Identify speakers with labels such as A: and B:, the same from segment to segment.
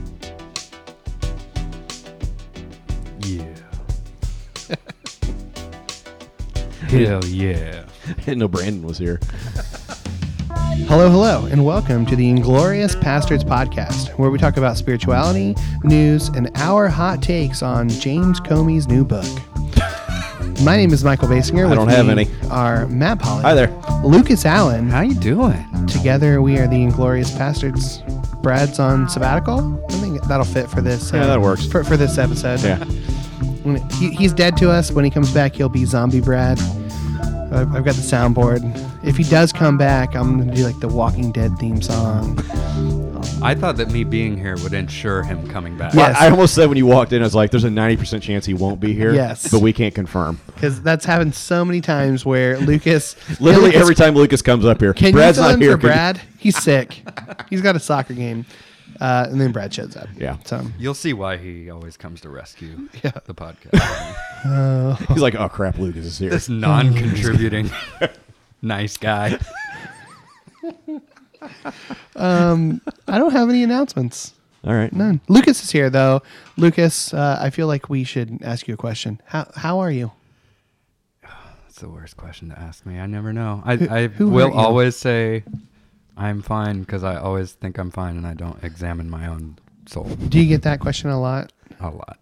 A: Hell yeah.
B: didn't know Brandon was here.
C: Hello, hello, and welcome to the Inglorious Pastors Podcast, where we talk about spirituality, news, and our hot takes on James Comey's new book. My name is Michael Basinger. With
B: don't have
C: me
B: any.
C: Are Matt Polly.
B: Hi there.
C: Lucas Allen.
A: How you doing?
C: Together we are the Inglorious Pastors. Brad's on sabbatical. I think that'll fit for this. uh,
B: Yeah, that works.
C: For, for this episode.
B: Yeah.
C: When He, he's dead to us. When he comes back, he'll be zombie Brad. I've, I've got the soundboard. If he does come back, I'm gonna do like the Walking Dead theme song.
A: I thought that me being here would ensure him coming back.
C: Yeah. Yes.
B: I, I almost said when you walked in, I was like, there's a 90% chance he won't be here.
C: Yes.
B: But we can't confirm.
C: because that's happened so many times where Lucas
B: Literally
C: Lucas,
B: every time Lucas comes up here,
C: Can
B: Brad's
C: you fill
B: not
C: in
B: here.
C: for
B: Can you-
C: Brad? He's sick. He's got a soccer game, uh, and then Brad shows up.
B: Yeah.
C: So
A: You'll see why he always comes to rescue
C: Yeah.
A: the podcast.
B: He's like, oh crap, Lucas is here.
A: this non contributing nice guy.
C: I don't have any announcements.
B: All right.
C: None. Lucas is here though. Lucas, uh, I feel like we should ask you a question. How how are you?
A: That's the worst question to ask me. I never know. I, I
C: who hurt
A: will
C: you?
A: always say I'm fine because I always think I'm fine and I don't examine my own soul
C: Do you get that question a lot?
A: a lot.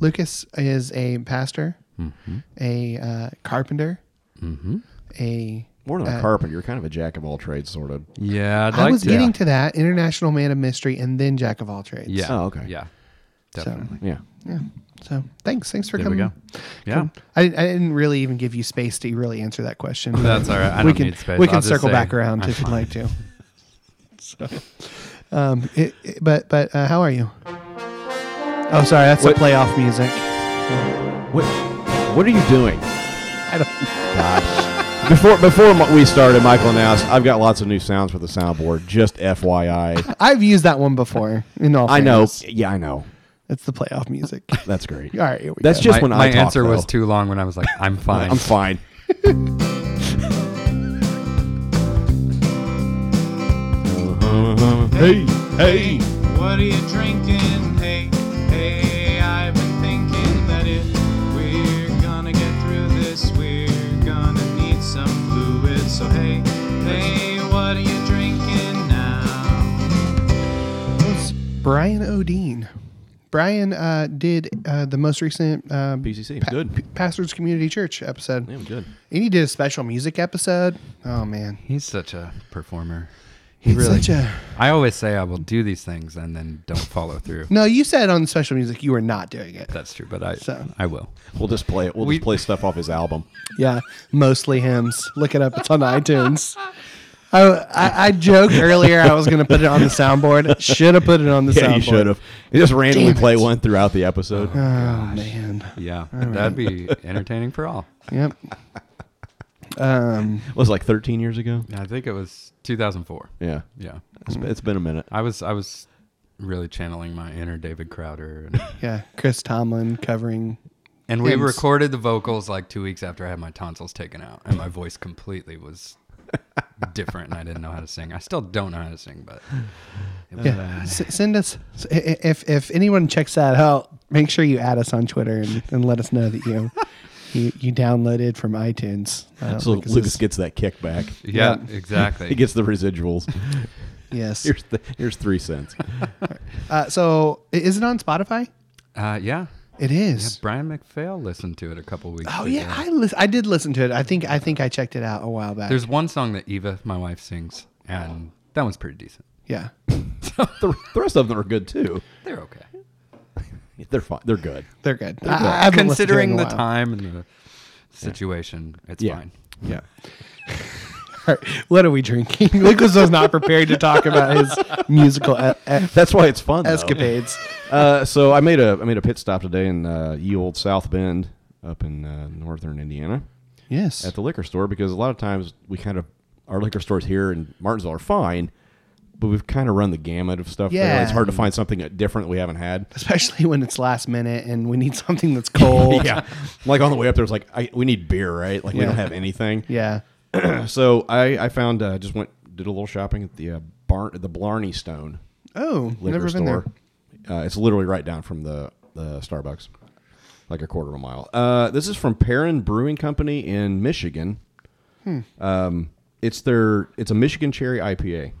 C: Lucas is a pastor,
A: Mm-hmm.
C: a uh, carpenter, a
B: More than a
C: Uh,
B: carpenter. You're kind of a jack of all trades, sort of.
A: Yeah, I'd
C: I
A: like
C: was
A: to.
C: getting to that international man of mystery and then jack of all trades.
A: Yeah.
B: Oh, okay.
A: Yeah.
C: So-
A: Definitely.
B: Yeah.
C: Yeah. So thanks. Thanks for
A: There we
C: coming.
A: go. Yeah.
C: I, I didn't really even give you space to really answer that question. but
A: That's all right. I
C: we
A: don't
C: can
A: need space.
C: we
A: I'll
C: can
A: just
C: circle
A: say
C: back around
A: I'm
C: if you'd
A: fine.
C: like to. So, um, it, it- but but uh, how are you? Oh, sorry, that's
B: What-
C: the playoff music.
B: What, what are you doing?
C: I don't.
B: Before before mi- we started, Michael announced, I've got lots of new sounds for the soundboard. Just FYI.
C: I've used that one before. In all,
B: I know.
C: fairness.
B: Yeah, I know.
C: it's the playoff music.
B: That's great.
C: all right, here we
B: That's
C: go.
B: just
A: my,
B: when
A: my
B: I talk,
A: answer was
B: though.
A: too long when I was like, I'm fine.
B: I'm fine. hey, hey.
D: What are you drinking? Hey, hey, I've been thinking that if we're gonna get through this, we're gonna need some fluid. So, hey, hey, what are you drinking now?
C: That's Brian O'Dean. Brian uh, did uh, the most recent uh,
B: PCC.
C: Pa-
B: Good.
C: P- Pastors Community Church episode.
B: Yeah, good.
C: And he did a special music episode. Oh man,
A: He's such a performer.
C: he's
A: really-
C: such a.
A: I always say I will do these things and then don't follow through.
C: No, you said on special music you were not doing it.
A: That's true, but I
C: So-
A: I will.
B: We'll just play it. We'll
A: We-
B: just play stuff off his album.
C: Yeah, mostly hymns. Look it up; it's on iTunes. I, I, I joked earlier I was going to put it on the soundboard. Should have put it on the
B: Yeah,
C: soundboard.
B: you should have. You just randomly
C: Damn it.
B: play one throughout the episode.
C: Oh man.
A: Yeah, that'd be entertaining for all.
C: Yep. Um.
B: It was like 13 years ago.
A: I think it was 2004.
B: Yeah.
A: Yeah,
B: It's been- it's been a minute.
A: I was I was really channeling my inner David Crowder, and,
C: Yeah. Chris Tomlin covering.
A: and we
C: Hymns.
A: recorded the vocals like two weeks after I had my tonsils taken out, and my voice completely was different, and I didn't know how to sing. I still don't know how to sing, but it was bad.
C: Yeah. S- send us s- i- i- if if anyone checks that out. Make sure you add us on Twitter and, and let us know that you you, you downloaded from iTunes. Uh,
B: So
C: Lucas's-
B: Lucas gets that kickback.
A: Yeah,
C: Yeah.
A: exactly.
B: He gets the residuals.
C: yes.
B: Here's the, here's three cents.
C: Uh, so i- is it on Spotify?
A: uh, yeah.
C: It
A: yeah,
C: is.
A: Brian McPhail listened to it a couple weeks.
C: oh
A: ago.
C: yeah, I lis- I did listen to it. I think I think I checked it out a while back.
A: There's one song that Eva, my wife, sings, and that one's pretty decent.
C: yeah.
B: The, the rest of them are good too.
A: They're okay,
B: They're fine. They're good.
C: They're good. I- I, haven't listened to it in
A: considering
C: a
A: the
C: while.
A: time and the situation. It's
B: Yeah.
A: fine.
B: Yeah.
C: All right, What are we drinking? Lucas was not prepared to talk about his musical e- e-
B: That's why it's fun. though.
C: escapades.
B: Uh, so I made a I made a pit stop today in uh, ye old South Bend up in uh, northern Indiana
C: Yes.
B: at the liquor store because a lot of times we kind of our liquor stores here in Martinsville are fine, but we've kind of run the gamut of stuff. there.
C: Yeah.
B: It's hard to find something different that we haven't had.
C: especially when it's last minute and we need something that's cold.
B: Yeah, like on the way up there, it's like I, we need beer, right? Like we
C: Oh. Yeah.
B: don't have anything.
C: Yeah.
B: So I I found uh, just went did a little shopping at the uh, Barn the Blarney Stone
C: Oh,
B: liquor
C: never been
B: store. Uh, it's literally right down from the the Starbucks. like a quarter of a mile. Uh, this is from Perrin Brewing Company in Michigan.
C: Hmm.
B: Um, it's their it's a Michigan Cherry IPA.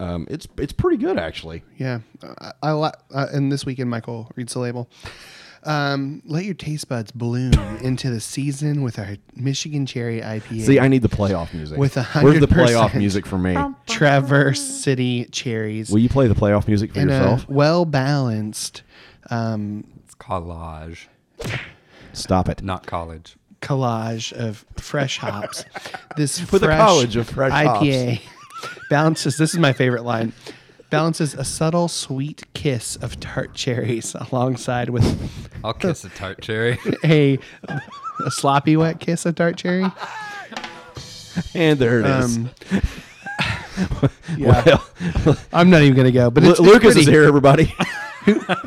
B: Um, it's it's pretty good actually.
C: Yeah, I, I li- uh, and this weekend Michael reads the label. Um, let your taste buds bloom into the season with our Michigan Cherry IPA.
B: See, I need the playoff music.
C: With a
B: Where's the
C: 100%.
B: playoff music for me?
C: Um, Traverse City cherries
B: Will you play the playoff music for
C: in
B: yourself?
C: a well balanced um,
A: It's collage,
B: Stop it.
A: not college.
C: collage of fresh hops. This
B: With a
C: fresh
B: college of fresh
C: IPA balances. This is my favorite line. Balances a subtle sweet kiss of tart cherries alongside with
A: I'll kiss a tart cherry.
C: a a sloppy wet kiss of tart cherry.
B: And there it is.
C: Um, yeah,
B: Well,
C: I'm not even gonna go. But it's,
B: Lu-
C: it's
B: Lucas is
C: pretty.
B: here, everybody.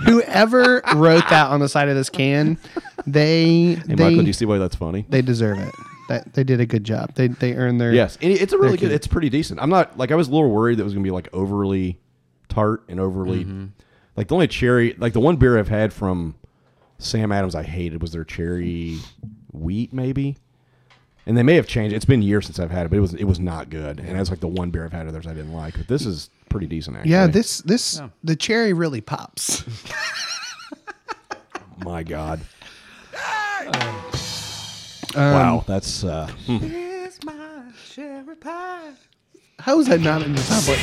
C: Whoever wrote that on the side of this can, they
B: hey,
C: they
B: Michael, do you see why that's funny?
C: they deserve it. That they did a good job. They they earned their
B: Yes, and it's a really
C: Thank
B: good.
C: you.
B: It's pretty decent. I'm not like I was a little worried that it was gonna be like overly tart and overly
C: Mm-hmm.
B: like the only cherry like the one beer I've had from Sam Adams I hated was their cherry wheat maybe, and they may have changed. It's been years since I've had it, but it was it was not good. And that's like the one beer I've had of theirs I didn't like. But this is pretty decent actually.
C: Yeah, this this the cherry really pops.
B: my god. Um,
C: Um,
B: wow, that's uh,
C: How is that not in the public?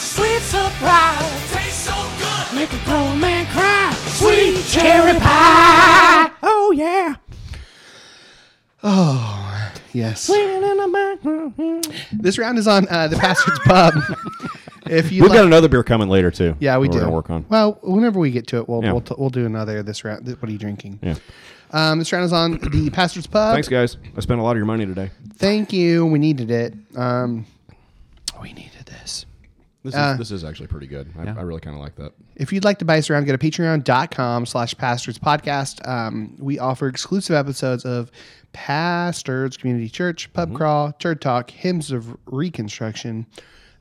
E: Sweet surprise. Tastes so good. Make a grown man cry. Sweet cherry pie.
B: oh yeah.
C: Oh, Yes. This round is on uh, the Pastor's Pub. if you
B: We've
C: like,
B: got another beer coming later too.
C: yeah, we
B: that
C: do.
B: We're gonna work on.
C: Well, whenever we get to it, we'll
B: Yeah.
C: we'll, t- we'll do another this round. What are you drinking?
B: Yeah.
C: Um, this round is on the Pastor's Pub.
B: Thanks, guys. I spent a lot of your money today.
C: Thank you. We needed it. Um, we needed this.
B: This is this is actually pretty good. I, I really kind of like that.
C: If you'd like to buy us around, go to patreon.com slash pastors podcast. Um, we offer exclusive episodes of Pastors Community Church, Pub Crawl, Church Talk, Hymns of Reconstruction,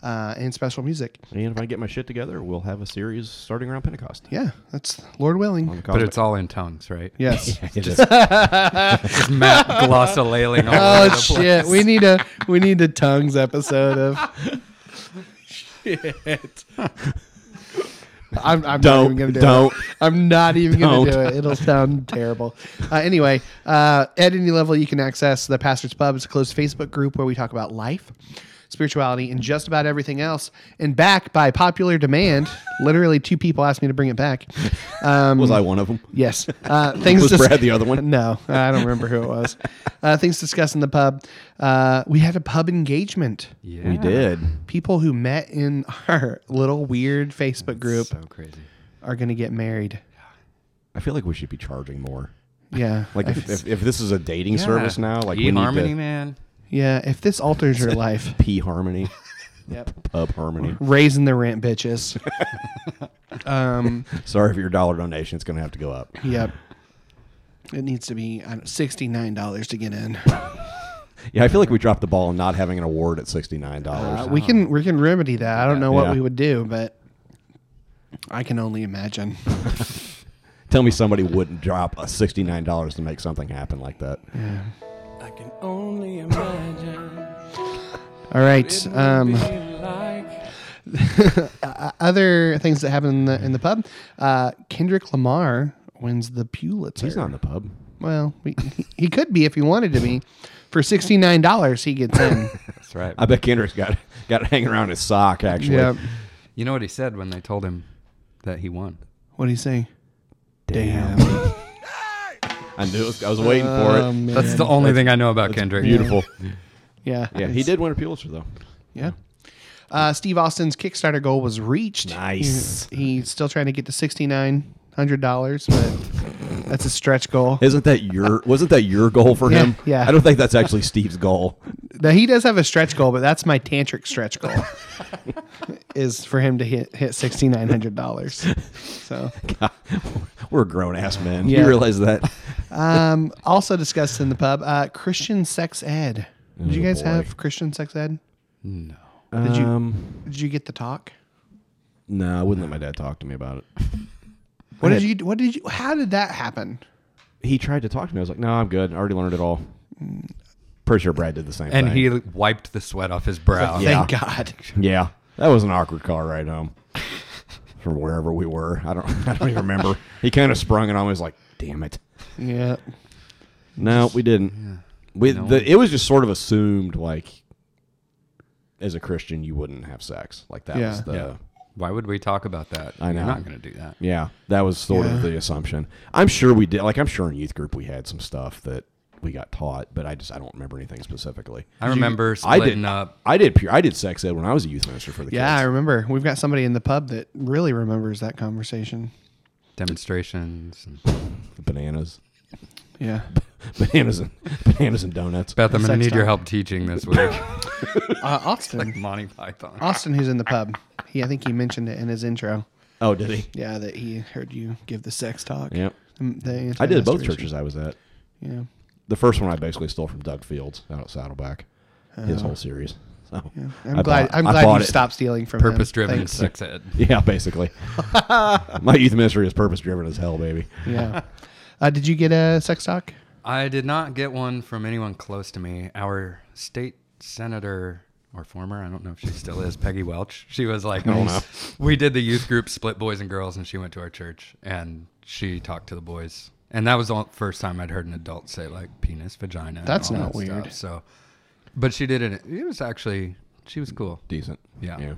C: uh, and special music.
B: And if I get my shit together, we'll have a series starting around Pentecost.
C: Yeah, that's Lord willing.
A: But it's all in tongues, right?
C: Yes.
A: Just Matt glossolaling all over
C: Oh
A: the place.
C: shit! We need a we need a tongues episode of. shit. I'm, I'm not
B: Don't,
C: even gonna do
B: don't.
C: it. I'm not even gonna do
B: Don't.
C: it. It'll sound terrible. Uh, anyway, uh, at any level, you can access the Pastors Pub. It's a closed Facebook group where we talk about life, spirituality, and just about everything else. And back by popular demand, literally two people asked me to bring it back. Um,
B: was I one of them?
C: Yes. Uh, things
B: Was
C: dis-
B: Brad the other one?
C: No, I don't remember who it was. Uh, things discussed in the pub. Uh, we had a pub engagement.
A: Yeah.
B: We did.
C: People who met in our little weird Facebook group
A: So crazy.
C: are going to get married.
B: I feel like we should be charging more.
C: Yeah.
B: Like if, if, if this is a dating service now, like we need
A: harmony,
B: to-
A: man.
C: yeah, if this alters your life,
B: P harmony,
C: yep.
B: pub harmony.
C: raising the rent, bitches. um,
B: Sorry for your dollar donation. It's going to have to go up.
C: yep. It needs to be I don't- $69 to get in.
B: Yeah, I feel like we dropped the ball on not having an award at sixty nine
C: Uh,
B: dollars.
C: we can we can remedy that. I don't know what
B: Yeah.
C: we would do, but I can only imagine.
B: Tell me somebody wouldn't drop a sixty nine dollars to make something happen like that.
E: I can only imagine.
C: All right. Um,
E: like
C: other things that happen in the in the pub. Uh, Kendrick Lamar wins the Pulitzer.
B: He's not in the pub.
C: Well, we, he could be if he wanted to be. For sixty nine dollars, he gets in.
A: That's right.
B: I bet Kendrick's got got it hanging around his sock. Actually,
C: yeah.
A: You know what he said when they told him that he won?
C: What do you say?
B: Damn. Oh, I knew it was, I was waiting for it.
C: Um,
A: That's the only thing I know about Kendrick.
B: Beautiful.
C: Yeah.
B: Yeah, he
C: it's-
B: did win a Pulitzer though.
C: Yeah. Uh, Steve Austin's Kickstarter goal was reached.
B: Nice.
C: He- he's still trying to get to sixty nine hundred dollars, but that's a stretch goal.
B: Isn't that your? Wasn't that your goal for
C: Yeah,
B: him?
C: yeah.
B: I don't think that's actually Steve's goal.
C: Now he does have a stretch goal, but that's my tantric stretch goal. is for him to hit hit sixty nine hundred dollars. So
B: We're grown ass men.
C: Yeah.
B: You realize that?
C: um also discussed in the pub, uh Christian sex ed. Did you
B: Oh,
C: guys
B: boy.
C: have Christian sex ed?
A: No.
C: Did you
B: Um,
C: did you get the talk?
B: No, I wouldn't let my dad talk to me about it.
C: What did you? What did you? How did that happen?
B: He tried to talk to me. I was like, no, I'm good. I already learned it all. Pretty sure Brad did the same
A: And
B: thing.
A: he wiped the sweat off his brow.
B: Yeah.
C: Thank God.
B: Yeah, that was an awkward car ride home from wherever we were. I don't, I don't even remember. He kind of sprung, and I was like, "Damn it!"
C: Yeah.
B: No, we didn't. We the, it was just sort of assumed like, as a Christian, you wouldn't have sex like that.
C: Yeah.
B: was the
A: Yeah. Why would we talk about that?
B: I know.
A: You're not going to do that.
B: yeah, that was sort
C: Yeah.
B: of the assumption. I'm sure we did. Like, I'm sure in youth group we had some stuff that we got taught, but I just I don't remember anything specifically.
A: I remember
B: I
A: splitting
B: did
A: up.
B: I did pure. I did sex ed when I was a youth minister for the
C: Yeah, I
B: kids.
C: remember. We've got somebody in the pub that really remembers that conversation.
A: demonstrations. And
B: Bananas,
C: Yeah.
B: bananas, and bananas and donuts.
A: Beth, I'm going to
C: Sex
A: need your
C: time.
A: help teaching this week.
C: Uh, Austin.
A: Monty Python.
C: Austin, who's in the pub. He, I think he mentioned it in his intro.
B: Oh, did he?
C: Yeah, that he heard you give the sex talk.
B: Yep.
C: Um, the
B: I did both
C: anti-masturbation.
B: churches I was at.
C: Yeah.
B: The first one I basically stole from Doug Fields out at Saddleback, his whole series. So
C: Uh-huh. I'm
B: I
C: glad.
B: bought-
C: I'm
B: I
C: glad
B: bought
C: you
B: it.
C: stopped stealing from him.
A: Purpose driven
C: Thanks.
A: sex ed.
B: Yeah, basically. My youth ministry is purpose driven as hell, baby.
C: Yeah. Uh, did you get a sex talk?
A: I did not get one from anyone close to me. Our state senator or former, I don't know if she still is, Peggy Welch. She was like,
B: don't know.
A: we did the youth group split boys and girls, and she went to our church and she talked to the boys. And that was the first time I'd heard an adult say like penis, vagina. and
C: That's
A: all
C: not
A: that stuff.
C: weird.
A: So, but she did it. It was actually she was cool.
B: Decent.
A: Yeah.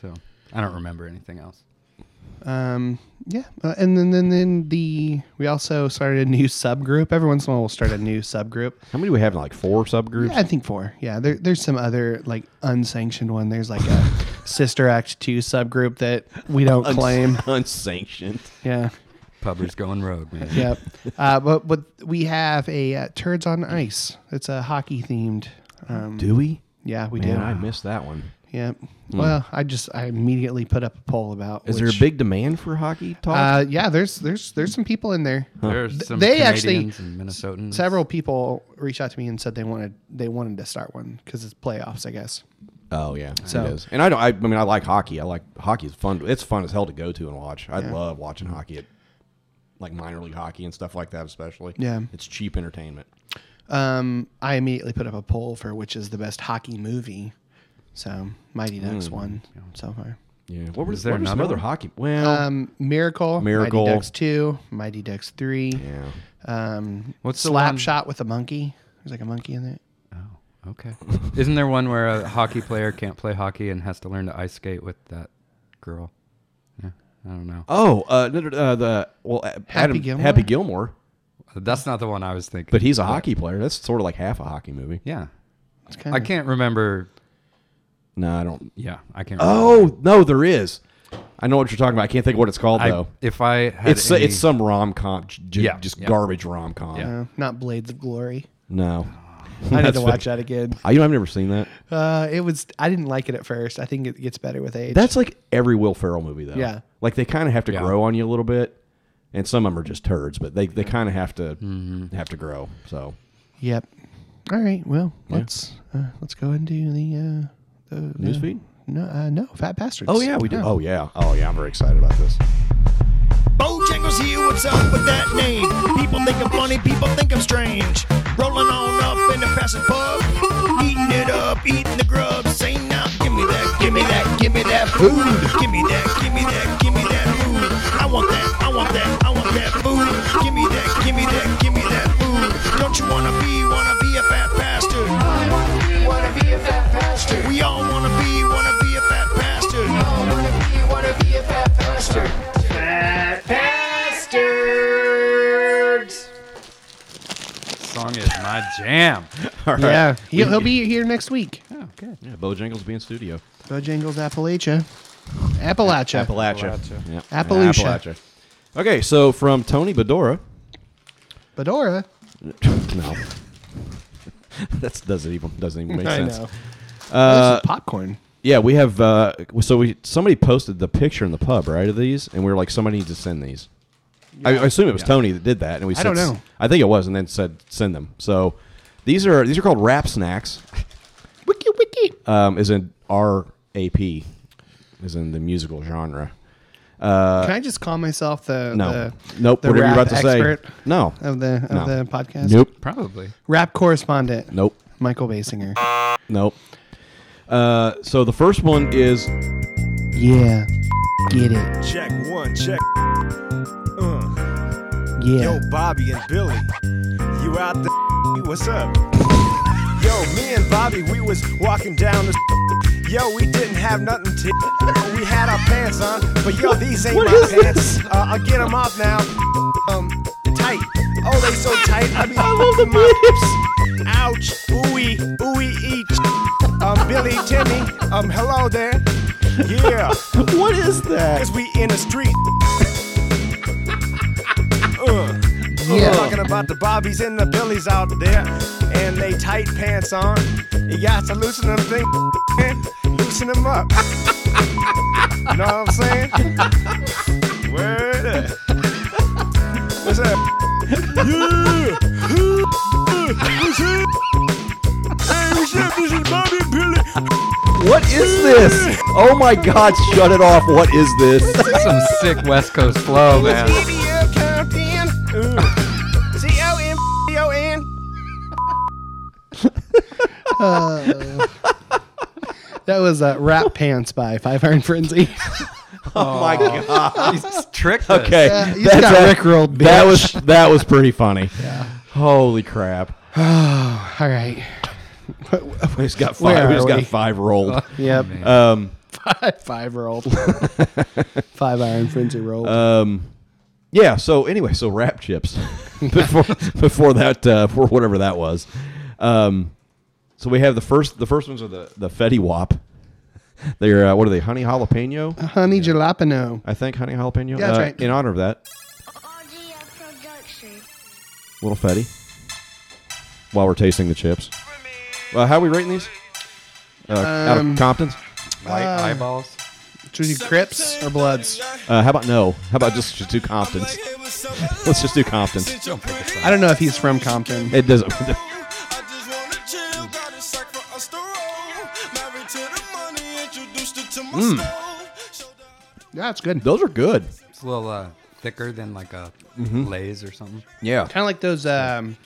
A: So I don't remember anything else.
C: Um, yeah, uh, and then then then the we also started a new subgroup. Every once in a while, we'll start a new subgroup.
B: How many do we have? Like four subgroups?
C: Yeah, I think four. Yeah, there, there's some other like unsanctioned one. There's like a Sister Act two subgroup that we don't
B: Uns-
C: claim.
B: Unsanctioned.
C: Yeah,
A: Pubbers going rogue, man.
C: yep. Uh, but but we have a uh, turds on ice. It's a hockey themed. Um,
B: Do we?
C: yeah, we
B: Man,
C: do.
B: I missed that one.
C: yeah. Well, I just I immediately put up a poll about.
B: Hmm. Is there a
C: which-
B: big demand for hockey talk?
C: Uh, yeah, there's there's there's some people in there.
A: There's some
C: They
A: they
C: actually-
A: Canadians and Minnesotans.
C: Several people reached out to me and said they wanted they wanted to start one because it's playoffs, I guess.
B: oh yeah,
C: so-
B: it is. And I don't. I, I mean, I like hockey. I like hockey. is fun. It's fun as hell to go to and watch. I love watching hockey at like minor league hockey and stuff like that, especially.
C: Yeah.
B: it's cheap entertainment.
C: Um, I immediately put up a poll for which is the best hockey movie. So Mighty
B: Hmm.
C: Ducks won so far.
B: Yeah. What was
A: there
B: there? Another,
A: another
B: another
A: one?
B: hockey. Well,
C: Um, Miracle,
B: Miracle.
C: Mighty Ducks two, Mighty Ducks three.
B: yeah.
C: Um,
A: What's the
C: slap
A: one-
C: shot with a monkey? There's like a monkey in it.
A: Oh, okay. Isn't there one where a hockey player can't play hockey and has to learn to ice skate with that girl? Yeah, I don't know.
B: Oh, uh, no, no, uh, the well, uh, Adam,
C: Gilmore?
B: Happy Gilmore,
A: That's not the one I was thinking.
B: but he's a hockey player. That's sort of like half a hockey movie.
A: yeah,
C: It's kind
A: I can't remember.
B: No, I don't.
A: Yeah, I can't. remember.
B: Oh no, there is. I know what you're talking about. I can't think of what it's called
A: I,
B: though.
A: if I had
B: It's uh,
A: any-
B: it's some rom com, j-
A: Yeah,
B: just
A: yeah.
B: garbage rom com.
A: Yeah.
C: Uh, not Blades of Glory.
B: No,
C: I need
B: That's
C: to watch
B: fair.
C: that again.
B: I, you know, I've never seen that.
C: Uh, it was I didn't like it at first. I think it gets better with age.
B: That's like every Will Ferrell movie though.
C: Yeah.
B: like they kind of have to
A: Yeah.
B: grow on you a little bit, and some of them are just turds, but they, they kind of have to
A: Mm-hmm.
B: have to grow. So
C: Yep. All right. Well, let's uh, let's go into the uh, the
B: newsfeed.
C: No, uh, no, fat bastards.
B: Oh yeah, we do. Oh yeah, oh yeah. I'm very excited about this.
F: Bojangles here, what's up with that name? People think I'm funny, people think I'm strange. Rolling on up in the passing pub, eating it up, eating the grub. Say now, give me that, give me that, give me that food. Give me that, give me that, give me that food. I want that, I want that, I want that food. Give me that, give me that, give me that food. Don't you wanna be, wanna be a fat bastard? I wanna be, wanna be a fat bastard. We all wanna be, wanna be a fat bastard. We all wanna be, wanna be a fat bastard.
A: song is my jam.
C: Yeah, he'll, he'll be here next week.
A: Oh, good.
B: Yeah, Bojangles be in studio.
C: Bojangles Appalachia, Appalachia.
B: Appalachia.
A: Appalachia.
B: Yep.
C: Appaloosa.
B: Appalachia. Okay, so from Tony Bedora.
C: Bedora.
B: no. that doesn't even doesn't even make
C: I
B: sense.
C: know. Uh, this is popcorn.
B: Yeah, we have uh so we somebody posted the picture in the pub, right, of these and we were like somebody needs to send these. I, I assume it was Tony that did that and we said
C: don't know.
B: I think it was and then said send them. So these are these are called wrap snacks.
C: Wiki wiki.
B: Um is in R A P. is in the musical genre.
C: Can I just call myself the
B: Uh, No,
C: the,
B: nope.
C: the
B: whatever you're
C: rap
B: about to say.
C: expert
B: No,
C: of the of
B: No.
C: the podcast?
B: nope,
A: Probably.
C: Rap correspondent
B: nope,
C: Michael Basinger.
B: nope. Uh, so the first one is
C: Yeah, get it.
G: Check one, check. Uh,
C: Yeah,
G: yo, Bobby and Billy, you out the? What's up? Yo, me and Bobby, we was walking down the. Yo, we didn't have nothing to. We had our pants on, but yo, these ain't my pants. Uh, I'll get them off now. Um, tight. Oh, they so tight. I mean, I love the my, Ouch. Ooey, ooey, each. Um, Billy, Timmy. Um, hello there. Yeah.
B: what is that?
G: Cause we in the street. uh,
C: Yeah.
G: yeah. Talking about the bobbies and the billies out there, and they tight pants on. You got to loosen them thing, man. loosen them up. you know what I'm saying? Word. up. What's up? Yeah. What's up? Hey, what's up? This is Bobby and Billy.
B: What is this? Oh my God! Shut it off! What is this?
A: That's some sick West Coast flow, man.
G: EBO Compton. Ooh. C-O-M-B-O-N.
C: that was uh, Rap Pants by Five Iron Frenzy.
B: Oh my God!
A: He's tricked us.
B: Okay,
C: Yeah, he's
B: that's
C: got
B: a-
C: Rickrolled,
B: That
C: bitch.
B: was that was pretty funny. Holy crap!
C: All right.
B: We just got
C: Where
B: five. We
C: are
B: just
C: we?
B: got five rolled.
C: Yep.
B: Um,
C: Five rolled. Five Iron Frenzy rolled.
B: um, yeah. So anyway, so rap chips before before that uh, for whatever that was. Um, so we have the first. The first ones are the the Fetty Wap. They're uh, what are they? Honey jalapeno.
C: Honey Jalapeno.
B: I think honey jalapeno.
C: Yeah, that's
B: uh,
C: right.
B: In honor of that,
H: RGF Production.
B: little Fetty. While we're tasting the chips, uh, how are we rating these? Uh, out
C: Um,
B: of Compton's.
A: White eyeballs.
C: Should we do Crips or Bloods?
B: Uh, how about no? How about just, just do Compton's? Let's just do Compton's.
C: I don't know if he's from Compton.
B: It doesn't.
E: I just wanna chill, got a sack for us to roll. Married to the money, introduced her to my
B: Hmm.
E: soul.
C: Yeah, it's good. Kind
B: Those are good.
A: It's a little uh, thicker than like a
B: Mm-hmm.
A: Lay's or something.
B: Yeah,
C: of like those um,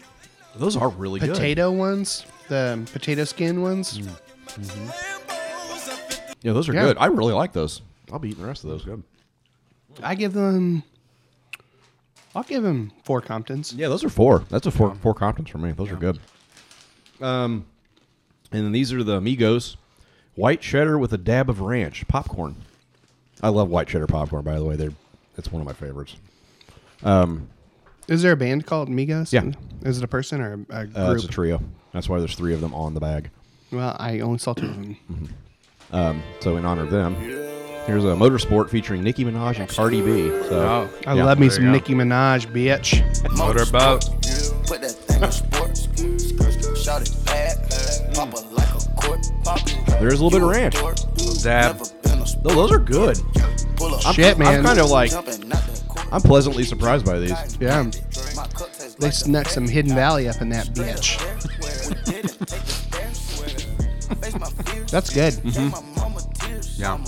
B: those are really
C: potato ones, the um, potato skin ones.
B: Mm. good. Yeah, those are
C: Yeah.
B: good. I really like those. I'll be eating the rest of those. Good.
C: I give them. I'll give him four Comptons.
B: Yeah, those are four. That's a four four Comptons for me. Those are good. Um, and then these are the Amigos, white cheddar with a dab of ranch popcorn. I love white cheddar popcorn. By the way, they're it's one of my favorites.
C: Is there a band called Migos?
B: Yeah.
C: Is it a person or a, a group?
B: Uh, it's a trio. That's why there's three of them on the bag.
C: well, I only saw two of them.
B: So in honor of them, here's a motorsport featuring Nicki Minaj and Cardi B. So
C: I
B: Yeah.
C: love me
A: There you
C: some
A: go.
C: Nicki Minaj, bitch.
A: Motorboat.
I: Put that thing on sports. Shout it bad. Pop it like a court. Pop it.
B: there's a little bit of ranch.
A: Dab.
I: Never been a
B: No, those are good.
I: pull up.
C: Shit, man.
B: I'm kind of like
I: Jumping out the court.
B: I'm pleasantly surprised by these.
C: yeah.
I: My cup tastes
C: They
I: like
C: snuck some Hidden Valley up in that bitch. That's good.
A: Mm-hmm. Yeah.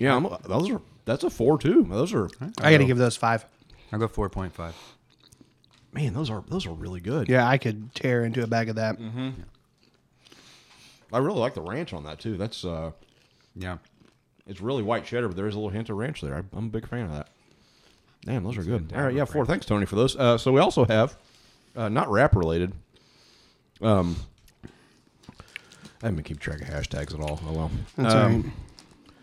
B: Yeah, I'm, those are that's a four too. Those are
C: I gotta give those five.
A: I'll go 4.5.
B: man, those are those are really good.
C: Yeah, I could tear into a bag of that.
B: Mm-hmm. I really like the ranch on that too. That's uh,
A: Yeah.
B: it's really white cheddar, but there is a little hint of ranch there. I, I'm a big fan of that. Damn, those are good. All right, yeah, four. Thanks, Tony, for those. Uh, so we also have uh, not rap related. Um, I haven't been keep track of hashtags at all. Oh well.
C: That's
B: Um,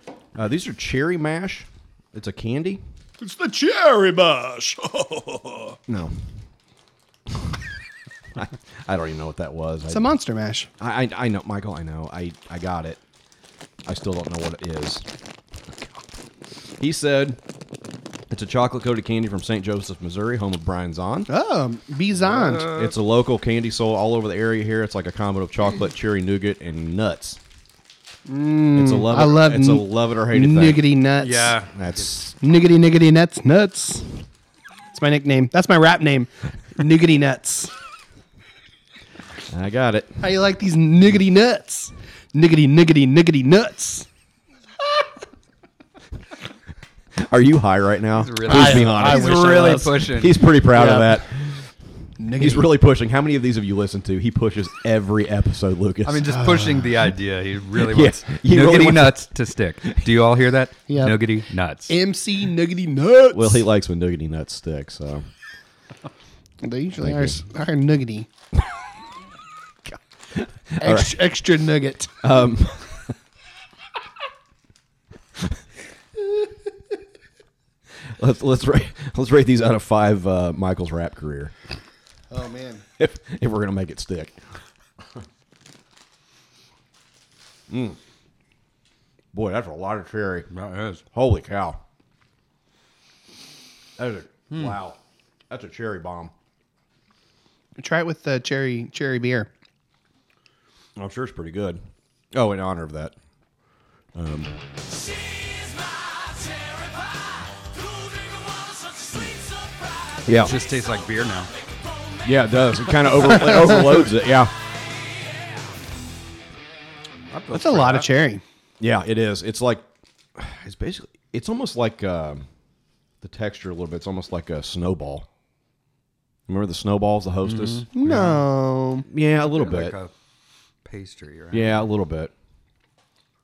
C: all right.
B: Uh, these are cherry mash. It's a candy.
G: It's the cherry mash.
B: No. I, I don't even know what that was.
C: It's
B: I,
C: a monster mash.
B: I, I, I know, Michael. I know. I, I got it. I still don't know what it is. He said it's a chocolate coated candy from St. Joseph, Missouri, home of Brian Zahn.
C: Oh, Bizond.
B: It's a local candy sold all over the area here. It's like a combo of chocolate, cherry nougat, and nuts. it's a love.
C: Mmm. I
B: it,
C: love
B: It's a
C: n-
B: love it or hate it thing.
C: Niggity nuts.
B: That's
C: Niggity niggity nuts nuts. That's my nickname. That's my rap name. Niggity nuts.
B: I got it.
C: How you like these niggity nuts? Niggity niggity niggity nuts.
B: Are you high right now?
A: really-
B: Please
A: I-
B: be honest.
A: He's
C: wish I
A: really
C: was.
A: pushing.
B: He's pretty proud of
C: Yeah.
B: that.
C: Nigga.
B: He's really pushing. How many of these have you listened to? He pushes every episode, Lucas.
A: I mean, just pushing the idea. He really
B: Yeah,
A: wants
B: he really
A: nuggety
B: wants-
A: nuts to stick. Do you all hear that?
C: Yeah.
A: Nuggety nuts.
C: MC Nuggety Nuts.
B: well, he likes when Nuggety Nuts stick. So
C: they usually
B: Thank
C: are, s- are nuggety. extra, extra nugget.
B: let's let's rate let's rate these out of five. Uh, Michael's rap career,
C: oh man,
B: if, if we're gonna make it stick. Mm. Boy, that's a lot of cherry.
A: That is.
B: Holy cow! That is a, wow. That's a cherry bomb.
C: try it with the cherry cherry beer.
B: I'm sure it's pretty good. Oh, in honor of that. Um, Yeah,
A: Just tastes like beer now.
B: yeah, it does. It kind of over, it overloads it. Yeah,
C: That's a lot of cherry.
B: yeah, it is. It's like it's basically it's almost like um the texture a little bit. It's almost like a snowball. Remember the snowballs, the hostess?
C: No,
B: Mm-hmm. Yeah, a little
A: Like
B: bit.
A: a pastry, right?
B: yeah, a little bit.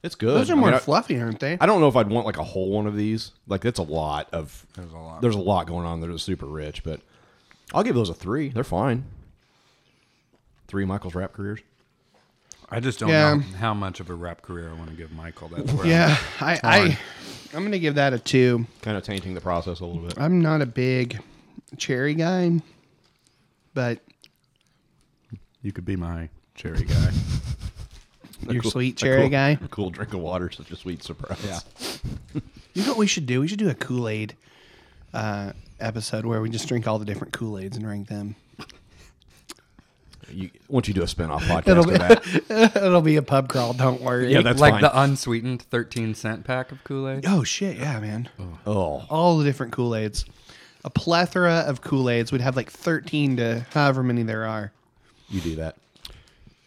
B: It's good.
C: those are
B: I mean,
C: more
B: I-
C: fluffy, aren't they?
B: I don't know if I'd want like a whole one of these. Like that's a lot of. There's
A: a lot.
B: There's a lot going on. They're super rich, but I'll give those a three. They're fine. Three Michael's rap careers.
A: I just don't
C: Yeah.
A: know how much of a rap career I want to give Michael. That's where
C: yeah, I, I I'm gonna give that a two.
B: Kind of tainting the process a little bit.
C: I'm not a big cherry guy, but
A: you could be my cherry guy.
C: your sweet
B: A
C: cherry
B: cool-
C: guy.
B: a cool drink of water, such a sweet surprise. Yeah.
C: You know what we should do? We should do a Kool Aid uh, episode where we just drink all the different Kool Aids and rank them.
B: You, once you do a spinoff podcast of
C: It'll be-
B: that,
C: It'll be a pub crawl. Don't worry.
B: yeah, that's
A: like
B: fine.
A: the uh, unsweetened 13 cent pack of Kool Aid.
C: Oh shit! Yeah, man.
B: oh,
C: All the different Kool Aids, a plethora of Kool Aids. We'd have like thirteen to however many there are.
B: you do that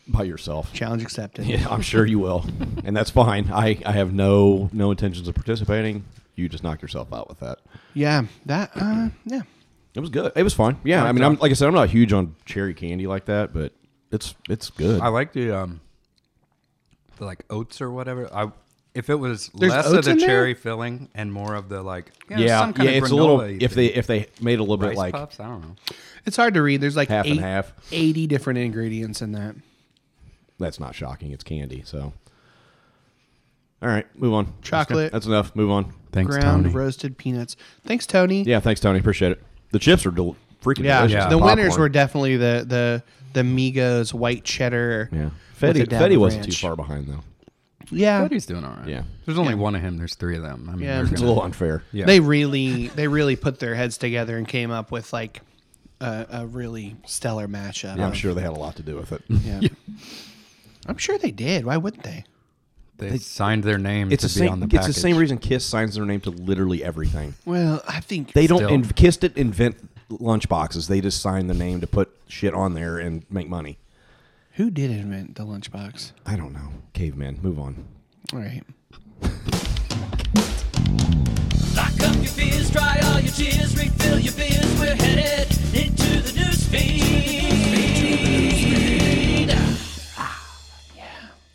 B: by yourself.
C: Challenge accepted.
B: Yeah, I'm sure you will, and that's fine. I, I have no no intentions of participating. You just knock yourself out with that.
C: Yeah, that. Uh, yeah.
B: It was good. It was fine. Yeah, I mean, I'm like I said, I'm not huge on cherry candy like that, but it's it's good.
A: I like the um, the like oats or whatever. I if it was
C: There's
A: less of
C: oats
A: the
C: in there?
A: cherry filling and more of the like yeah,
B: yeah,
A: some kind
B: yeah,
A: of
B: it's a little.
A: granola-y
B: If
A: thing.
B: they if they made a little bit
A: rice
B: like
A: puffs, I don't know.
C: It's hard to read. There's like
B: Half and half.
C: eighty different ingredients in that.
B: that's not shocking. It's candy. So, all right, move on. That's good.
C: Chocolate.
B: That's, enough. Move on.
A: Thanks,
C: Ground
A: Tony.
C: roasted peanuts. Thanks, Tony.
B: Yeah, thanks, Tony. Appreciate it. The chips are del- freaking
C: Yeah,
B: delicious.
A: Yeah.
C: the
B: Popcorn.
C: winners were definitely the the the Migos white cheddar.
B: yeah.
C: with a
B: Fetty
C: dab
B: Fetty
C: of
B: wasn't too
C: ranch.
B: far behind though.
C: Yeah,
A: He's doing all right.
B: Yeah.
A: There's only one of him. There's three of them. I mean,
C: Yeah.
A: they're
C: It's
B: It's a
A: gonna-
B: little unfair.
A: yeah.
C: they really they really put their heads together and came up with like a, a really stellar matchup.
B: I'm sure they had a lot to do with it.
C: Yeah. I'm sure they did. Why wouldn't they?
A: they, signed their name
B: It's
A: to
B: the
A: be
B: same.
A: on the
B: it's
A: package.
B: the same reason Kiss signs their name to literally everything.
C: Well, I think
B: They don't
A: Still.
B: inv- Kiss didn't invent lunchboxes. They just signed the name to put shit on there and make money.
C: who did invent the lunchbox.
B: I don't know. Caveman, move on.
C: All right.
J: Lock up your fears, dry all your tears, refill your beers. We're headed into the news feed.
C: Ah,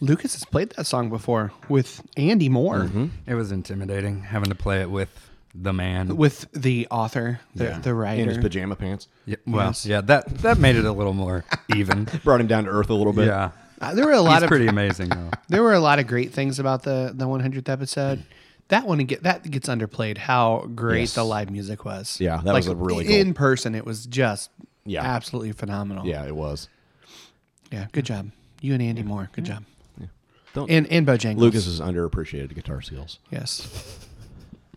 C: Lucas has played that song before with Andy Moore,
A: It was intimidating having to play it with the man.
C: with the author, the, the writer.
B: In his pajama pants.
A: yeah, well, yeah, that that made it a little more even.
B: Brought him down to earth a little bit.
A: yeah,
C: Uh, there were a lot
A: he's
C: of
A: pretty amazing though.
C: there were a lot of great things about the the 100th episode. That one get that gets underplayed. How great
B: Yes.
C: the live music was.
B: Yeah, that was a really cool-
C: in person. It was just
B: Yeah.
C: absolutely phenomenal.
B: Yeah, it was.
C: yeah. Good job, you and Andy Moore. Good job.
B: Don't-
C: and and Bojangles.
B: Lucas is underappreciated guitar skills.
C: Yes.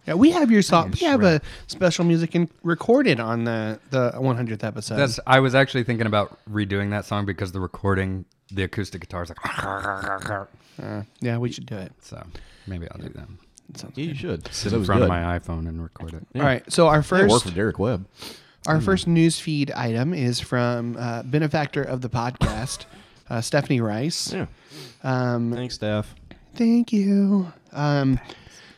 C: Yeah, we have your song. We have a special music in, recorded on the the 100th episode.
A: That's I was actually thinking about redoing that song because the recording, the acoustic guitar is like.
C: yeah, we should do it.
A: so maybe I'll do that.
C: That sounds
B: Yeah,
C: good.
B: you should. 'cause
A: Sit
B: it
A: in
B: was
A: front of
B: good.
A: my iPhone and record it.
C: All right. So our
B: Yeah, work
C: first
B: for Derek Webb.
C: Our first newsfeed item is from uh, benefactor of the podcast, uh, Stephanie Rice.
B: Yeah.
C: Um,
B: Thanks, Steph.
C: thank you. Um,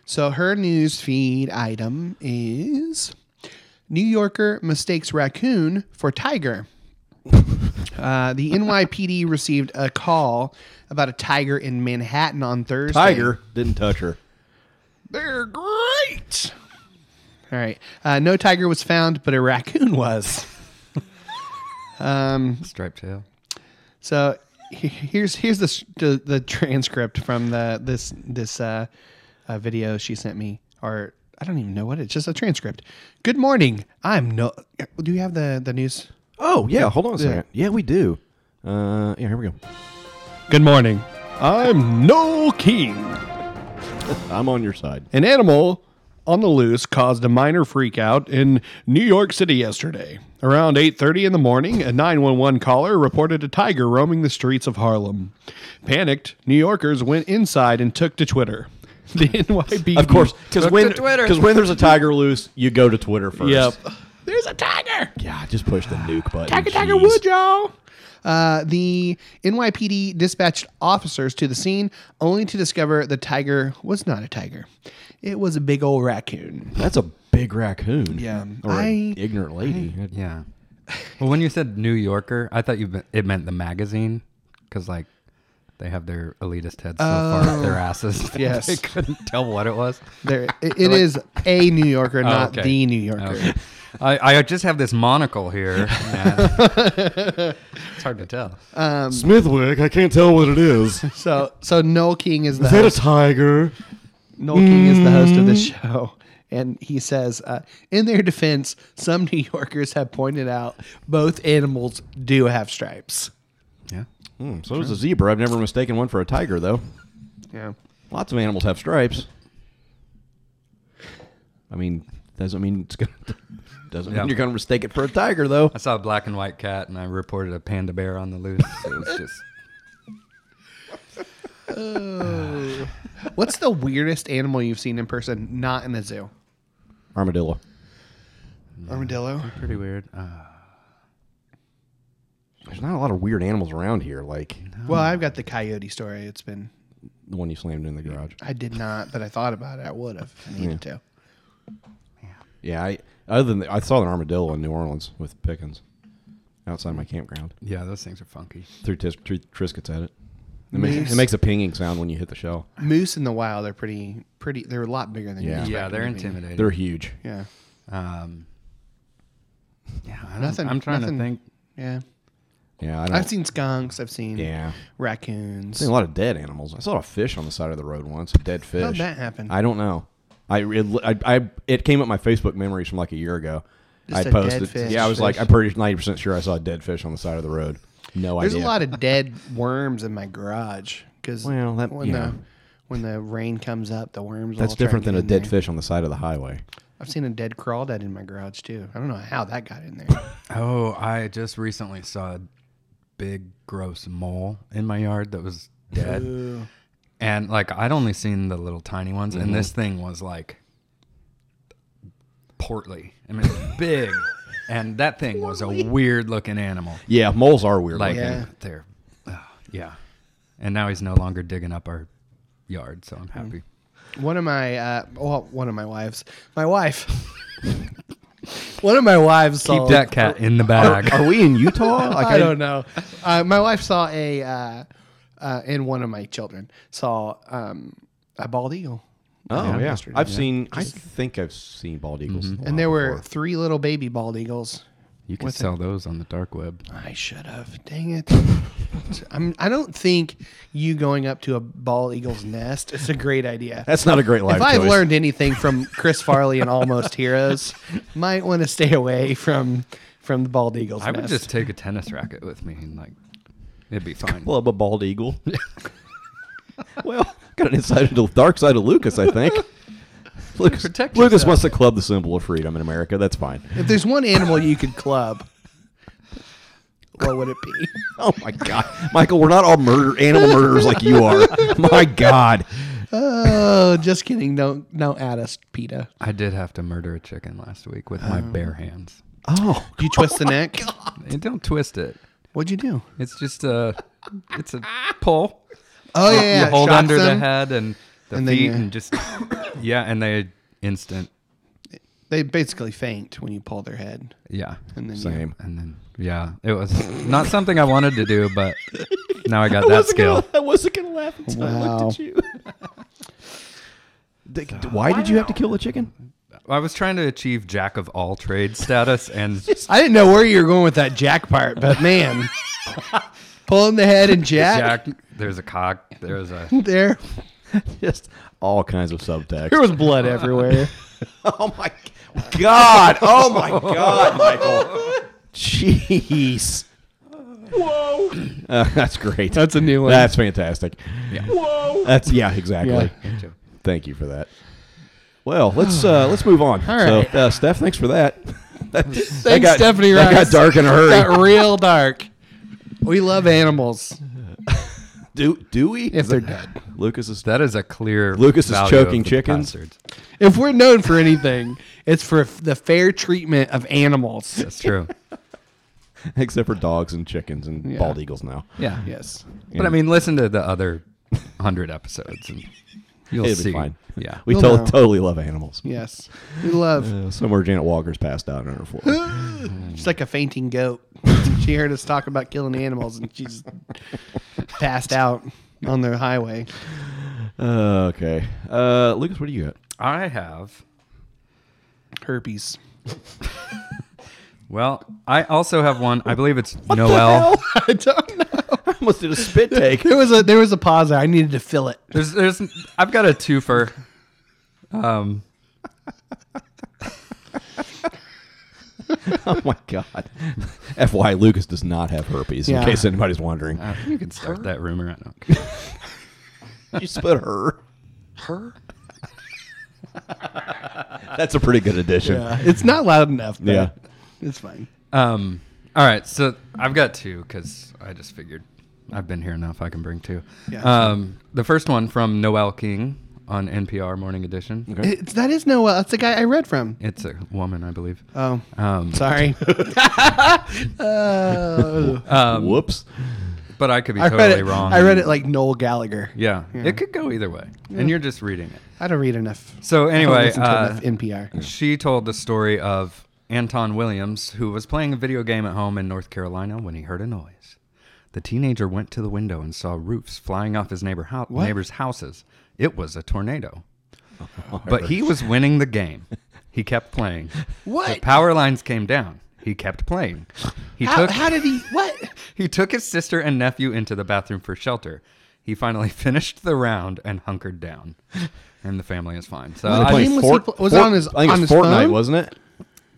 C: So her news feed item is New Yorker mistakes raccoon for tiger. Uh, the NYPD received a call about a tiger in Manhattan on Thursday.
B: Tiger didn't touch her.
C: They're great. All right. Uh, no tiger was found, but a raccoon was.
A: Striped tail.
C: So he- here's here's the s- the, the transcript from the this this uh, uh, video she sent me, or I don't even know what it- it's just a transcript. Good morning. I'm no. Do you have the the news?
B: Oh yeah, hold on a second. Yeah, we do. Uh, yeah, here we go.
C: Good morning. I'm no king.
B: I'm on your side.
C: An animal on the loose caused a minor freakout in New York City yesterday. Around 8:30 in the morning, a 911 caller reported a tiger roaming the streets of Harlem. Panicked, New Yorkers went inside and took to Twitter. The NYPD,
B: Of course, because
A: Took
B: when
A: to Twitter.
B: because when there's a tiger loose, you go to Twitter first.
C: Yep. There's a tiger.
B: Yeah, just push the nuke button.
C: Tiger, tiger,
B: jeez.
C: wood, y'all. Uh, the NYPD dispatched officers to the scene only to discover the tiger was not a tiger. It was a big old raccoon.
B: That's a big raccoon.
C: Yeah,
B: or an
C: I-
B: ignorant lady.
A: Yeah. Well, when you said New Yorker, I thought you meant- it meant the magazine because like they have their elitist heads so far up their asses. that
C: Oh. Yes.
A: they couldn't tell what it was.
C: There, it, it is a New Yorker,
A: Oh,
C: not
A: okay.
C: the New Yorker.
A: Okay. I, I just have this monocle here. and it's hard to tell.
C: Uh,
B: Smithwick, I can't tell what it is. is
C: So, so Noel King is the
B: that a Mm.
C: host.
B: tiger?
C: Noel King is the host of the show, and he says, uh, in their defense, some New Yorkers have pointed out both animals do have stripes.
A: yeah.
B: Hmm, so is a zebra. I've never mistaken one for a tiger, though.
C: Yeah.
B: Lots of animals have stripes. I mean, doesn't mean it's gonna doesn't
A: Yeah.
B: mean you're gonna mistake it for a tiger, though.
A: I saw a black and white cat, and I reported a panda bear on the loose. It was just
C: What's the weirdest animal you've seen in person, not in a zoo?
B: Armadillo.
C: Armadillo.
A: pretty weird. Uh,
B: There's not a lot of weird animals around here, like
C: Well, I've got the coyote story. It's been
B: the one you slammed in the garage.
C: I did not, but I thought about it. I would have if I needed to.
B: Yeah, I other than I saw an armadillo in New Orleans with Pickens outside my campground.
A: yeah, those things are funky.
B: Threw, tis, threw Triscuits at it. It makes, it makes a pinging sound when you hit the shell.
C: Moose in the wild are pretty pretty. They're a lot bigger than you.
B: Yeah.
A: Yeah,
C: expect
A: they're
C: them to be.
A: intimidating.
B: They're huge.
C: Yeah.
A: um, yeah, I don't-
C: Nothing-
A: I'm trying
C: nothing-
A: to think.
C: Yeah.
B: Yeah, I don't,
C: I've seen skunks. I've seen
B: Yeah.
C: raccoons.
B: seen a lot of dead animals. I saw a fish on the side of the road once. A dead fish.
C: How'd that happen?
B: I don't know. I it, I, I it came up my Facebook memories from like a year ago.
C: Just
B: I
C: a dead
B: posted.
C: fish.
B: Yeah, I was like,
C: Fish.
B: I'm pretty ninety percent sure I saw a dead fish on the side of the road. No
C: There's
B: idea.
C: a lot of dead worms in my garage because
B: Well, that-
C: when
B: yeah.
C: the when the rain comes up, the worms.
B: That's
C: all try
B: different
C: and
B: than a
C: get in
B: dead
C: there.
B: fish on the side of the highway.
C: I've seen a dead crawdad in my garage too. I don't know how that got in there.
A: Oh, I just recently saw a big gross mole in my yard that was dead. and like I'd only seen the little tiny ones and
C: Mm-hmm.
A: this thing was like portly. I mean big. And that thing was a weird looking animal.
B: Yeah, moles are weird.
A: Like
B: looking.
C: Yeah.
A: and they're ah, yeah. And now he's no longer digging up our yard, so I'm
C: Mm-hmm.
A: happy.
C: one of my uh, well, one of my wives, my wife. one of my wives saw
A: Keep that cat in the bag.
B: Are we in Utah? Like,
C: I don't know. Uh, my wife saw a, uh, uh, and one of my children saw um, a bald eagle.
B: Oh yeah, Mm-hmm.
C: yesterday.
B: I've seen. I think I've seen bald eagles, in the
C: And
B: wild
C: there were
B: before.
C: three little baby bald eagles.
A: You can sell those on the dark web.
C: I should have. Dang it. I'm, I don't think you going up to a bald eagle's nest is a great idea.
B: That's not a great life.
C: if I've
B: choice.
C: learned anything from Chris Farley and Almost Heroes, might want to stay away from from the bald eagle's
A: I would
C: nest.
A: just take a tennis racket with me and like it'd be fine.
B: club a bald eagle. well, got an insight into the dark side of Lucas. I think. Lucas,
A: Protect
B: Lucas
A: yourself.
B: wants to club the symbol of freedom in America. That's fine.
C: if there's one animal you could club, what would it be?
B: Oh my God, Michael, we're not all murder animal murderers like you are. My God,
C: Oh, just kidding. Don't don't add us, PETA.
A: I did have to murder a chicken last week with my bare hands.
B: oh,
C: You twist the neck.
A: And don't twist it.
C: What'd you do?
A: It's just a, it's a pull.
C: Oh yeah,
A: you
C: Oh, yeah.
A: hold
C: shock
A: under the
C: them.
A: head and the
C: And then
A: feet
C: you-
A: and just yeah, and they instant
C: They basically faint when you pull their head.
A: yeah,
C: And then you-
B: Same.
A: and then yeah, it was not something I wanted to do, but now I got that skill.
B: I wasn't gonna laugh until
C: I looked at
B: you. why did you have to kill the chicken?
A: I was trying to achieve jack of all trades status, and
C: I didn't know where you were going with that jack part, but man, pulling the head and jack,
A: jack. There's a cock. There's a
C: there.
B: Just all kinds of subtext.
C: There was blood everywhere.
B: oh my god! Oh my god, Michael! Jeez. Whoa! that's great.
C: That's a new one.
B: That's fantastic. Whoa! That's yeah, exactly.
C: Yeah.
B: Thank you for that. Well, let's uh, let's move on.
C: All right.
B: So, uh, Steph, thanks for that.
C: Thanks,
B: got-
C: Stephanie.
B: that
C: Rice.
B: got dark in a hurry.
C: Got real dark. We love animals
B: Do do we?
C: if they're dead.
B: Lucas is
A: that is a clear.
B: Lucas is
A: value of
B: choking
A: the
B: chickens.
A: bastards.
C: If we're known for anything, it's for f- the fair treatment of animals.
A: That's true.
B: except for dogs and chickens and
C: Yeah.
B: bald eagles now.
A: Yeah,
C: Yes.
A: But I mean, listen to the other hundred episodes, and you'll
B: It'll
A: see.
B: be fine.
A: Yeah,
B: We
C: You'll
B: to-
C: know.
B: totally love animals.
C: Yes. We love.
B: Uh, somewhere Janet Walker's passed out on her floor.
C: She's like a fainting goat. she heard us talk about killing animals and she's passed out on the highway.
B: Uh, okay, uh, Lucas, what do you got?
A: I have.
C: Herpes.
A: Well, I also have one. I believe it's Noel.
C: I don't know.
B: I almost did a spit take.
C: There was a there was a pause there. I needed to fill it.
A: There's, there's. I've got a twofer. Um,
B: oh my god. FY Lucas does not have herpes.
C: Yeah. Uh,
B: In case anybody's wondering,
A: you can start that rumor. I don't.
B: you spit her. Her. That's a pretty good addition. Yeah.
C: It's not loud enough. But It's fine.
A: Um, all right, so I've got two because I just figured I've been here enough. I can bring two.
C: Yeah.
A: Um, the first one from Noel King on NPR Morning Edition.
C: It's, that is Noel. That's the guy I read from.
A: It's a woman, I believe.
B: Uh,
C: Oh,
A: Um,
C: sorry. Oh.
B: Whoops.
A: but I could be
C: I
A: totally
C: read it.
A: wrong.
C: I read it like Noel Gallagher.
A: Yeah, it could go either way, and you're just reading it.
C: I don't read enough.
A: So
C: I don't
A: anyway,
C: listen to
A: uh,
C: enough NPR.
A: She told the story of Anton Williams, who was playing a video game at home in North Carolina when he heard a noise. The teenager went to the window and saw roofs flying off his neighbor hou- neighbor's houses. It was a tornado. But he was winning the game. He kept playing.
C: What?
A: The power lines came down. He kept playing. He
C: How,
A: took
C: how did he? What?
A: he took his sister and nephew into the bathroom for shelter. He finally finished the round and hunkered down. And the family is fine. So
C: What
A: I-
C: game was he pl- was it on his-
B: I think
C: on
B: it's
C: his
B: Fortnite,
C: phone?
B: wasn't it?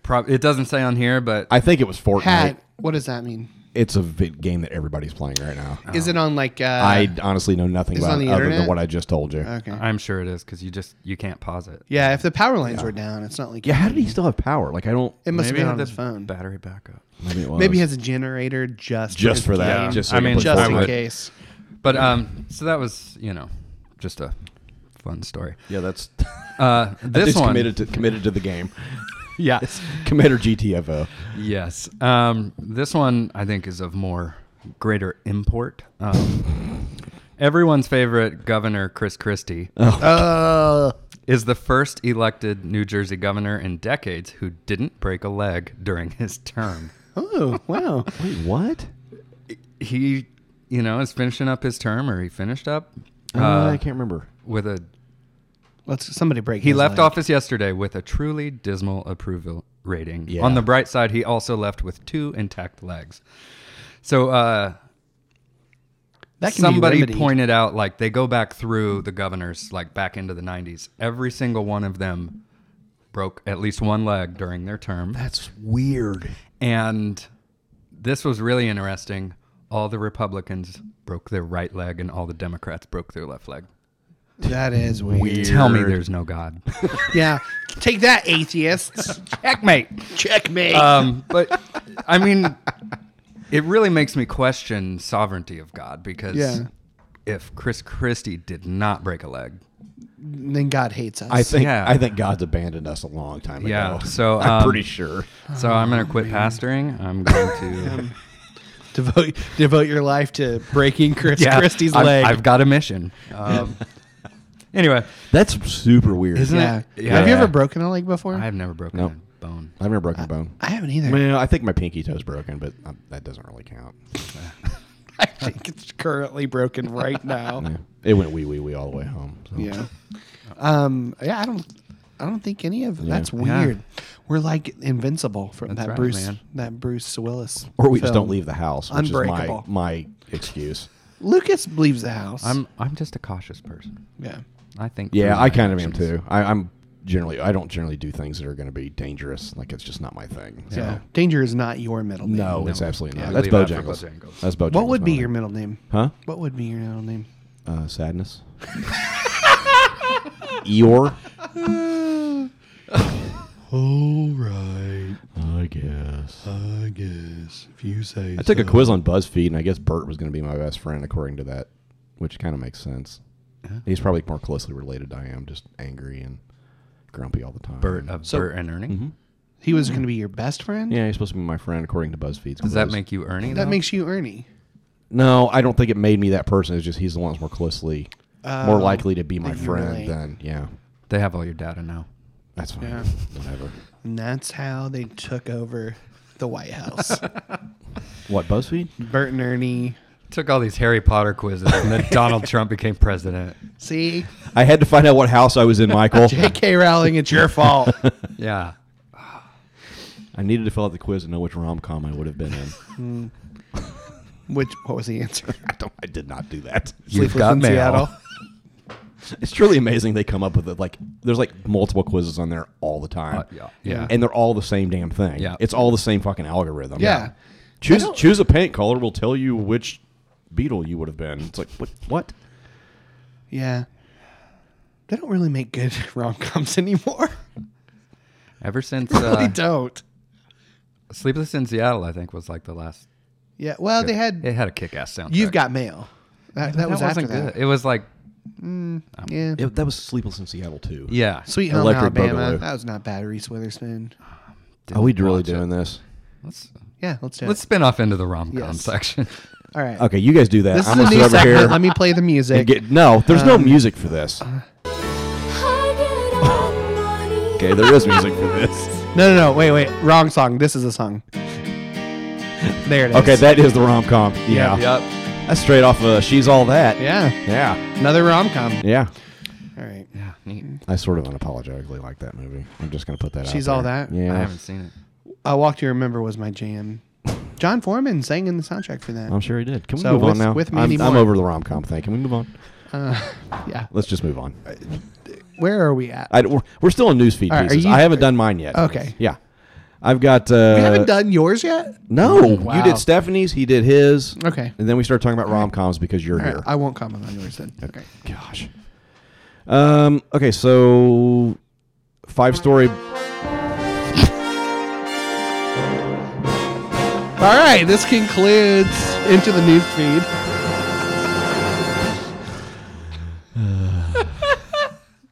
A: Prob- it doesn't say on here, but
B: I think it was Fortnite.
C: Pat, what does that mean?
B: It's a vid- game that everybody's playing right now.
C: Is it on like? Uh,
B: I honestly know nothing
C: Is it
B: about
C: on
B: it
C: the
B: other than
C: internet?
B: what I just told you.
C: okay.
A: I'm sure it is because you just you can't pause it.
C: yeah, if the power lines were down, it's not like
B: Yeah, how did he still have power? Like I don't.
C: It must
A: Maybe it
C: have been on
A: had
C: his
A: the
C: phone.
A: battery backup.
B: Maybe, it
C: Maybe he
B: was.
C: has a generator just
B: Just
C: his
B: for that,
C: game,
B: just
A: I mean,
C: just
A: I
C: in
A: would-
C: case.
A: But um, so that was you know just a fun story.
B: Yeah, that's
A: Uh, this
B: it's
A: one,
B: committed to committed to the game.
A: yeah,
B: Commander GTFO.
A: yes. Um, this one I think is of more greater import. Um, everyone's favorite governor, Chris Christie,
C: Uh,
A: is the first elected New Jersey governor in decades who didn't break a leg during his term.
C: oh wow!
B: Wait, what?
A: He, you know, is finishing up his term, or he finished up
B: Uh,
A: uh,
B: I can't remember.
A: with a
C: Let's somebody break.
A: He
C: his
A: left
C: leg.
A: office yesterday with a truly dismal approval rating.
B: Yeah.
A: On the bright side, he also left with two intact legs. So uh,
C: That can be
A: somebody
C: remedied.
A: pointed out, like they go back through the governors, like back into the '90s. Every single one of them broke at least one leg during their term,
B: That's weird.
A: and this was really interesting. All the Republicans broke their right leg, and all the Democrats broke their left leg.
C: That is weird.
A: Tell me, there's no God.
C: Yeah, take that, atheists.
A: Checkmate.
C: Checkmate.
A: um, but I mean, it really makes me question sovereignty of God because
C: Yeah.
A: if Chris Christie did not break a leg,
C: then God hates us.
B: I think
A: Yeah.
B: I think God's abandoned us a long time ago.
A: Yeah, so,
B: oh, I'm
A: um,
B: pretty sure. Oh,
A: so I'm gonna quit pastoring. I'm going to.
C: devote devote your life to breaking Chris Christie's
A: I've,
C: leg.
A: I've got a mission. Um, Anyway,
B: That's super weird.
A: Isn't
C: Yeah.
A: it? Yeah.
C: Have you ever
B: Yeah.
C: broken a leg before?
A: I have never broken
B: Nope.
A: a bone.
B: I've never broken a bone.
C: I haven't either.
B: Well, I think my pinky toe's broken, but um, that doesn't really count.
C: I think it's currently broken right now.
B: Yeah. It went wee wee wee all the way home. so.
C: Yeah. Um. Yeah. I don't. I don't think any of that's
A: Yeah.
C: weird. We're like invincible from
A: That's
C: that
A: right,
C: Bruce.
A: man.
C: That Bruce Willis.
B: Or we just
C: film.
B: don't leave the house, which is my
C: Unbreakable.
B: my excuse.
C: Lucas leaves the house.
A: I'm I'm just a cautious person.
C: yeah.
A: I think.
B: Yeah,
A: through
B: I
A: my
B: kind of am
A: actions.
B: too. I, I'm generally I don't generally do things that are going to be dangerous. Like it's just not my thing. so.
C: Yeah. Danger is not your middle name.
B: No,
A: No.
B: it's absolutely
A: Yeah,
B: not. That's
A: leave that for
B: Bojangles.
A: Bojangles.
B: That's Bojangles.
C: What would be
B: my
C: your
B: name.
C: middle name?
B: Huh?
C: What would be your middle name?
B: Uh, sadness. Eeyore.
C: All right.
B: I guess.
C: I guess if you say
B: I took a quiz on BuzzFeed, and I guess Bert was going to be my best friend, according to that, which kind of makes sense. He's probably more closely related. than I am just angry and grumpy all the time.
A: Bert uh, of
C: So-
A: Bert and Ernie.
B: Mm-hmm.
C: he was going to be your best friend.
B: Yeah, he's supposed to be my friend, according to BuzzFeed's.
A: Does that
B: quiz.
A: make you Ernie?
C: That
A: though?
C: makes you Ernie.
B: No, I don't think it made me that person. It's just he's the one that's more closely, more
C: Oh,
B: likely to be my
C: then you
B: friend
C: relate.
B: than yeah.
A: They have all your data now.
B: That's fine.
C: Yeah.
B: Whatever.
C: And that's how they took over the White House.
B: What BuzzFeed?
C: Bert and Ernie.
A: Took all these Harry Potter quizzes, and then Donald Trump became president.
C: See,
B: I had to find out what house I was in, Michael.
C: J.K. Rowling, it's your fault.
A: Yeah.
B: I needed to fill out the quiz and know which rom com I would have been in.
C: Which what was the answer?
B: I don't. I did not do that.
A: You've got mail.
B: It's truly amazing they come up with it. Like, there's like multiple quizzes on there all the time.
A: Uh, yeah. Yeah.
B: And they're all the same damn thing.
A: Yeah.
B: It's all the same fucking algorithm.
C: Yeah.
B: Choose
C: don't-
B: choose a paint color. We'll tell you which beetle you would have been. It's like what? What?
C: Yeah. They don't really make good rom coms anymore.
A: Ever since
C: they
A: uh,
C: don't.
A: Sleepless in Seattle, I think was like the last.
C: Yeah. Well, they had.
A: It had a kick-ass sound.
C: You've got mail. That, that, was after that.
A: It was like
C: Yeah.
B: It- that was Sleepless in Seattle too.
A: yeah.
C: Sweet Home
B: Electric
C: Alabama.
B: Boogaloo.
C: That was not bad. Reese Witherspoon.
B: Are we really
A: Watch it.
B: doing this?
A: Let's
C: Yeah. Let's do
A: let's
C: it.
A: spin off into the rom com
C: Yes.
A: section.
C: All right.
B: Okay, you guys do that.
C: This
B: I'm
C: is a
B: gonna
C: new
B: sit over
C: segment.
B: here
C: Let me play the music.
B: and get no. There's no music for this. Okay, there is music for this.
C: no, no, no. Wait, wait. Wrong song. This is a song. There it is.
B: Okay, that is the rom com. Yeah.
A: yep.
B: That's straight off of She's All That.
C: yeah.
B: Yeah.
C: Another rom com.
B: Yeah.
C: All right.
A: Yeah. Neat.
B: I sort of unapologetically like that movie. I'm just gonna put that. out
C: She's All
B: there.
C: That?
B: Yeah.
A: I haven't seen it.
C: I Walk to Remember was my jam. John Foreman sang in the soundtrack for that.
B: I'm sure he did. Can we
C: So
B: move
C: with-
B: on now?
C: with me
B: I'm,
C: anymore.
B: I'm over the rom com thing. Can we move on?
C: yeah.
B: Let's just move on.
C: Where are we at?
B: I, we're, we're still on newsfeed
C: All right, are
B: pieces.
C: you-
B: I haven't done mine yet.
C: Okay.
B: Yeah. I've got. Uh,
C: we haven't done yours yet.
B: No,
C: Wow.
B: you did Stephanie's. He did his.
C: Okay.
B: And then we started talking about rom coms because you're
C: All right,
B: here.
C: I won't comment on yours then. Okay.
B: Gosh. Um. Okay. So, five story.
C: All right, this concludes into the news feed.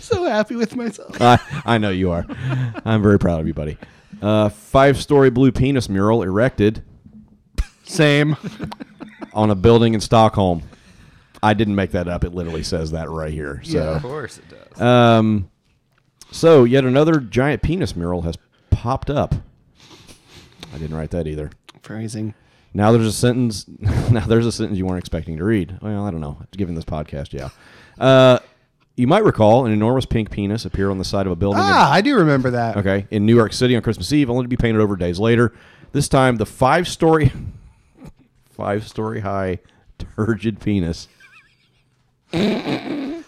C: so happy with myself.
B: I, I know you are. I'm very proud of you, buddy. Uh, five story blue penis mural erected
C: Same.
B: on a building in Stockholm. I didn't make that up. It literally says that right here. So,
A: Of course it does.
B: um, so yet another giant penis mural has popped up. I didn't write that either.
C: Phrasing.
B: Now there's a sentence. Now there's a sentence you weren't expecting to read. Well, I don't know. Given this podcast, yeah. Uh, you might recall an enormous pink penis appear on the side of a building. in-
C: Ah, I do remember that.
B: okay, in New York City on Christmas Eve, only to be painted over days later. This time, the five-story, five-story high, turgid penis. I'm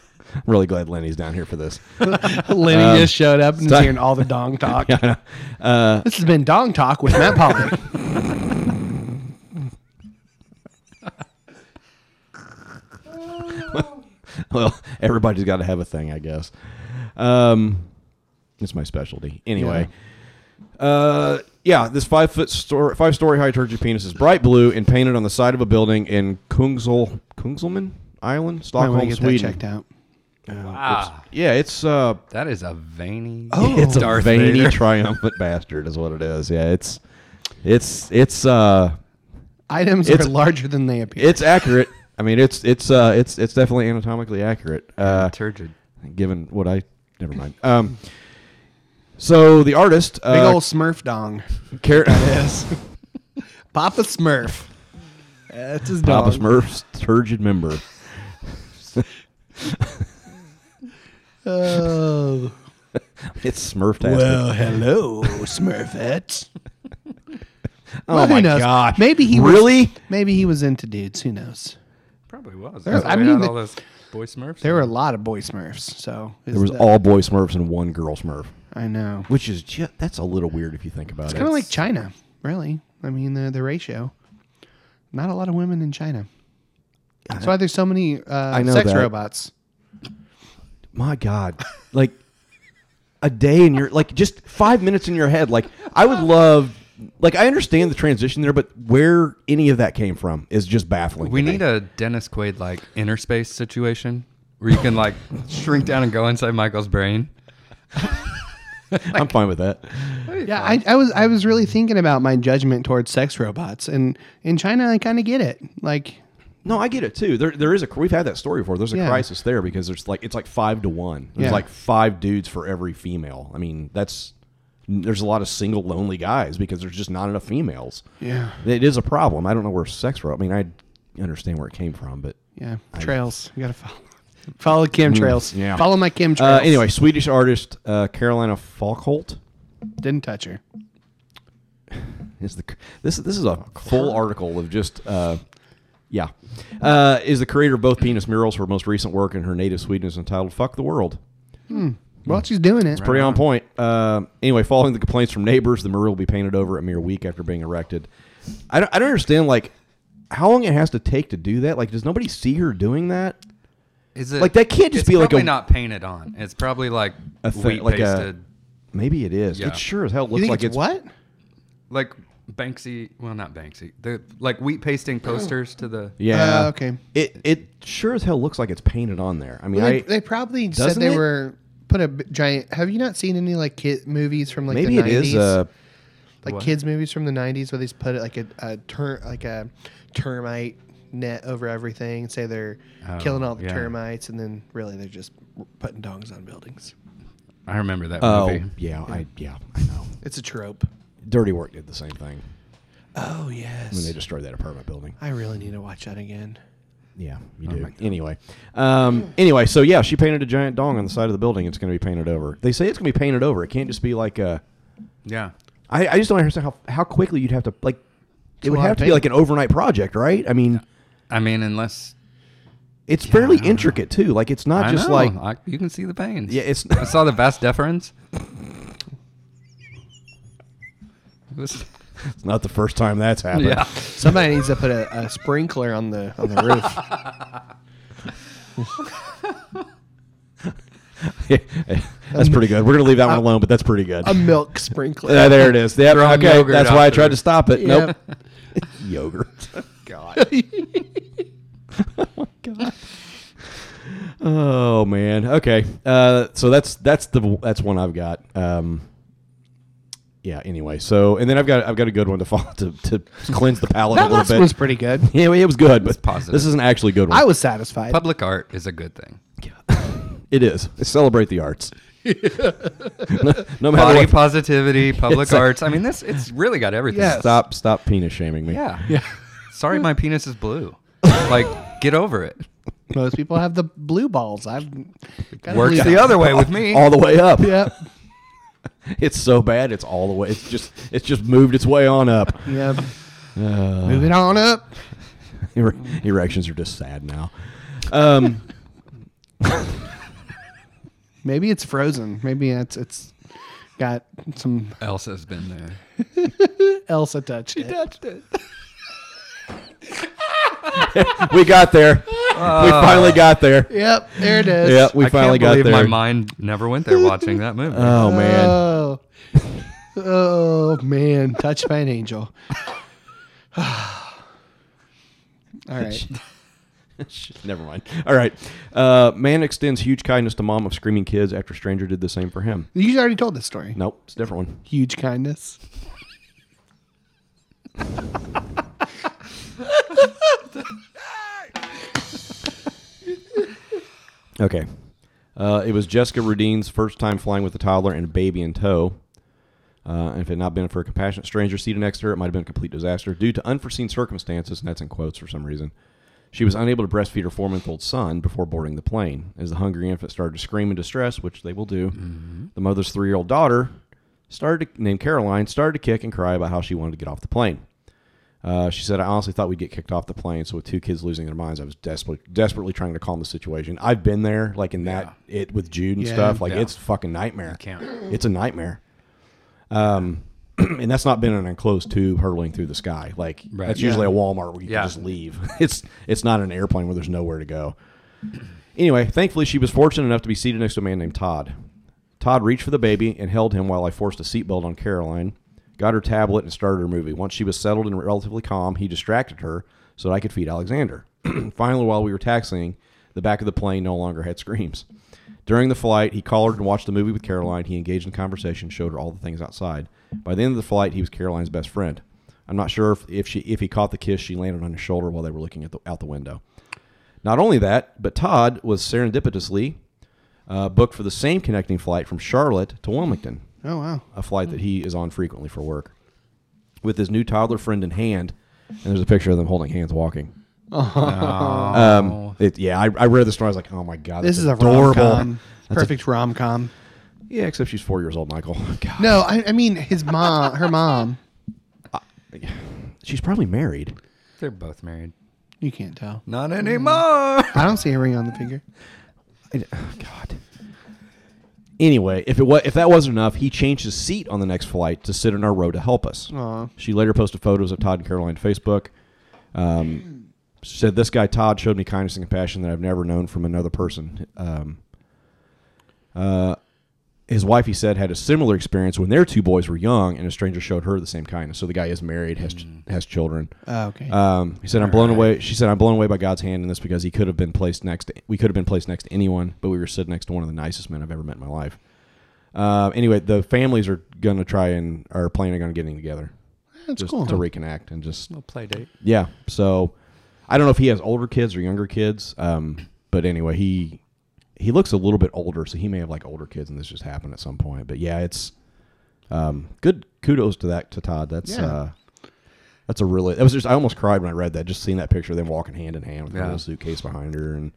B: really glad Lenny's down here for this.
C: Lenny just showed up and is
B: so-
C: hearing all the dong talk. this has been dong talk with Matt Polly.
B: well, everybody's got to have a thing, I guess. Um, it's my specialty. Anyway, uh, yeah, this five foot story, five story high turgid penis is bright blue and painted on the side of a building in Kungsel, Kungselman Island,
C: I want to
B: Stockholm,
C: get that
B: Sweden.
C: checked out.
A: Ah,
B: Yeah, it's uh,
A: that is a veiny.
C: Oh.
B: it's a
A: Darth
B: veiny,
A: Vader.
B: triumphant bastard, is what it is. Yeah, it's, it's, it's uh,
C: Items
B: It's-
C: are larger than they appear.
B: it's accurate. I mean, it's it's uh it's it's definitely anatomically accurate. Uh,
A: turgid.
B: Given what I, never mind. Um, so the artist,
C: Big
B: uh,
C: old Smurf dong.
B: Car-
C: Yes. Papa Smurf. That's his
B: Papa
C: dog.
B: Smurf's turgid member.
C: Oh.
B: It's Smurf.
C: Well, hello, Smurfette.
B: oh
C: Well, who
B: my
C: knows?
B: gosh!
C: Maybe he was-
B: really.
C: Maybe he was into dudes. Who knows?
A: Probably was.
C: There-
A: That's
C: I
A: why we
C: mean,
A: had
C: the-
A: all those boy Smurfs.
C: There were a lot of boy Smurfs. So is
B: There was
C: that-
B: all boy Smurfs and one girl Smurf,
C: I know.
B: which is ju- that's a little weird if you think about
C: It's
B: it.
C: kind of like China, really. I mean, the the ratio. Not a lot of women in China. That's why there's so many uh,
B: I know
C: sex
B: that.
C: robots.
B: my god like a day in your like just five minutes in your head like i would love like i understand the transition there but where any of that came from is just baffling
A: We
B: to me.
A: need a Dennis Quaid like inner space situation where you can like shrink down and go inside Michael's brain.
B: i'm fine with that
C: Yeah, I, I was I was really thinking about my judgment towards sex robots, and in China, I kind of get it. Like,
B: no i get it too there, there is a we've had that story before there's a
C: Yeah.
B: crisis there because there's like it's like five to one there's
C: Yeah.
B: like five dudes for every female i mean that's there's a lot of single lonely guys because there's just not enough females
C: yeah,
B: it is a problem i don't know where sex ro- i mean i understand where it came from but
C: yeah, trails. You gotta follow follow chemtrails.
B: Mm, yeah.
C: follow my chemtrails.
B: Uh, anyway, Swedish artist uh, Carolina Falkholt
C: didn't touch her.
B: is the this this is a full article of just uh, yeah uh, is the creator of both penis murals. Her most recent work in her native Sweden is entitled "Fuck the World."
C: Well, she's doing it.
B: Pretty
A: Uh-huh.
B: on point. Uh, anyway, following the complaints from neighbors, the mural will be painted over a mere week after being erected. I don't, I don't understand like how long it has to take to do that. Like, does nobody see her doing that?
A: Is it
B: Like, that can't just
A: it's
B: be like
A: probably
B: a-
A: not painted on. It's probably like
B: A
A: a
B: thi-
A: wheat
B: like a-
A: pasted,
B: Maybe it is.
A: Yeah.
B: It sure as hell looks
C: You think
B: like
C: it's, what?
A: like Banksy. Well, not Banksy. The like wheat pasting posters to the.
B: Yeah.
C: Uh, okay.
B: It it sure as hell looks like it's painted on there. I mean,
C: Well,
B: I,
C: they, they probably said
B: doesn't
C: they
B: it?
C: were put a b- giant. Have you not seen any like kid movies from like
B: maybe it
C: the
B: is.
C: 90s?
B: Uh,
C: like
A: What?
C: kids movies from the 90s where they just put like a, a ter- like a termite net over everything and say they're
A: Oh,
C: killing all the
A: yeah.
C: termites and then really they're just putting dongs on buildings
A: I remember that
B: oh
A: movie.
B: yeah, I yeah I know.
C: it's a trope
B: Dirty Work did the same thing
C: oh
B: when they
C: yes
B: destroyed that apartment building.
C: i really need to watch that again
B: Yeah, you do. Anyway, um, anyway, so yeah, she painted a giant dong on the side of the building. It's going to be painted over. They say it's going to be painted over. It can't just be like a.
A: Yeah.
B: I, I just don't understand how how quickly you'd have to like. It
C: a
B: would
C: lot
B: have
C: of
B: to be
C: paint.
B: like an overnight project, right? I mean,
A: I mean, unless
B: it's fairly intricate too. Like it's not
A: I
B: just
A: know,
B: like
A: I, you can see the veins.
B: yeah, it's
A: I saw the vast deferens. It was-
B: it's not the first time that's happened.
A: yeah.
C: somebody needs to put a, a sprinkler on the on the roof
B: that's pretty good. We're gonna leave that one alone, but that's pretty good.
C: a milk sprinkler
B: Yeah, Uh, there it is. Yep,
A: Throwing
B: okay,
A: yogurt
B: that's why I
A: out
B: tried
A: there.
B: to stop it.
C: Yep.
B: Nope. yogurt. God. oh my god. Oh man. Okay. Uh, so that's that's the that's one I've got. Um, yeah. Anyway. So and then I've got I've got a good one to follow to, to cleanse the palate
C: that
B: a little
C: last
B: bit.
C: one's pretty good
B: yeah, it was good, but
A: positive.
B: this is an actually good one.
C: i was satisfied
A: Public art is a good thing.
B: it is. Celebrate the arts. no, matter
A: Body
B: what.
A: positivity, public
B: It's a-
A: arts. I mean, this it's really got everything.
C: Yes.
B: Stop stop penis shaming me.
A: Yeah. Yeah. Sorry, my penis is blue. like, get over it.
C: most people have the blue balls i've got a
A: Works
C: blue
A: the
C: ball.
A: other way with me.
B: All the way up.
C: yep
B: It's so bad. It's all the way. It's just. It's just moved its way on up.
C: yep
B: Uh.
C: move it on up
B: Ere- erections are just sad now. Um,
C: Maybe it's frozen. Maybe it's it's got some
A: Elsa's been there.
C: Elsa touched it.
B: we got there. we finally got there.
C: Yep, there it is.
B: Yeah, we
A: Uh, I
B: finally
A: can't
B: got
A: believe
B: there.
A: my mind Uh. never went there watching that movie.
B: oh man.
C: Oh, oh man, touched by an angel. All right.
B: Never mind. All right. Uh, man extends huge kindness to mom of screaming kids after stranger did the same for him.
C: You already told this story.
B: Nope, it's a different one.
C: Huge kindness.
B: Okay. Uh, it was Jessica Rudine's first time flying with a toddler and a baby in tow. Uh, and if it had not been for a compassionate stranger seated next to her, it might have been a complete disaster due to unforeseen circumstances, and that's in quotes for some reason. She was unable to breastfeed her four month old son before boarding the plane. As the hungry infant started to scream in distress, which they will do, the mother's three year old daughter, started to, named Caroline, started to kick and cry about how she wanted to get off the plane. Uh, she said, I honestly thought we'd get kicked off the plane. So with two kids losing their minds, I was desperate, desperately trying to calm the situation. I've been there, like in that it with Jude and
C: Yeah.
B: stuff. Like
A: Yeah.
B: it's fucking nightmare.
A: can't.
B: It's a nightmare. Um, and that's not been an enclosed tube hurtling through the sky. Like
A: Right.
B: that's usually a Walmart where you
A: Yeah.
B: can just leave. It's it's not an airplane where there's nowhere to go. Anyway, thankfully she was fortunate enough to be seated next to a man named Todd. Todd reached for the baby and held him while I forced a seatbelt on Caroline, got her tablet, and started her movie. Once she was settled and relatively calm, he distracted her so that I could feed Alexander. Finally, while we were taxiing, the back of the plane no longer had screams. During the flight, he collared and watched the movie with Caroline. He engaged in conversation, showed her all the things outside. By the end of the flight, he was Caroline's best friend. I'm not sure if, if she if he caught the kiss she landed on his shoulder while they were looking at the, out the window. Not only that, but Todd was serendipitously uh, booked for the same connecting flight from Charlotte to Wilmington,
C: Oh wow.
B: a flight that he is on frequently for work, with his new toddler friend in hand. And there's a picture of them holding hands walking. Um, it, yeah, I, I read the story. I was like, oh my god,
C: Oh. This
B: that's
C: is a rom
B: adorable.
C: com. Perfect rom com.
B: Yeah, except she's four years old, Michael. God.
C: No, I, I mean his mom, her mom.
B: She's probably married.
A: They're both married.
C: You can't tell.
A: Not anymore.
C: I don't see a ring on the figure.
B: I- oh, God. Anyway, if it was, if that wasn't enough, he changed his seat on the next flight to sit in our row to help us.
C: Aw.
B: She later posted photos of Todd and Caroline to Facebook. Um, she said, "This guy Todd showed me kindness and compassion that I've never known from another person." Um, uh, his wife, he said, had a similar experience when their two boys were young, and a stranger showed her the same kindness. So the guy is married, has has children.
C: Oh, okay.
B: Um, he said, "I'm blown away." She said, "I'm blown away by God's hand in this because he could have been placed next. To, we could have been placed next to anyone, but we were sitting next to one of the nicest men I've ever met in my life." Uh, anyway, the families are going to try and are planning on getting together
C: That's
B: just
C: cool.
B: to reconnect and just
A: Little play date.
B: yeah. So I don't know if he has older kids or younger kids, um, but anyway, he he looks a little bit older, so he may have like older kids, and this just happened at some point. But yeah, it's um, good. Kudos to that to Todd. That's
C: Yeah.
B: uh, that's a really that was just I almost cried when I read that. Just seeing that picture of them walking hand in hand with a
A: Yeah.
B: little suitcase behind her, and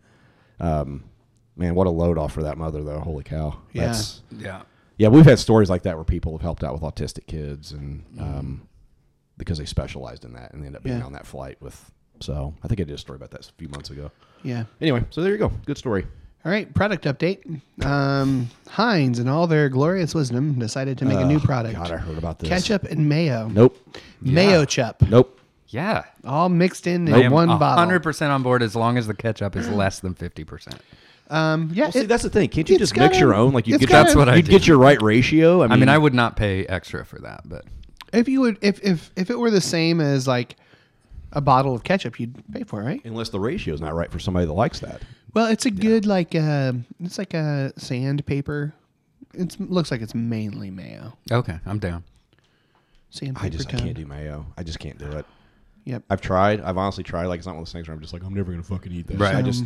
B: um, man, what a load off for that mother though. Holy cow!
C: Yeah.
B: That's,
A: Yeah.
B: yeah, we've had stories like that where people have helped out with autistic kids, and um, because they specialized in that, and they end up being
C: Mm-hmm. Yeah.
B: on that flight with. So I think I did a story about that a few months ago.
C: yeah.
B: Anyway, so there you go. Good story.
C: All right, product update. Um, Heinz, in all their glorious wisdom, decided to make a new product:
B: Uh, God, I heard about this.
C: ketchup and mayo.
B: Nope.
C: Mayo chup,
B: Nope.
A: Yeah.
C: all mixed in
A: I
C: in
A: am
C: one
A: 100%
C: bottle.
A: on board as long as the ketchup is less than 50%.
C: Um, yeah,
B: Well, see,
C: it-
B: that's the thing. Can't you
C: it's
B: just mix
C: gotta-
B: your own? Like you
C: it's
B: get
C: gotta-
A: That's what I
B: you'd
A: do.
B: get your right ratio. I mean,
A: I mean, I would not pay extra for that, but
C: if you would, if if if it were the same as like a bottle of ketchup, you'd pay for it, right?
B: unless the ratio is not right for somebody that likes that.
C: Well, it's a good like uh, it's like a sandpaper. It looks like it's mainly mayo.
A: okay, I'm down.
C: Sandpaper.
B: I just I
C: tone.
B: can't do mayo. I just can't do it.
C: Yep.
B: I've tried. I've honestly tried. Like it's not one of those things where I'm just like I'm never gonna fucking eat this.
A: Right.
B: I just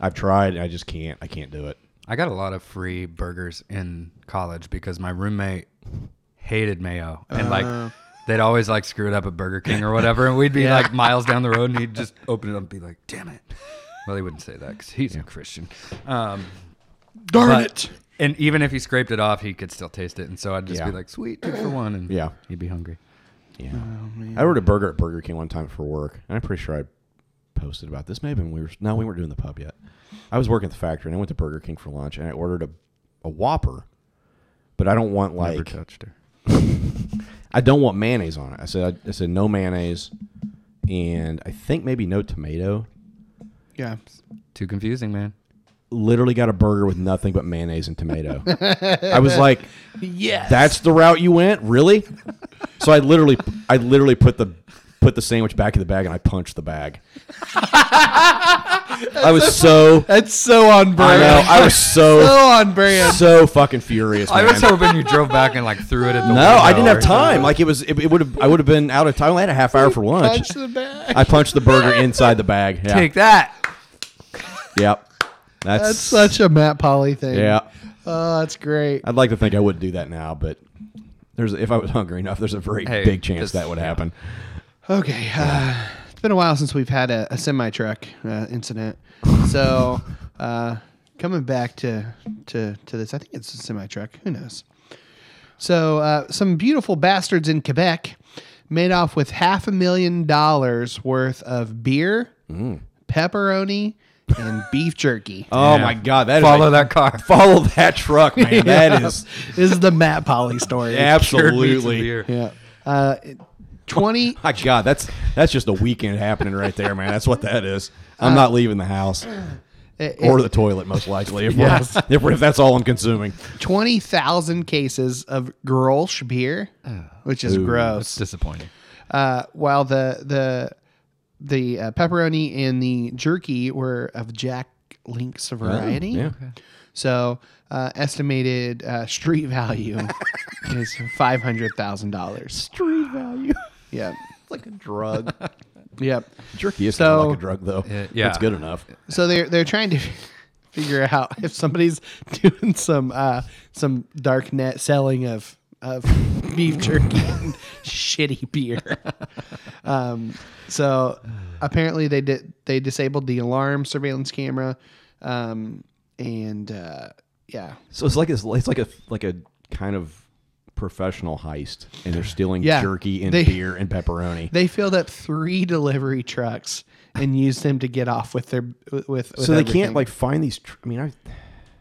B: I've tried. and I just can't. I can't do it.
A: I got a lot of free burgers in college because my roommate hated mayo and
B: Uh.
A: like they'd always like screw it up at Burger King or whatever, and we'd be like miles down the road and he'd just open it up and be like, "Damn it!" Well, he wouldn't say that because he's a Christian. Um,
C: Darn
A: but- And even if he scraped it off, he could still taste it, and so I'd just
B: Yeah.
A: be like, "Sweet, two for one," and
B: Yeah.
A: he'd be hungry.
B: Yeah.
A: Oh,
B: I ordered a burger at Burger King one time for work, and I'm pretty sure I posted about this. Maybe when we were no, we weren't doing the pub yet. I was working at the factory, and I went to Burger King for lunch, and I ordered a, a Whopper, but I don't want
A: Never
B: like
A: touched her.
B: I don't want mayonnaise on it. I said I, said no mayonnaise, and I think maybe no tomato.
C: Yeah.
A: Too confusing, man.
B: Literally got a burger with nothing but mayonnaise and tomato. I was like,
C: Yes.
B: That's the route you went, really? so I literally, I literally put the put the sandwich back in the bag and I punched the bag. I was so,
C: that's so on
B: I
C: brand.
B: know, I was
C: so
B: so,
C: on brand.
B: so fucking furious.
A: I was
B: man.
A: hoping you drove back and like threw it at the
B: no, I didn't have time. Like it was, it, it would have, I would have been out of time. I only had a half hour for lunch.
C: Punch the bag.
B: I punched the burger inside the bag. Yeah.
A: Take that.
B: Yep. That's,
C: That's such a Matt Polly thing.
B: yeah.
C: Oh, that's great.
B: I'd like to think I wouldn't do that now, but there's if I was hungry enough, there's a very
A: Hey,
B: big chance
A: just-
B: that would happen.
C: Okay. Uh, it's been a while since we've had a, a semi truck uh, incident. So, uh, coming back to, to, to this, I think it's a semi truck. Who knows? So, uh, some beautiful bastards in Quebec made off with half a million dollars worth of beer, pepperoni, and beef jerky.
B: Mm. Oh my god, that is
A: Follow
B: a-
A: that car.
B: follow that truck, man. That is
C: This is the Matt Polly story.
B: absolutely.
A: Beer.
C: Yeah. Uh, 20,
B: My god, that's that's just a weekend happening right there, man. That's what that is.
A: Uh,
B: I'm not leaving the house
C: it-
B: or
C: it-
B: the toilet, most likely. If, we're, if, we're- if that's all I'm consuming,
C: 20,000 cases of Grolsch beer,
B: Oh.
C: which is gross.
A: It's disappointing.
C: uh, while the the the uh, pepperoni and the jerky were of Jack Link's variety.
B: Oh, yeah.
C: So uh, estimated uh, street value is five hundred thousand dollars. Street value. Yep.
B: like a drug.
C: Yep.
B: Jerky is
C: So-
B: so, like a drug, though.
A: Yeah, uh, yeah.
B: it's good enough.
C: So they're they're trying to figure out if somebody's doing some uh, some dark net selling of of beef jerky and shitty beer. Um, so apparently they did they disabled the alarm surveillance camera, um, and uh, yeah,
B: So it's like it's, it's like a like a kind of professional heist, and they're stealing
C: Yeah.
B: jerky and
C: They-
B: beer and pepperoni.
C: they filled up three delivery trucks and used them to get off with their with. with
B: so they
C: everything.
B: can't like find these. Tr- I mean, I,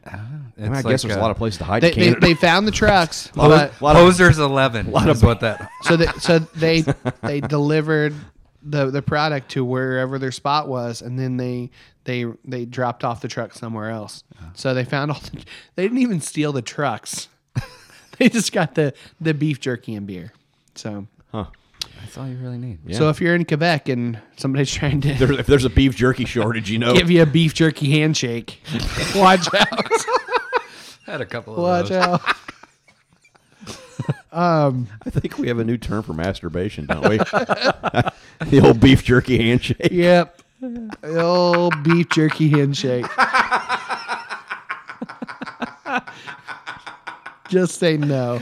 B: I, mean, I
A: It's
B: guess
A: like,
B: there's a
A: uh,
B: lot of places to hide.
C: They,
B: in
C: they,
B: Canada.
C: they found the trucks,
B: a lot,
C: but
B: of, lot of-
A: Posers eleven is what that.
C: so that so they they delivered the the product to wherever their spot was and then they they they dropped off the truck somewhere else so they found all the, they didn't even steal the trucks they just got the the beef jerky and beer so
A: That's all you really need.
C: so if you're in quebec and somebody's trying to
B: there- if there's a beef jerky shortage, you know.
C: give you a beef jerky handshake watch out
A: Had a couple of
C: watch
A: those.
C: out
B: I think we have a new term for masturbation, don't we? the old beef jerky handshake.
C: yep oh beef jerky handshake just say no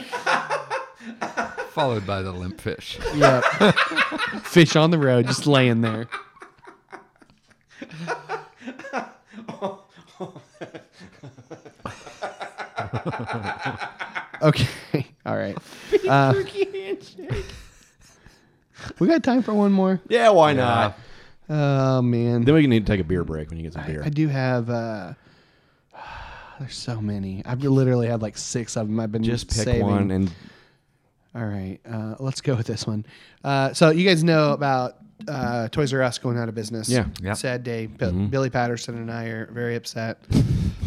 A: Followed by the limp fish.
C: Yeah. Fish on the road, just laying there. okay. All right. Uh, we got time for one more.
B: Yeah, why not?
C: Oh man.
B: Then we need to take a beer break when you get some beer.
C: I do have uh there's so many. I've literally had like six of them. I've been
B: Just pick
C: saving.
B: one and
C: All right, uh, let's go with this one. Uh, so you guys know about uh, Toys R Us going out of business.
B: Yeah. Mm-hmm.
A: Yeah.
C: Sad day. Bi- Billy Patterson and I are very upset.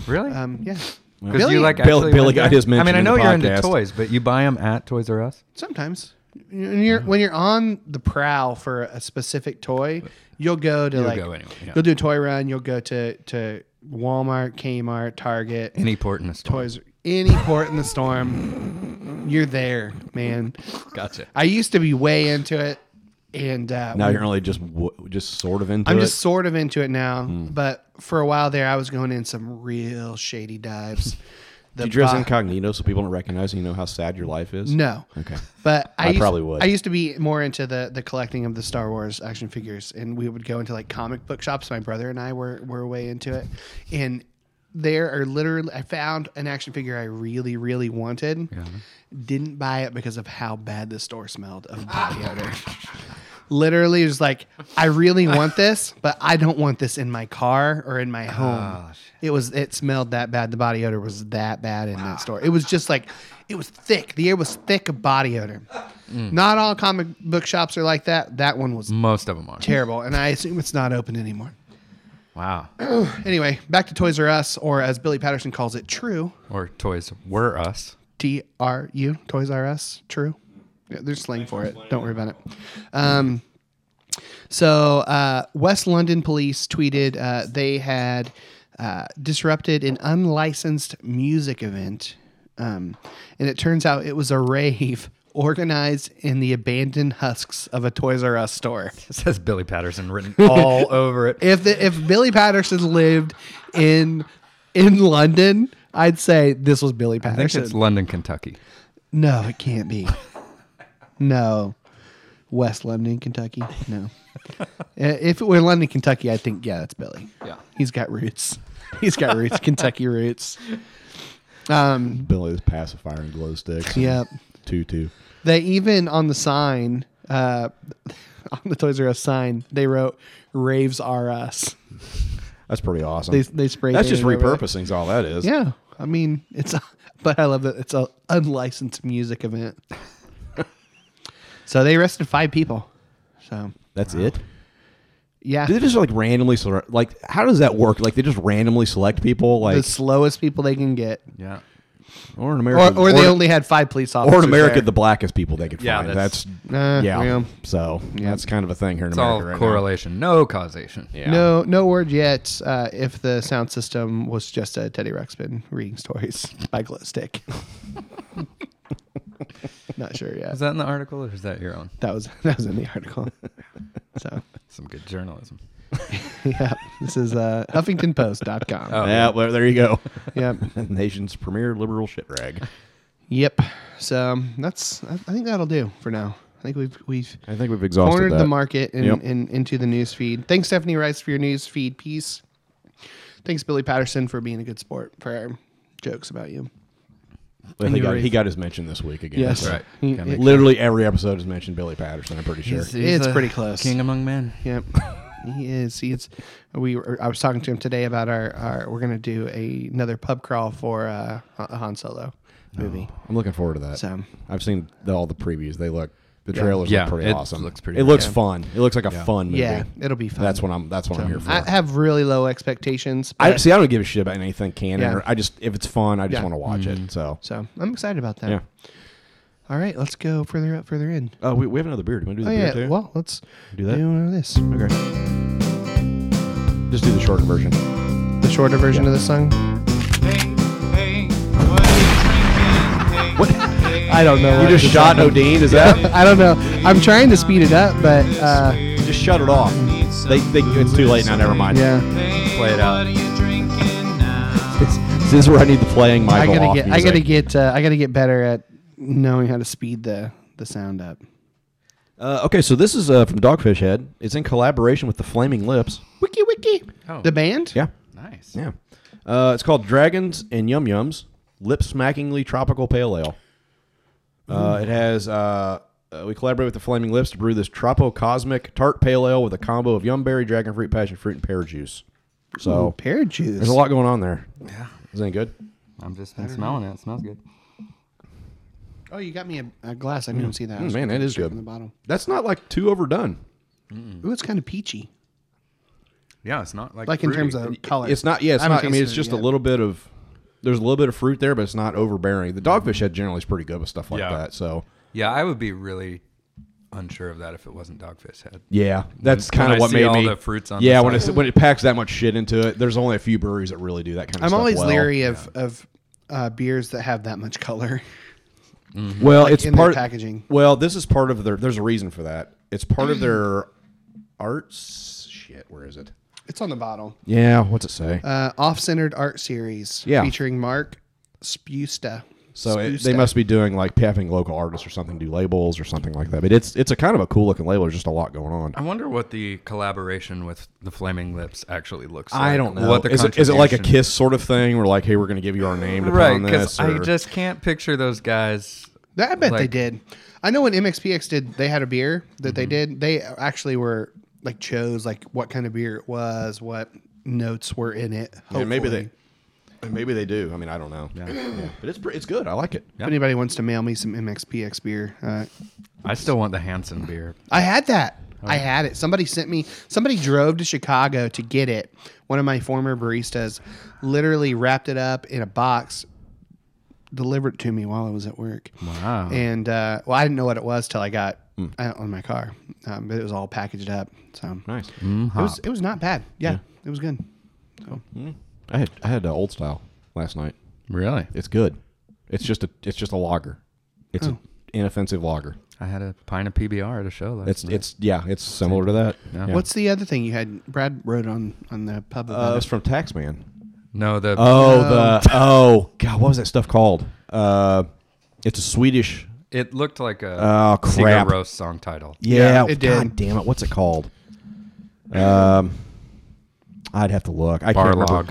A: Really?
C: Um, yeah.
A: Because you like
B: Bill-
A: actually
B: Billy
A: went
B: got
A: there?
B: his
A: I mean,
B: mention
A: I
B: in
A: know
B: the
A: you're into
B: podcast.
A: toys, but you buy them at Toys R Us.
C: Sometimes when you're when you're on the prowl for a specific toy, you'll go to like
A: go anyway, yeah.
C: you'll do a toy run. You'll go to to Walmart, Kmart, Target,
A: Any port in a store.
C: toys, any port in the storm. You're there, man.
A: Gotcha.
C: I used to be way into it, and uh,
B: now
C: we-
B: you're only just w- just sort of into
C: I'm
B: it. Hmm.
C: just sort of into it now, but for a while there, I was going in some real shady dives. The
B: Do you dress
C: bo-
B: incognito so people don't recognize and you know how sad your life is?
C: No,
B: Okay.
C: but I,
B: I
C: used-
B: probably would.
C: I used to be more into the the collecting of the Star Wars action figures, and we would go into like comic book shops. My brother and I were were way into it, and there are literally I found an action figure I really really wanted. Didn't buy it because of how bad the store smelled of body odor. Literally, it was like, I really want this, but I don't want this in my car or in my home. it was it smelled that bad. The body odor was that bad in that store. It was just like it was thick. The air was thick of body odor. Not all comic book shops are like that. That one was
A: Most of them are.
C: terrible, and I assume it's not open anymore.
A: Wow.
C: Anyway, back to Toys R Us, or as Billy Patterson calls it, True.
A: Or Toys Were Us.
C: T R U, Toys R Us, true. Yeah, there's slang for it. Don't worry about it. Um, so, uh, West London police tweeted uh, they had uh, disrupted an unlicensed music event. Um, and it turns out it was a rave organized in the abandoned husks of a Toys R Us store.
A: It says Billy Patterson written all over it.
C: If the, if Billy Patterson lived in in London, I'd say this was Billy
A: I think
C: Patterson.
A: it's London, Kentucky.
C: no, it can't be. no, West London, Kentucky. No. Uh, if it were London, Kentucky, I think yeah, that's Billy.
A: Yeah.
C: he's got roots. He's got roots, Kentucky roots. Um,
B: Billy's pacifier and glow sticks.
C: Yep.
B: Tutu.
C: They even on the sign, uh, on the Toys R Us sign, they wrote "Raves R Us."
B: That's pretty awesome.
C: They they sprayed.
B: That's just
C: painted over it.
B: repurposing. Is all that is.
C: Yeah, I mean it's, but I love that it's a unlicensed music event. so they arrested five people. So
B: That's it.
C: yeah,
B: Do they just like randomly select? Like, how does that work? Like, they just randomly select people,
C: the
B: like,
C: slowest people they can get,
A: Yeah.
B: or in
C: or,
B: America,
C: or, they only had five police officers.
B: or in America,
C: there.
B: the blackest people they could
A: Yeah,
B: find.
A: that's-
B: That's,
C: Uh,
B: yeah.
C: yeah.
B: So that's kind of a thing here in
A: It's all
B: America right now.
A: correlation, no causation.
B: Yeah.
C: No, no word yet. Uh, if the sound system was just a Teddy Ruxpin reading stories by glow stick. Not sure yet.
A: Is that in the article or is that your own?
C: That was that was in the article. so
A: Some good journalism.
C: yeah, this is uh, HuffingtonPost.com.
A: Oh.
B: Yeah. Well, there you go.
C: Yep,
B: Nation's premier liberal shit rag.
C: yep. So um, that's I I think that'll do for now. I think we've we've
B: I think we've exhausted
C: cornered
B: that.
C: the market and,
B: Yep.
C: and into the news feed. Thanks Stephanie Rice for your news feed piece. Thanks Billy Patterson for being a good sport for our jokes about you.
B: Well, he,
C: You're
B: got,
C: right.
B: he got his mention this week again.
C: Yes.
B: so-
A: Right.
C: He-
A: Kinda
B: Literally every episode has mentioned Billy Patterson. I'm pretty sure.
A: He's- he's
C: It's
A: a
C: pretty close.
A: King among men.
C: Yep. He is. He is. We. Were, I was talking to him today about our. our we're gonna do a, another pub crawl for uh, a Han Solo movie.
B: I'm looking forward to that.
C: So-
B: I've seen the, all the previews. They look the trailers
A: Yeah,
B: look pretty
A: it
B: awesome.
A: looks pretty
B: It looks
A: good.
B: fun. It looks like a fun movie.
C: Yeah, it'll be fun.
B: That's what I'm. That's what I'm here for.
C: I
B: I,
C: have really low expectations. but-
B: see. I don't give a shit about anything canon.
C: Yeah.
B: Or I just if it's fun, I just
C: Yeah.
B: want to watch it. So
C: so I'm excited about that.
B: yeah.
C: All right, let's go further up, further in.
B: Oh, we, we have another beer. Do you want to do
C: Oh
B: the beer
C: yeah.
B: too?
C: Well, let's
B: Do that?
C: another this.
B: okay. Just do the shorter version.
C: The shorter version of the song.
D: Hey, hey, what are you drinking? Hey,
B: What?
D: Hey,
C: I don't know.
B: You
C: what
B: just
C: it is.
B: shot Odin. Is that?
C: I don't know. I'm trying to speed it up, but uh,
D: We're
B: just shut it off. They, they, it's too late now. Never mind.
C: yeah.
D: Hey,
A: Play it out.
D: What are you drinking now?
B: It's, this is where I need the playing
C: I
B: Michael
C: gotta
B: off
C: get. I
B: music.
C: gotta get. Uh, I gotta get better at knowing how to speed the the sound up.
B: Uh, okay, so this is uh, from Dogfish Head. It's in collaboration with the Flaming Lips.
C: Wiki Wiki.
A: Oh.
C: The band?
B: Yeah,
A: Nice.
B: yeah. Uh, it's called Dragons and Yum Yums Lip Smackingly Tropical Pale Ale. Uh, it has uh, uh, we collaborate with the Flaming Lips to brew this Tropo Cosmic Tart Pale Ale with a combo of yum berry, dragon fruit, passion fruit, and pear juice. So
C: Ooh, pear juice.
B: there's a lot going on there. Yeah, is that good?
A: I'm just been smelling it. It smells good.
C: Oh, you got me a, a glass. I didn't even see that. I
B: Mm,
C: was
B: man, that is
C: straight
B: good.
C: From the bottom.
B: That's not like too overdone.
C: Ooh, it's kind of peachy.
A: Yeah, it's not like
C: Like in terms
A: fruity.
C: of color.
B: It's not. Yeah, it's
C: haven't
B: not. I mean,
C: tasted
B: it's
C: it
B: just a
C: yet.
B: little bit of. There's a little bit of fruit there, but it's not overbearing. The dogfish head generally is pretty good with stuff like
A: Yeah.
B: that. So
A: Yeah, I would be really unsure of that if it wasn't dogfish head.
B: yeah, that's
A: When
B: kind
A: I
B: of what
A: see
B: made
A: all
B: me.
A: the fruits on
B: yeah,
A: the
B: when
A: side.
B: it's, when it packs that much shit into it, there's only a few breweries that really do that kind of.
C: I'm
B: stuff
C: always
B: well.
C: leery of of uh, beers that have that much color.
B: Well, it's
C: in their
B: part
C: packaging. Mm.
B: Well, this is part of their. There's a reason for that. It's part of their arts. Shit, where is it?
C: It's on the bottle.
B: Yeah, what's it say?
C: Uh, Off centered art series.
B: Yeah.
C: Featuring Mark Spusta.
B: So it,
C: Spusta.
B: they must be doing like having local artists or something do labels or something like that. But it's it's a kind of a cool looking label. There's just a lot going on.
A: I wonder what the collaboration with the Flaming Lips actually looks like.
B: I don't know.
A: What the
B: is, it, is it like a
A: contribution-
B: kiss sort of thing? We're like, hey, we're going to give you our name to put
A: Right,
B: on this.
A: because I
B: or-
A: just can't picture those guys.
C: That- I bet they
A: like-
C: did. I know when MXPX did, they had a beer that
B: Mm-hmm.
C: they did. They actually were like chose like what kind of beer it was, what notes were in it.
B: Yeah, maybe
C: hopefully.
B: they, maybe they do. I mean, I don't know. Yeah. But it's pre- it's good. I like it.
C: If anybody wants to mail me some MXPX beer, uh,
A: I still want the Hanson beer.
C: I had that. I had it. Somebody sent me. Somebody drove to Chicago to get it. One of my former baristas literally wrapped it up in a box, delivered it to me while I was at work.
A: Wow.
C: And uh, well, I didn't know what it was till I got out on my car, um, but it was all packaged up. So
B: Nice.
C: it was. It was not bad. Yeah, it was good. So
B: I had I had uh, old style last night.
A: Really?
B: It's good. It's just a it's just a lager. It's an inoffensive lager.
A: I had a pint of PBR at a show last
B: It's
A: night.
B: it's yeah. It's similar to that.
A: Yeah.
B: Yeah.
C: what's the other thing you had? Brad wrote on on the pub.
B: uh,
C: about
B: it's
C: it.
B: from Taxman.
A: No, the
B: Oh, the oh god, what was that stuff called? Uh, it's a Swedish.
A: it looked like a
B: Oh,
A: Sigur
B: crap.
A: Rós song title.
B: Yeah,
C: Yeah, it
B: God
C: did.
B: damn it, what's it called? Um, I'd have to look. I can't remember.
A: Barlog.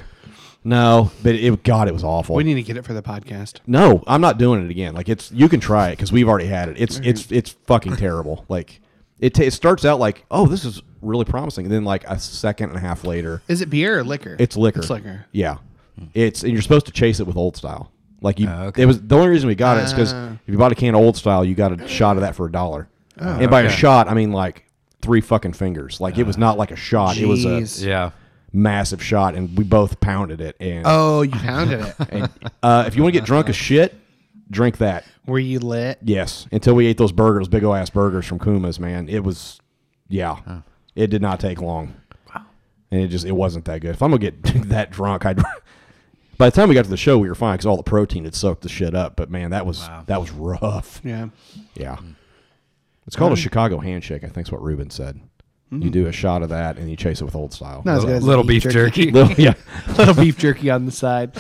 B: No, but it God, it was awful.
C: We need to get it for the podcast.
B: no, I'm not doing it again. Like it's you can try it because we've already had it. It's it's
C: Mm-hmm.
B: it's fucking terrible. Like it ta it starts out like oh this is really promising, and then like a second and a half later
C: Is it beer or liquor?
B: It's liquor.
C: It's liquor.
B: Yeah. It's and you're supposed to chase it with old style. Like you,
A: Hmm. Oh, okay.
B: it was the only reason we got it is because
C: Ah.
B: if you bought a can of old style, you got a shot of that for a dollar.
C: Oh,
B: and by a
A: okay.
B: shot, I mean like three fucking fingers. Like it was not like a shot; it was a
C: Ah. Jeez.
A: Yeah.
B: massive shot, and we both pounded it. And
C: Oh, you pounded it.
B: and, uh, if you want to get drunk as shit, drink that.
C: Were you lit?
B: Yes, until we ate those burgers, big ol' ass burgers from Kuma's. Man, it was, yeah, it did not take long. Wow, and it just it wasn't that good. If I'm gonna get that drunk, I'd. By the time we got to the show, we were fine because all the protein had soaked the shit up. But man, that was that was rough.
C: Yeah.
B: Yeah, it's called a Chicago handshake. I think's what Ruben said. You do a shot of that and you chase it with old style.
C: Not as good as
A: Little beef jerky.
B: Little- yeah,
C: little beef jerky on the side.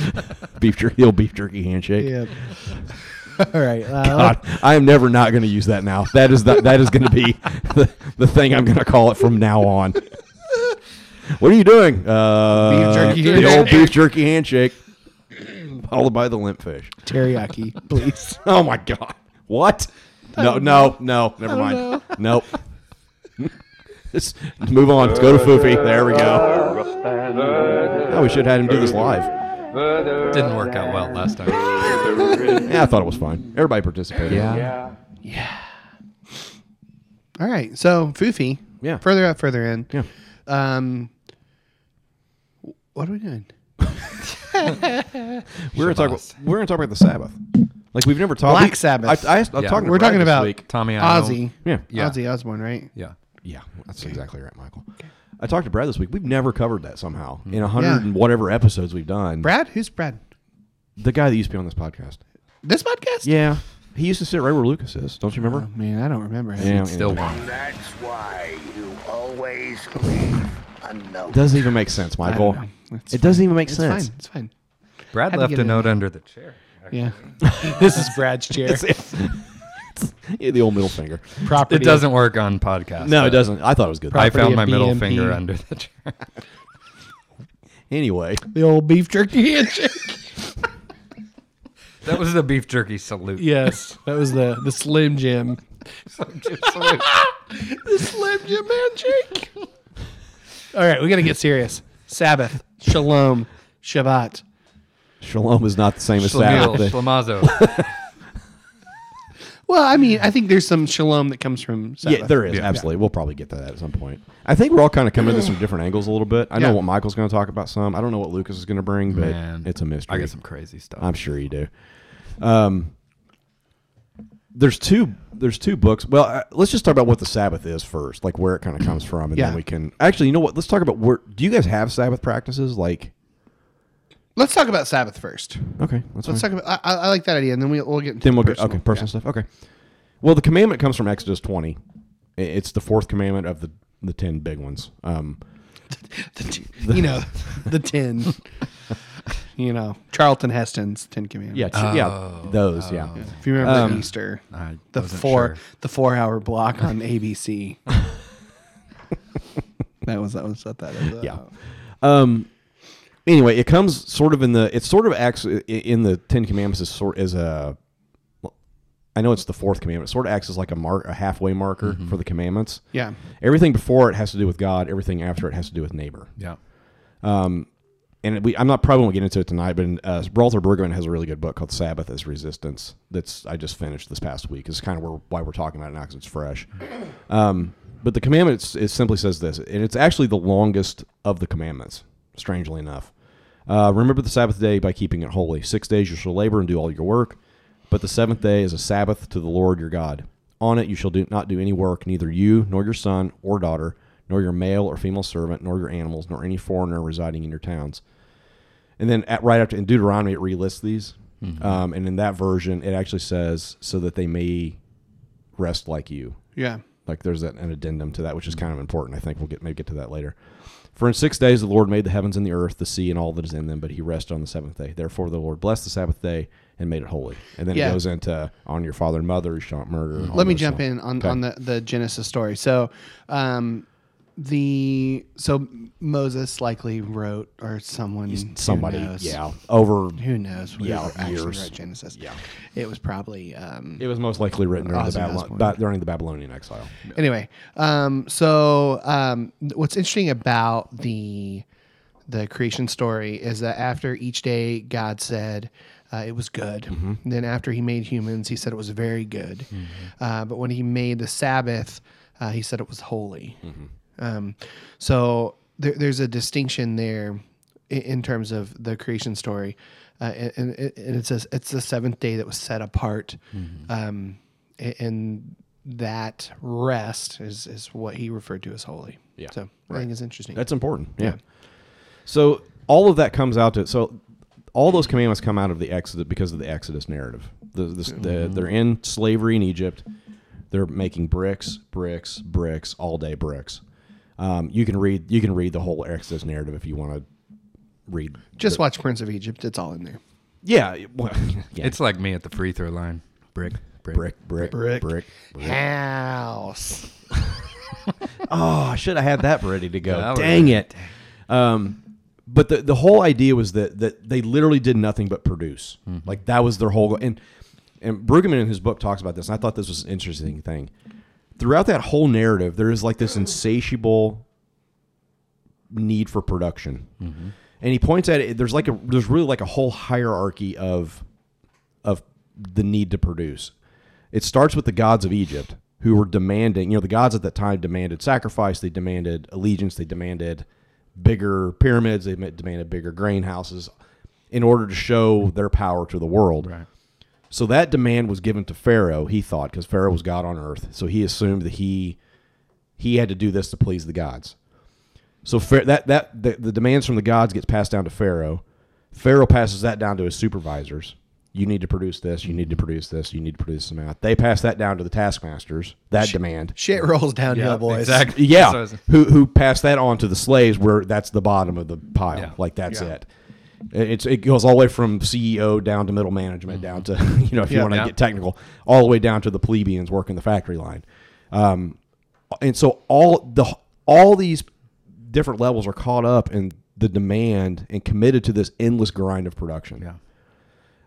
B: beef jerky, little beef jerky handshake.
C: Yeah. All right. Uh,
B: God, I am never not going to use that now. That is the, that is going to be the, the thing I'm going to call it from now on. What are you doing? Uh,
C: Beef jerky
B: the
C: handshake.
B: old beef jerky handshake, followed by the limp fish.
C: teriyaki, please.
B: Oh my god! What? No, no, no. Never mind. Nope. Let's move on. Let's go to Foofy. There we go. Oh, we should have had him do this live.
A: Didn't work out well last time.
B: Yeah, I thought it was fine. Everybody participated.
A: Yeah.
C: All right. So Foofy.
B: Yeah.
C: Further out, further in.
B: Yeah.
C: Um. What are we doing?
B: We're gonna talk. About, we're gonna talk about the Sabbath. Like we've never talked.
C: Black
B: we-
C: Sabbath.
B: I, I, am
A: Yeah.
B: talking. to
C: We're
B: Brad
C: talking
B: this
C: about-
B: week.
A: Tommy I
C: Ozzy.
B: Yeah. Uh,
A: Yeah.
C: Ozzy Osbourne, right?
A: Yeah.
B: Yeah, that's exactly right, Michael. I talked to Brad this week. We've never covered that somehow in a hundred
C: Yeah.
B: and whatever episodes we've done.
C: Brad, who's Brad?
B: the guy that used to be on this podcast.
C: This podcast? Oh,
B: Yeah, he used to sit right where Lucas is. Don't you remember?
C: Man, I don't remember. him.
B: Yeah,
A: Still
B: anyway.
A: won.
I: That's why you always leave a note.
B: Doesn't even make sense,
C: I don't
B: Michael.
C: know. It's
B: It doesn't even make
C: It's
B: sense.
C: fine. It's fine.
A: Brad
C: Had to
A: left
C: get
A: a
C: in
A: note
C: there.
A: under the chair.
C: Yeah. this is Brad's chair.
B: Yeah, the old middle finger.
C: Property.
A: It doesn't work on podcasts.
B: No, it
A: but
B: doesn't. I thought it was good.
A: I
C: Property
A: found
C: of
A: my middle
C: BMP.
A: finger under the chair.
B: Anyway,
C: The old beef jerky handshake.
A: That was the beef jerky salute.
C: yes, that was the the Slim Jim.
A: Salute.
C: The Slim Jim handshake. All right, we gotta get serious. Sabbath, Shalom, Shabbat.
B: Shalom is not the same as
A: Schlemiel,
B: Sabbath.
A: Schlemazo.
C: Well, I mean, I think there's some Shalom that comes from Sabbath.
B: Yeah, there is absolutely. We'll probably get to that at some point. I think we're all kind of coming at this from different angles a little bit. I
C: Yeah.
B: know what Michael's going to talk about some. I don't know what Lucas is going to bring, but
A: Man,
B: it's a mystery.
A: I got some crazy stuff.
B: I'm sure you do. Um, there's two. There's two books. Well, uh, let's just talk about what the Sabbath is first, like where it kind of comes from, and
C: Yeah.
B: then we can actually. You know what? Let's talk about where. Do you guys have Sabbath practices? Like,
C: Let's talk about Sabbath first.
B: okay, that's
C: Let's
B: fine.
C: talk about. I, I I like that idea, and then we'll, we'll get into
B: Then
C: the
B: we'll get
C: personal.
B: okay personal stuff. Okay. Well, the commandment comes from Exodus 20. I- It's the fourth commandment of the the ten big ones. Um,
C: you know, the ten. you know, Charlton Heston's Ten Commandments.
B: Yeah, Um, t- yeah, those. Yeah,
C: If you remember Easter,
A: I
C: the
A: wasn't
C: four
A: sure.
C: the four hour block on ABC. that was that was what that was. uh,
B: yeah.
C: about.
B: Um. Anyway, it comes sort of in the. It's sort of acts i- in the Ten Commandments is sort is a. I know it's the fourth commandment. It sort of acts as like a mark, a halfway marker for the commandments.
C: yeah.
B: Everything before it has to do with God. Everything after it has to do with neighbor. Um,
A: yeah.
B: and we, I'm not probably won't get into it tonight, but uh, Walter Brueggemann has a really good book called Sabbath as Resistance that's I just finished this past week. It's kind of where, why we're talking about it now because it's fresh. Um, but the commandment s- it simply says this, and it's actually the longest of the commandments, strangely enough. Uh, remember the Sabbath day by keeping it holy. Six days you shall labor and do all your work, but the seventh day is a Sabbath to the Lord your God. On it you shall do, not do any work, neither you, nor your son or daughter, nor your male or female servant, nor your animals, nor any foreigner residing in your towns. And then at, right after in Deuteronomy, it relists these. Um, and in that version, it actually says, so that they may rest like you.
C: Yeah.
B: Like there's that, an addendum to that, which is kind of important. I think we'll get maybe get to that later. For in six days the Lord made the heavens and the earth, the sea, and all that is in them, but he rested on the seventh day. Therefore the Lord blessed the Sabbath day and made it holy. And then
C: Yeah.
B: it goes into on your father and mother, you shall not murder. and all
C: Let me
B: those
C: jump
B: things.
C: in on,
B: Okay.
C: on the, the Genesis story. So, um, the so Moses likely wrote or someone who
B: somebody,
C: knows-
B: yeah, over
C: who knows who
B: yeah,
C: actually
B: years.
C: wrote Genesis yeah it was probably um,
B: It was most likely written during, the,
C: Awesome,
B: Babylon,
C: awesome.
B: ba- during the Babylonian exile.
C: anyway um so um what's interesting about the the creation story is that after each day god said uh, it was good then after he made humans he said it was very good uh, but when he made the sabbath uh, he said it was holy um, so there, there's a distinction there in, in terms of the creation story uh, and, and it- and it's a, it's the seventh day that was set apart
B: Mm-hmm.
C: um, a- and that rest is, is what he referred to as holy.
B: Yeah.
C: So I think it's interesting.
B: That's important. Yeah. So all of that comes out to so all those commandments come out of the Exodus because of the Exodus narrative. The, the, the, they're in slavery in Egypt. They're making bricks, bricks, bricks, all day bricks. Um, you can read you can read the whole Exodus narrative if you want to read.
C: Just watch Prince of Egypt. It's all in there.
B: Yeah, it- well, yeah.
A: It's like me at the free throw line. Brick, brick.
B: brick, brick, brick, brick.
C: House.
B: Oh, I should have had that ready to go.
A: That would've
B: Dang
A: been-
B: it. Um, but the the whole idea was that that they literally did nothing but produce. Like that was their whole goal. And and Brueggemann in his book talks about this, and I thought this was an interesting thing. Throughout that whole narrative, there is like this insatiable need for production. And he points at it, there's like a there's really like a whole hierarchy of of the need to produce. It starts with the gods of Egypt who were demanding, you know, the gods at that time demanded sacrifice, they demanded allegiance, they demanded bigger pyramids, they demanded bigger grain houses in order to show their power to the world. Right. So that demand was given to Pharaoh, he thought, because Pharaoh was God on earth. So he assumed that he he had to do this to please the gods. So Phar- that that the, the demands from the gods gets passed down to Pharaoh. Pharaoh passes that down to his supervisors. You need to produce this. You need to produce this. You need to produce this amount. They pass that down to the taskmasters. That demand.
C: Shit rolls downhill, boys.
A: Exactly. That's what I
B: Yeah,
A: was-
B: who who pass that on to the slaves? Where that's the bottom of the pile.
A: Yeah.
B: Like that's it. It's it goes all the way from CEO down to middle management, down to you know if you want
A: Mm-hmm.
B: to
A: Yeah.
B: get technical, all the way down to the plebeians working the factory line. Um, and so all the all these different levels are caught up in the demand and committed to this endless grind of production. Yeah.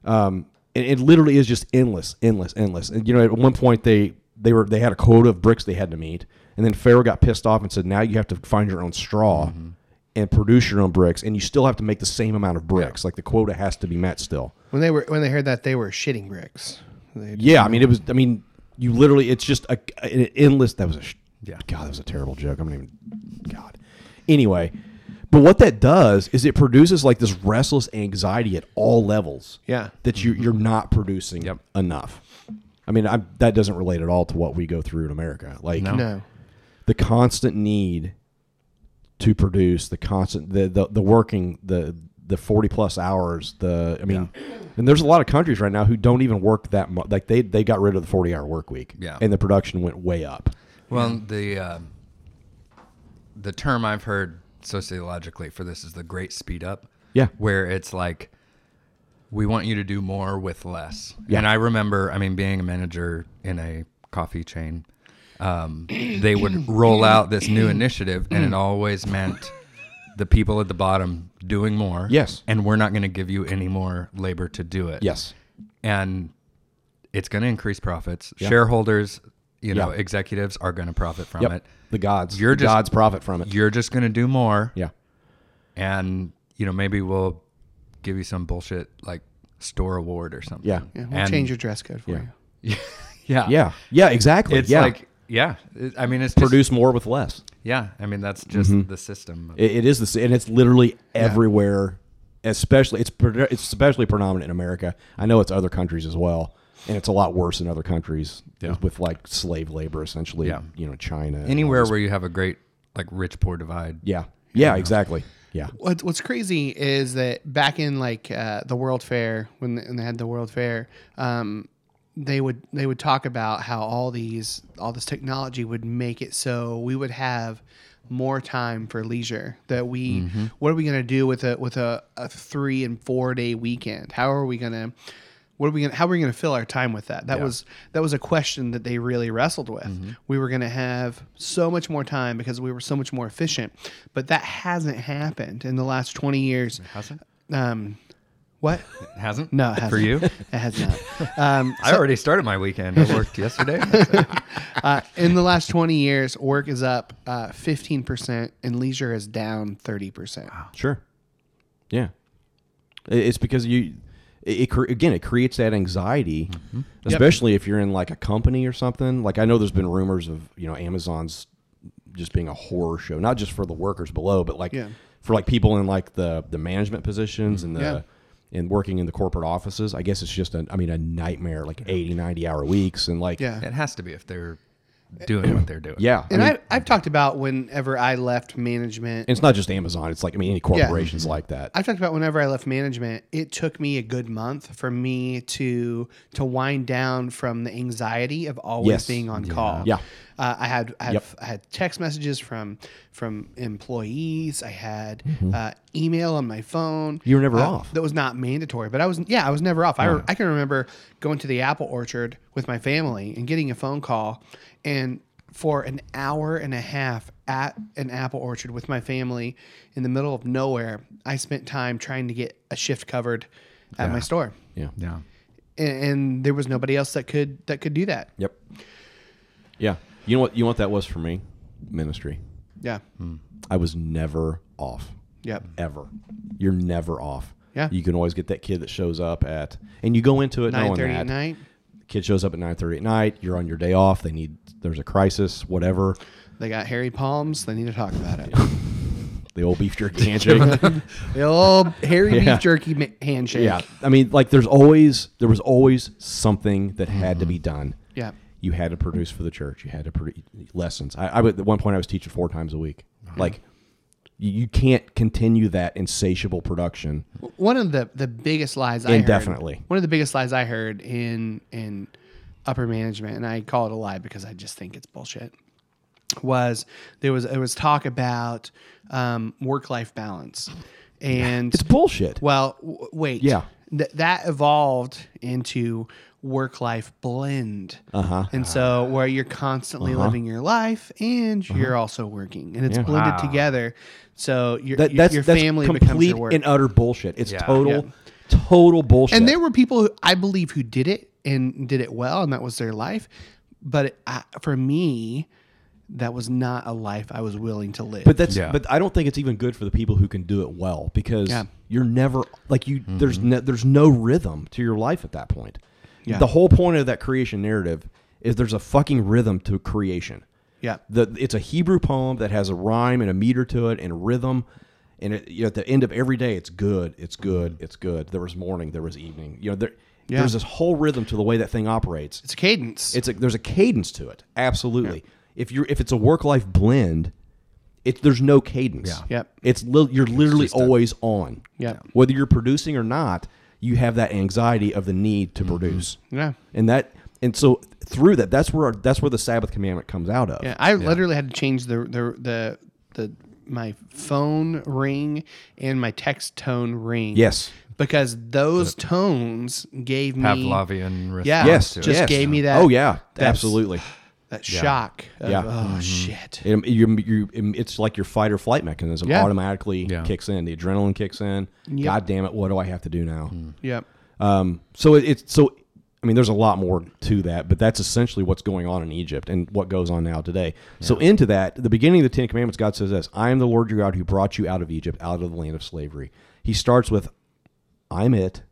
B: Um, and it literally is just endless, endless, endless. And you know, at one point they they were they had a quota of bricks they had to meet, and then Pharaoh got pissed off and said, "Now you have to find your own straw." And produce your own bricks, and you still have to make the same amount of bricks. Like the quota has to be met still.
C: When they were when they heard that, they were shitting bricks. They-
B: Yeah, I mean, it was. I mean, you literally. It's just a an endless. That was a. sh-
A: Yeah.
B: God, that was a terrible joke. I'm not even. God. Anyway, but what that does is it produces like this restless anxiety at all levels.
C: Yeah.
B: That you you're not producing
A: Yep.
B: enough. I mean, I, that doesn't relate at all to what we go through in America. Like
C: No.
B: the constant need to produce the constant the the, the working the the 40 plus hours the i mean and there's a lot of countries right now who don't even work that much like they they got rid of the 40 hour work week
A: Yeah.
B: and the production went way up
A: Well, the uh, the term I've heard sociologically for this is the great speed up.
B: Yeah.
A: Where it's like we want you to do more with less.
B: Yeah.
A: And I remember, I mean, being a manager in a coffee chain, um, they would roll out this new initiative, and it always meant the people at the bottom doing more.
B: Yes.
A: And we're not going to give you any more labor to do it
B: yes
A: and it's going to increase profits.
B: Yeah.
A: Shareholders, you know,
B: Yeah.
A: executives are going to profit from
B: yep
A: it.
B: the gods
A: You're
B: the
A: just-
B: gods profit from it
A: You're just going to do more,
B: yeah
A: and you know maybe we'll give you some bullshit like store award or something.
B: Yeah.
C: Yeah, we'll
A: And-
C: change your dress code for
B: yeah.
C: you.
A: Yeah,
B: yeah yeah exactly
A: It's
B: yeah
A: like yeah. It- I mean, it's just,
B: produce Mm-hmm. more with less
A: Yeah, I mean that's just the system.
B: It, it is the s- and it's literally everywhere. Especially it's pre- it's especially predominant in America. I know it's other countries as well, and it's a lot worse in other countries with, with, like slave labor essentially.
A: Yeah.
B: You know, China. and all
A: Anywhere
B: this-
A: where you have a great like rich poor divide.
B: Yeah. Yeah. Exactly. Yeah.
C: What, what's crazy is that back in like uh, the World Fair when they, when they had the World Fair, um, they would they would talk about how all these all this technology would make it so we would have more time for leisure that we what are we going to do with a with a, a three and four day weekend how are we going to what are we going to how are we going to fill our time with that that was that was a question that they really wrestled with we were going to have so much more time because we were so much more efficient but that hasn't happened in the last 20 years
A: Hasn't?
C: um what
A: Hasn't?
C: no it hasn't.
A: For you?
C: it has not um
A: I already started my weekend. I worked yesterday.
C: uh, in the last 20 years, work is up uh, 15% and leisure is down 30%.
B: Sure. Yeah. I- It's because you, it, it cre- again, it creates that anxiety,
C: Mm-hmm.
B: especially if you're in like a company or something. Like I know there's been rumors of you know Amazon's just being a horror show, not just for the workers below, but like
C: Yeah. Mm-hmm.
B: for like people in like the the management positions and the.
C: Yeah.
B: And working in the corporate offices, I guess it's just a, I mean, a nightmare, like 80, 90 hour weeks. And like,
C: Yeah.
A: it has to be if they're doing what they're doing.
B: yeah. I
C: And
B: mean,
C: I, I've talked about whenever I left management.
B: and it's not just Amazon. It's like, I mean, any corporations like that.
C: I've talked about whenever I left management, it took me a good month for me to to wind down from the anxiety of always
B: Yes.
C: being on call.
B: Yeah.
C: Uh, I had I had,
B: Yep.
C: I had text messages from from employees. I had
B: Mm-hmm.
C: uh, email on my phone.
B: You were never
C: uh,
B: off.
C: That was not mandatory, but I was yeah, I was never off. I, re- I can remember going to the apple orchard with my family and getting a phone call, and for an hour and a half at an apple orchard with my family in the middle of nowhere, I spent time trying to get a shift covered at my store,
B: yeah.
A: Yeah.
C: and, and there was nobody else that could that could do that.
B: Yep. Yeah. You know what? You know what that was for me? Ministry.
C: Yeah.
B: Mm-hmm. I was never off.
C: Yep.
B: Ever. You're never off.
C: Yeah.
B: You can always get that kid that shows up at, and you go into it
C: Nine
B: knowing
C: thirty
B: that
C: at night.
B: kid shows up at nine thirty at night. You're on your day off. They need there's a crisis, whatever.
C: They got hairy palms. They need to talk about it.
B: The old beef jerky handshake.
C: the old hairy
B: Yeah.
C: beef jerky ma- handshake.
B: yeah. I mean, like there's always there was always something that had to be done.
C: Mm-hmm. Yeah.
B: you had to produce for the church. You had to produce lessons. I, I would- at one point I was teaching four times a week.
C: Uh-huh.
B: Like you, you can't continue that insatiable production.
C: One of the the biggest lies I heard-
B: Indefinitely.
C: One of the biggest lies I heard in in upper management, and I call it a lie because I just think it's bullshit. Was there was there was talk about um, work life balance, and
B: It's bullshit.
C: Well, w- wait.
B: Yeah.
C: Th- that evolved into work life blend.
B: Uh-huh.
C: And so where you're constantly living your life and
B: Uh-huh.
C: you're also working and it's blended together. So your
B: that,
C: your-
B: that's
C: your
B: that's
C: family becomes
B: complete
C: your work.
B: and utter bullshit. It's
A: Yeah.
B: total, total bullshit.
C: and there were people who I believe who did it and did it well and that was their life. But it, I, for me, that was not a life I was willing to live.
B: But that's
A: Yeah.
B: but I don't think it's even good for the people who can do it well because
C: Yeah. Mm-hmm.
B: you're never like you there's no, there's no rhythm to your life at that point.
C: Yeah.
B: The whole point of that creation narrative is there's a fucking rhythm to creation.
C: yeah.
B: The it's a Hebrew poem that has a rhyme and a meter to it and rhythm and it, you know, at the end of every day it's good, it's good, it's good. There was morning, there was evening. You know there
C: Mm-hmm. Yeah.
B: there's this whole rhythm to the way that thing operates.
C: It's a cadence.
B: It's a, there's a cadence to it. Absolutely. If you're if it's a work life blend, it there's no cadence.
A: Yeah.
C: Yep.
B: It's li- you're literally
A: just a-
B: always on.
C: Yep.
B: Whether you're producing or not, you have that anxiety of the need to produce.
C: Yeah.
B: And that and so through that, that's where that's where the Sabbath commandment comes out of.
C: Yeah, I literally had to change the the the the my phone ring and my text tone ring.
B: Yes.
C: because those tones gave me
A: Pavlovian response.
C: Yeah.
B: Yes.
A: to it.
C: Just
B: yes.
C: gave me that-
B: Oh yeah.
C: that's-
B: Absolutely.
C: that shock. Of,
B: Yeah. Mm-hmm.
C: Oh shit.
B: It, you, you, it's like your fight or flight mechanism
C: Yeah.
B: automatically
A: Yeah.
B: kicks in. The adrenaline kicks in. God damn it! What do I have to do now?
C: Yep.
B: Um, so it, it's so. I mean, there's a lot more to that, but that's essentially what's going on in Egypt and what goes on now today. So into that, the beginning of the Ten Commandments, God says this: "I am the Lord your God who brought you out of Egypt, out of the land of slavery." He starts with, "I'm it."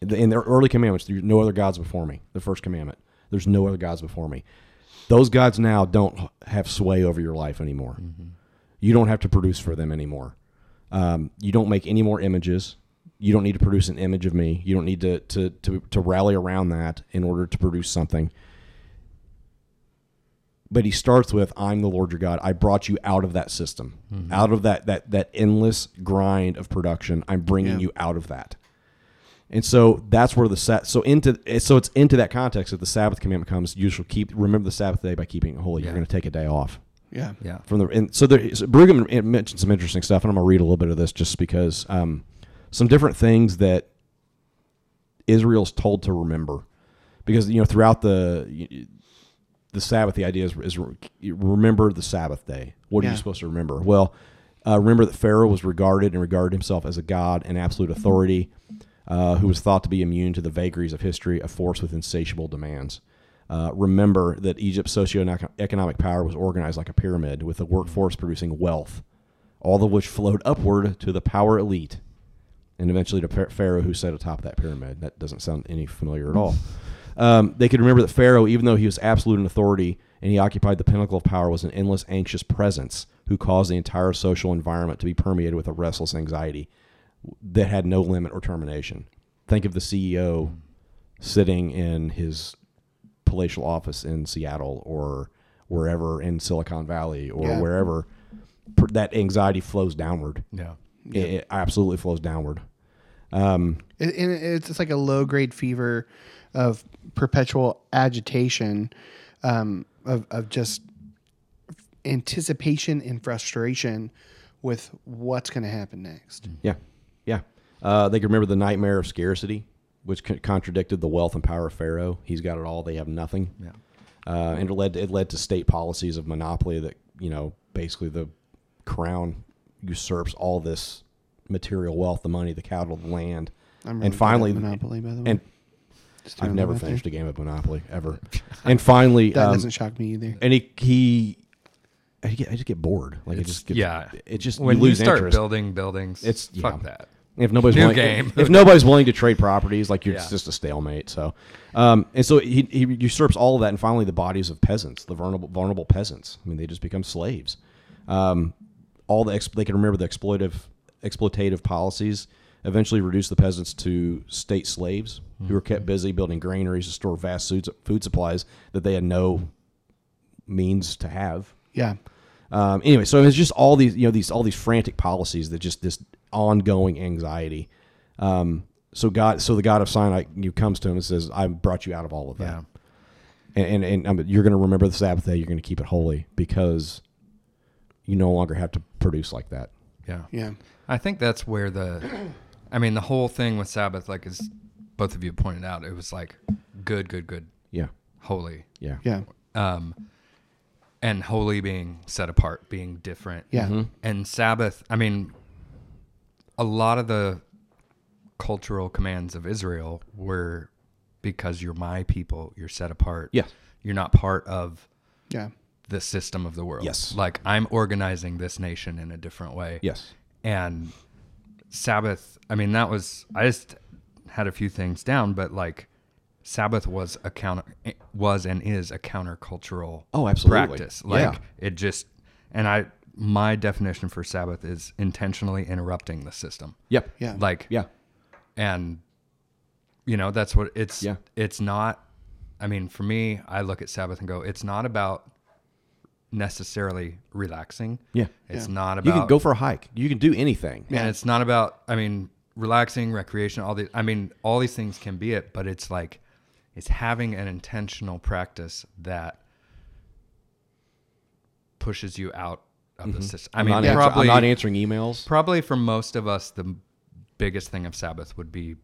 B: In the early commandments, there's no other gods before me. The first commandment: There's no other gods before me. Those gods now don't have sway over your life anymore. You don't have to produce for them anymore. Um, you don't make any more images. You don't need to produce an image of me. You don't need to to to, to rally around that in order to produce something. But he starts with, "I'm the Lord your God. I brought you out of that system, out of that that that endless grind of production. I'm bringing you out of that." And so that's where the set. So into so it's into that context that the Sabbath commandment comes. You shall keep remember the Sabbath day by keeping it holy. You're going to take a day off.
C: Yeah.
A: Yeah.
B: From the and so there, so Brigham in- mentioned some interesting stuff, and I'm gonna read a little bit of this just because um, some different things that Israel's told to remember, because you know throughout the the Sabbath, the idea is, is re- remember the Sabbath day. What are
C: Yeah.
B: you supposed to remember? Well, uh, remember that Pharaoh was regarded and regarded himself as a god and absolute authority, uh, who was thought to be immune to the vagaries of history, a force with insatiable demands. Uh, remember that Egypt's socioeconomic power was organized like a pyramid, with a workforce producing wealth, all of which flowed upward to the power elite and eventually to Phar- Pharaoh, who sat atop that pyramid. That doesn't sound any familiar at all. Um, they could remember that Pharaoh, even though he was absolute in authority and he occupied the pinnacle of power, was an endless, anxious presence who caused the entire social environment to be permeated with a restless anxiety that had no limit or termination. Think of the CEO sitting in his palatial office in Seattle or wherever in Silicon Valley or
C: Yeah.
B: wherever. Per- That anxiety flows downward.
A: Yeah.
B: It, it absolutely flows downward.
C: It, and it- it's, it's like a low grade fever of perpetual agitation, um, of, of just anticipation and frustration with what's going to happen next.
B: Yeah, yeah. Uh, they can remember the nightmare of scarcity, which con- contradicted the wealth and power of Pharaoh. He's got it all; they have nothing. Yeah, uh, and it led it led to state policies of monopoly that you know basically the crown usurps all this material wealth, the money, the cattle, the land,
C: I'm really
B: and
C: good at
B: finally
C: Monopoly, by the way.
B: And
C: Just
B: I've
C: throwing
B: never
C: that out
B: finished
C: there.
B: a game of Monopoly ever. and finally,
C: That
B: um,
C: doesn't shock me either.
B: and he. he I get, I just get bored. Like it just gets,
A: yeah.
B: It just
A: when
B: you lose
A: start
B: interest.
A: building buildings,
B: It's yeah.
A: fuck that.
B: If nobody's
A: New
B: willing,
A: game.
B: If, nobody's willing to trade properties, like you're
A: Yeah.
B: it's just a stalemate. So, um, and so he, he usurps all of that, and finally the bodies of peasants, the vulnerable vulnerable peasants. I mean, they just become slaves. Um, all the ex- they can remember the exploitive exploitative policies eventually reduced the peasants to state slaves who were
A: Mm-hmm.
B: kept busy building granaries to store vast foods- food supplies that they had no means to have.
C: Yeah.
B: Um, anyway, so it's just all these, you know, these all these frantic policies that just this ongoing anxiety. Um, so God, so the God of Sinai, you comes to him and says, "I brought you out of all of that, and and, and um, you're going to remember the Sabbath day. You're going to keep it holy because you no longer have to produce like that."
A: Yeah.
C: Yeah.
A: I think that's where the, I mean, the whole thing with Sabbath, like as both of you pointed out, it was like good, good, good,
B: Yeah,
A: holy,
B: yeah,
C: Yeah.
A: and holy being set apart, being different.
C: Yeah.
B: Mm-hmm.
C: Mhm.
A: And Sabbath, I mean, a lot of the cultural commands of Israel were because you're my people, you're set apart.
B: Yeah.
A: You're not part of
C: Yeah.
A: the system of the world.
B: Yes.
A: Like I'm organizing this nation in a different way.
B: Yes.
A: And Sabbath, I mean, that was, I just had a few things down, but like Sabbath was a counter, was and is a countercultural
B: Oh, absolutely.
A: practice.
B: Yeah.
A: Like it just, and I, my definition for Sabbath is intentionally interrupting the system.
B: Yep.
C: Yeah.
A: Like,
B: Yeah.
A: and you know that's what it's
B: Yeah.
A: it's not i mean for me i look at sabbath and go it's not about necessarily relaxing
B: Yeah.
A: it's not about
B: You can go for a hike. You can do anything.
A: and it's not about i mean relaxing recreation all the i mean all these things can be it but it's like it's having an intentional practice that pushes you out of the system i
B: Mm-hmm. I'm,
A: mean
B: not answer-
A: probably
B: I'm not answering emails.
A: Probably for most of us, the biggest thing of Sabbath would be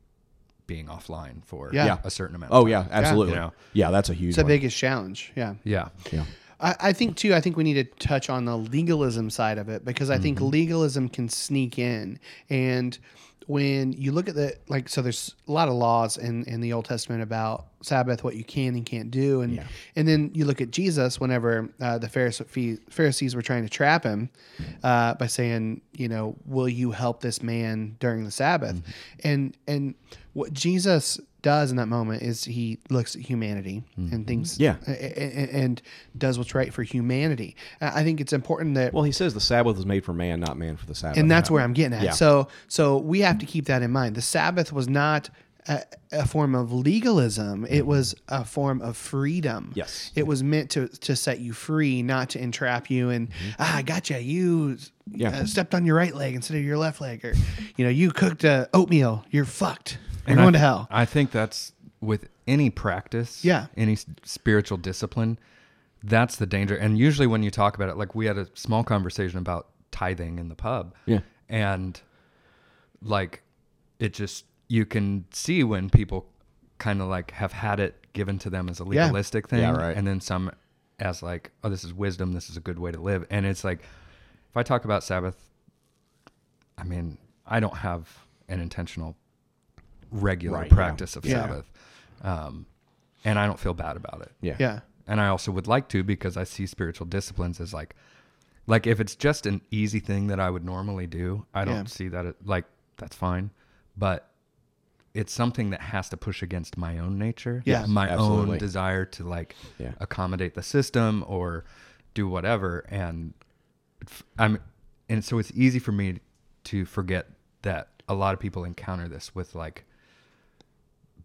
A: being offline for
C: Yeah. Yeah.
A: a certain amount. Of
B: oh
A: time.
B: yeah, absolutely.
A: You
B: Yeah,
A: know.
B: that's a huge.
C: It's the
B: one.
C: biggest challenge. Yeah.
A: yeah,
B: Yeah.
C: I, I think too. I think we need to touch on the legalism side of it because I think legalism can sneak in, and when you look at the like, so there's a lot of laws in in the Old Testament about Sabbath, what you can and can't do, and and then you look at Jesus whenever uh, the Pharisees Pharisees were trying to trap him uh, by saying, you know, will you help this man during the Sabbath, and and what Jesus does in that moment is he looks at humanity and thinks
B: Yeah.
C: a- a- and does what's right for humanity. I I think it's important that,
B: Well, he says the Sabbath was made for man, not man for the Sabbath.
C: and that's where I'm getting at.
B: Yeah.
C: So, so we have to keep that in mind. The Sabbath was not a, a form of legalism; it was a form of freedom.
B: Mm-hmm. Yes.
C: it was meant to to set you free, not to entrap you. And ah, I gotcha. You
B: Mm-hmm. Yeah.
C: uh, stepped on your right leg instead of your left leg, or you know, you cooked uh, oatmeal. You're fucked. You're
A: And I
C: going to
A: th-
C: hell.
A: I think that's with any practice,
C: Yeah.
A: any s- spiritual discipline. That's the danger. And usually when you talk about it, like we had a small conversation about tithing in the pub.
B: Yeah.
A: And like it just you can see when people kind of like have had it given to them as a legalistic thing
B: Yeah, right.
A: and then some as like oh this is wisdom this is a good way to live and it's like if i talk about sabbath i mean i don't have an intentional regular
B: Right, yeah.
A: practice of
C: Yeah.
A: sabbath um, and i don't feel bad about it
B: Yeah.
C: Yeah.
A: and I also would like to because I see spiritual disciplines as like, like if it's just an easy thing that I would normally do, I don't
C: Yeah.
A: see that it, like that's fine, but it's something that has to push against my own nature,
C: Yeah. Yes,
A: my
B: absolutely.
A: own desire to like
B: Yeah.
A: accommodate the system or do whatever, and f- I'm, and so it's easy for me to forget that a lot of people encounter this with like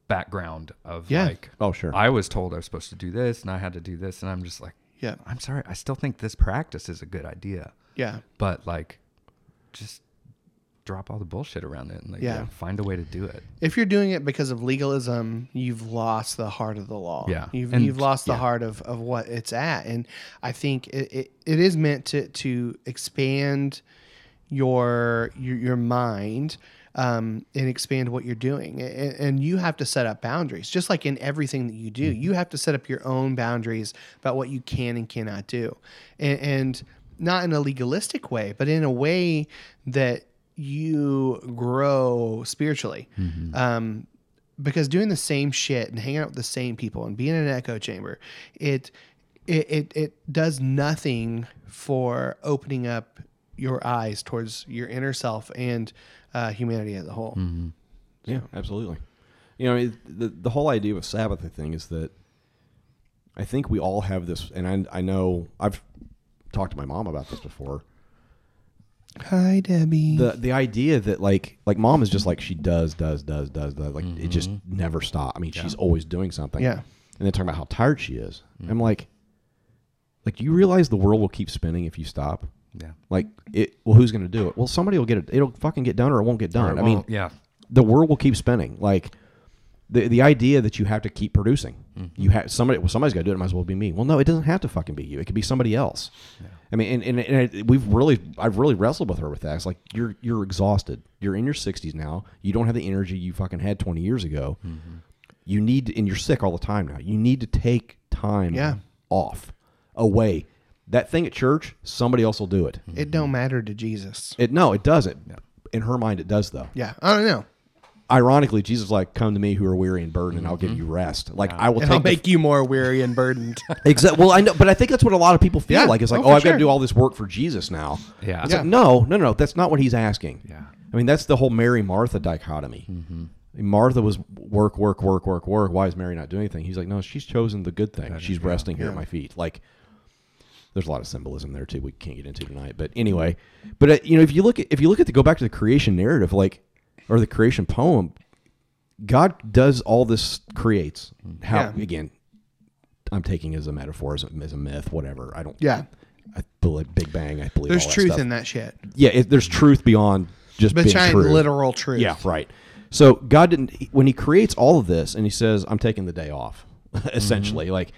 A: background of
C: Yeah.
A: like
B: Oh, sure.
A: I was told I was supposed to do this and I had to do this. And I'm just like,
C: Yeah.
A: I'm sorry. I still think this practice is a good idea.
C: Yeah.
A: But like, just drop all the bullshit around it and like,
C: Yeah.
A: yeah, find a way to do it.
C: If you're doing it because of legalism, you've lost the heart of the law.
A: Yeah.
C: You've,
A: And-
C: you've lost the
A: yeah.
C: heart of, of what it's at. And I think it, it, it is meant to, to expand your, your, your mind um, and expand what you're doing. And, and you have to set up boundaries, just like in everything that you do. You have to set up your own boundaries about what you can and cannot do. And, and not in a legalistic way, but in a way that you grow spiritually. Um, because doing the same shit and hanging out with the same people and being in an echo chamber, it it it, it does nothing for opening up your eyes towards your inner self and uh, humanity as a whole.
B: Mm-hmm. Yeah, absolutely. You know, it, the the whole idea of Sabbath, I think, is that I think we all have this, and I I know I've talked to my mom about this before.
C: Hi, Debbie.
B: The the idea that like like mom is just like she does does does does does like it just never stops. I mean, she's always doing something.
C: Yeah.
B: and then talking about how tired she is. I'm like, like do you realize the world will keep spinning if you stop?
A: Yeah.
B: Like it. Well, who's going to do it? Well, somebody will get it. It'll fucking get done, or it won't get done. I mean,
A: Well, yeah.
B: the world will keep spinning. Like the the idea that you have to keep producing. You have somebody. Well, somebody's got to do it. it. Might as well be me. Well, no, it doesn't have to fucking be you. It could be somebody else. I mean, and, and, and it- we've really, I've really wrestled with her with that. It's like you're you're exhausted. You're in your 60s now. You don't have the energy you fucking had 20 years ago. You need, and you're sick all the time now. You need to take time
C: Yeah.
B: off, away. That thing at church, somebody else will do it.
C: it don't matter to Jesus.
B: It no, it doesn't. In her mind, it does though
C: Yeah, I don't know.
B: ironically, Jesus is like, "Come to me who are weary and burdened, and I'll give you rest." Like I will
C: And
B: take
C: I'll make you more weary and burdened.
B: exactly. Well, I know, but I think that's what a lot of people feel
C: Yeah.
B: like. It's like,
C: Oh,
B: "Oh,
C: for
B: I've got
C: sure.
B: to do all this work for Jesus now."
A: Yeah.
B: It's
A: Yeah.
B: like, no, no, no. That's not what he's asking.
A: Yeah.
B: I mean, that's the whole Mary Martha dichotomy. Martha was work, work, work, work, work. Why is Mary not doing anything? He's like, no, she's chosen the good thing. she's resting here at my feet. Like, there's a lot of symbolism there too. We can't get into tonight, but anyway, but uh, you know, if you look at if you look at the go back to the creation narrative, like or the creation poem, God does all this creates. How
C: Yeah.
B: again? I'm taking as a metaphor, as a, as a myth, whatever. I don't.
C: Yeah.
B: I believe Big Bang. I believe
C: There's
B: all that
C: truth
B: stuff
C: in that shit.
B: yeah, it, there's truth beyond just
C: But
B: being
C: giant
B: true.
C: literal truth.
B: Yeah, right. So God didn't he- when He creates all of this, and He says, "I'm taking the day off," essentially. Like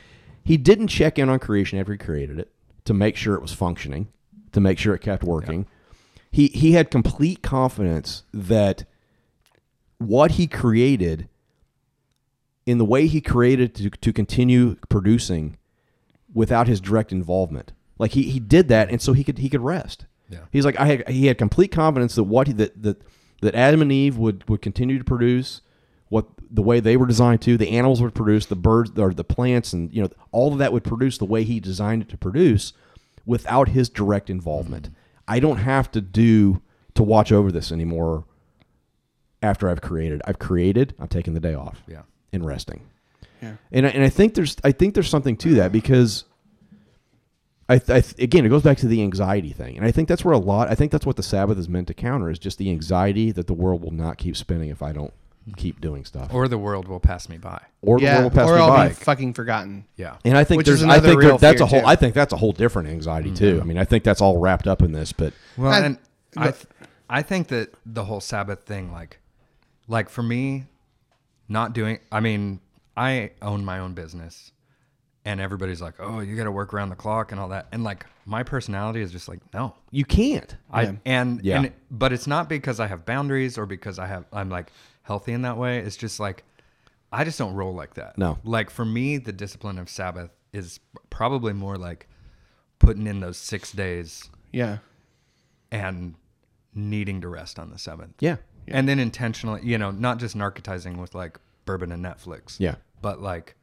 B: He didn't check in on creation after He created it to make sure it was functioning, to make sure it kept working. He He had complete confidence that what He created, in the way He created to to continue producing, without his direct involvement. Like he, he did that, and so he could he could rest.
A: Yeah.
B: He's like I had, he had complete confidence that what he, that that that Adam and Eve would would continue to produce what the way they were designed to. The animals would produce the birds or the plants, and you know all of that would produce the way he designed it to produce without his direct involvement.
A: Mm-hmm.
B: I don't have to do to watch over this anymore. After I've created, I've created. I'm taking the day off.
A: Yeah.
B: and resting. Yeah, and I, and I think there's I think there's something to that because I, th- I th- again, it goes back to the anxiety thing, and I think that's where a lot. I think that's what the Sabbath is meant to counter is just the anxiety that the world will not keep spinning if I don't keep doing stuff, or,
A: Or the world will pass me by.
B: the
C: Yeah.
B: world will pass
C: or
B: me
C: I'll
B: by.
C: be fucking forgotten.
A: Yeah.
B: and I think
C: Which
B: there's,
C: is
B: I
C: another
B: think there-
C: real
B: that's a
C: fear,
B: whole.
C: too. Mm-hmm.
B: I think that's a whole different anxiety too. I mean, I think that's all wrapped up in this, but
A: Well,
C: I-
A: and I, th- I think that the whole Sabbath thing, like, like for me, not doing. I mean, I own my own business, and everybody's like, "Oh, you got to work around the clock and all that." And like my personality is just like, "No."
B: You can't.
A: I and
B: Yeah.
A: and but it's not because I have boundaries or because I have I'm like healthy in that way. It's just like I just don't roll like that.
B: No.
A: Like for me, the discipline of Sabbath is probably more like putting in those 6 days
C: Yeah.
A: and needing to rest on the 7th.
B: Yeah.
A: And then intentionally, you know, not just narcotizing with like bourbon and Netflix.
B: Yeah.
A: But like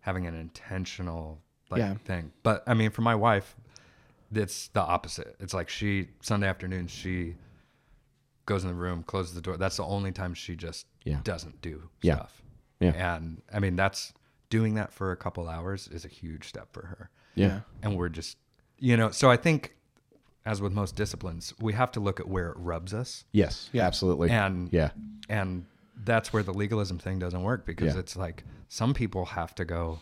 A: having an intentional like
C: Yeah.
A: thing. But I mean, for my wife, it's the opposite. It's like she Sunday afternoon she goes in the room, closes the door. That's the only time she just
B: Yeah.
A: doesn't do
B: Yeah.
A: stuff.
B: Yeah.
A: And I mean, that's doing that for a couple hours is a huge step for her.
B: Yeah.
A: And we're just, you know, so I think as with most disciplines, we have to look at where it rubs us
B: Yes. Yeah. Absolutely.
A: and
B: yeah.
A: and that's where the legalism thing doesn't work because
B: Yeah.
A: it's like some people have to go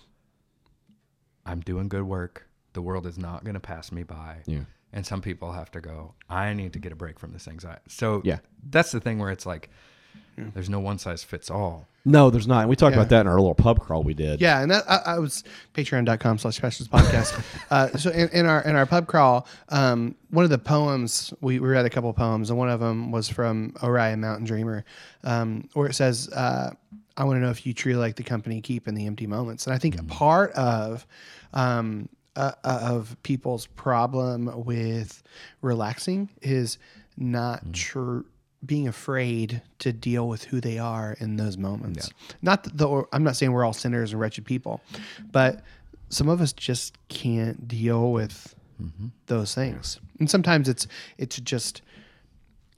A: i'm doing good work the world is not going to pass me by
B: Yeah.
A: and some people have to go i need to get a break from this anxiety so
B: Yeah.
A: that's the thing where it's like there's no one size fits all
B: No, there's not. And we talked
C: Yeah.
B: about that in our little pub crawl we did.
C: Yeah, and that I, I was patreon.com slash specials podcast. uh, so in, in our in our pub crawl, um, one of the poems we, we read a couple of poems, and one of them was from Orion Mountain Dreamer, um, where it says, uh, "I want to know if you truly like the company you keep in the empty moments." And I think part of um, uh, uh, of people's problem with relaxing is not true being afraid to deal with who they are in those moments. Not that the, I'm not saying we're all sinners and wretched people, but some of us just can't deal with those things. And sometimes it's it's just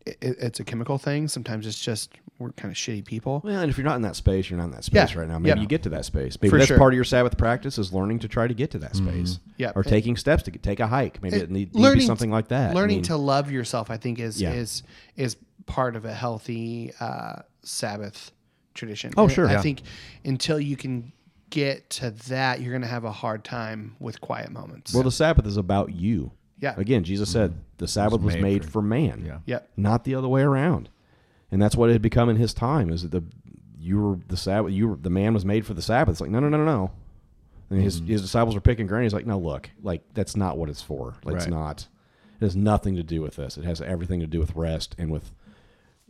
C: it, it's a chemical thing. Sometimes it's just we're kind of shitty people.
B: Well, and if you're not in that space, you're not in that space
C: Yeah.
B: right now. Maybe
C: Yeah.
B: you get to that space. Maybe
C: For
B: that's
C: sure.
B: part of your Sabbath practice is learning to try to get to that space.
C: Yeah.
B: Or
C: And-
B: taking steps to get, take a hike. Maybe it need, need to be something like that. I
C: Learning
B: mean,
C: to love yourself, I think, is
B: Yeah.
C: is is part of a healthy uh, Sabbath tradition.
B: Oh,
C: And
B: sure,
C: I
B: yeah.
C: think until you can get to that, you're going to have a hard time with quiet moments.
B: Well, the Sabbath is about you.
C: Yeah.
B: Again, Jesus said
A: Mm-hmm.
B: the Sabbath was made,
A: made
B: for,
A: for-
B: man.
A: Yeah.
C: Yep.
B: Not the other way around. And that's what it had become in his time is that the you were the Sabbath you were the man was made for the Sabbath. It's like, no no no no no. And his
A: Mm-hmm.
B: his disciples were picking grain. He's like, no, look, like that's not what it's for. Like it's
A: Right.
B: not it has nothing to do with this. It has everything to do with rest and with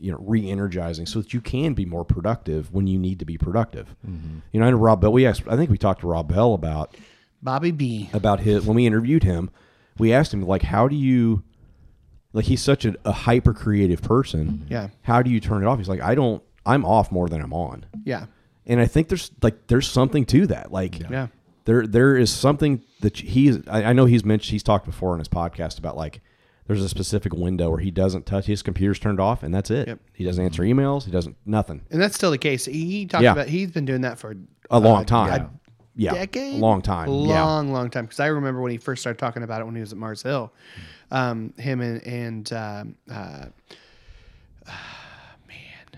B: you know, re-energizing so that you can be more productive when you need to be productive.
A: Mm-hmm.
B: You know, I know Rob Bell. We asked, I think we talked to Rob Bell about
C: Bobby B.
B: about his when we interviewed him we asked him like how do you like he's such a, a hyper creative person
C: Mm-hmm. Yeah.
B: how do you turn it off he's like i don't i'm off more than i'm on
C: Yeah.
B: and i think there's like there's something to that like
C: Yeah.
B: there there is something that he's i, I know he's mentioned he's talked before on his podcast about like there's a specific window where he doesn't touch his computer's turned off and that's it
C: Yep.
B: he doesn't answer emails he doesn't nothing
C: And that's still the case. He talked
B: Yeah.
C: about he's been doing that for
B: a long
C: uh,
B: time yeah,
C: decade,
B: a long time yeah
C: long, long time. Because I remember when he first started talking about it when he was at Mars Hill,
B: Hmm.
C: um, him and and um, uh,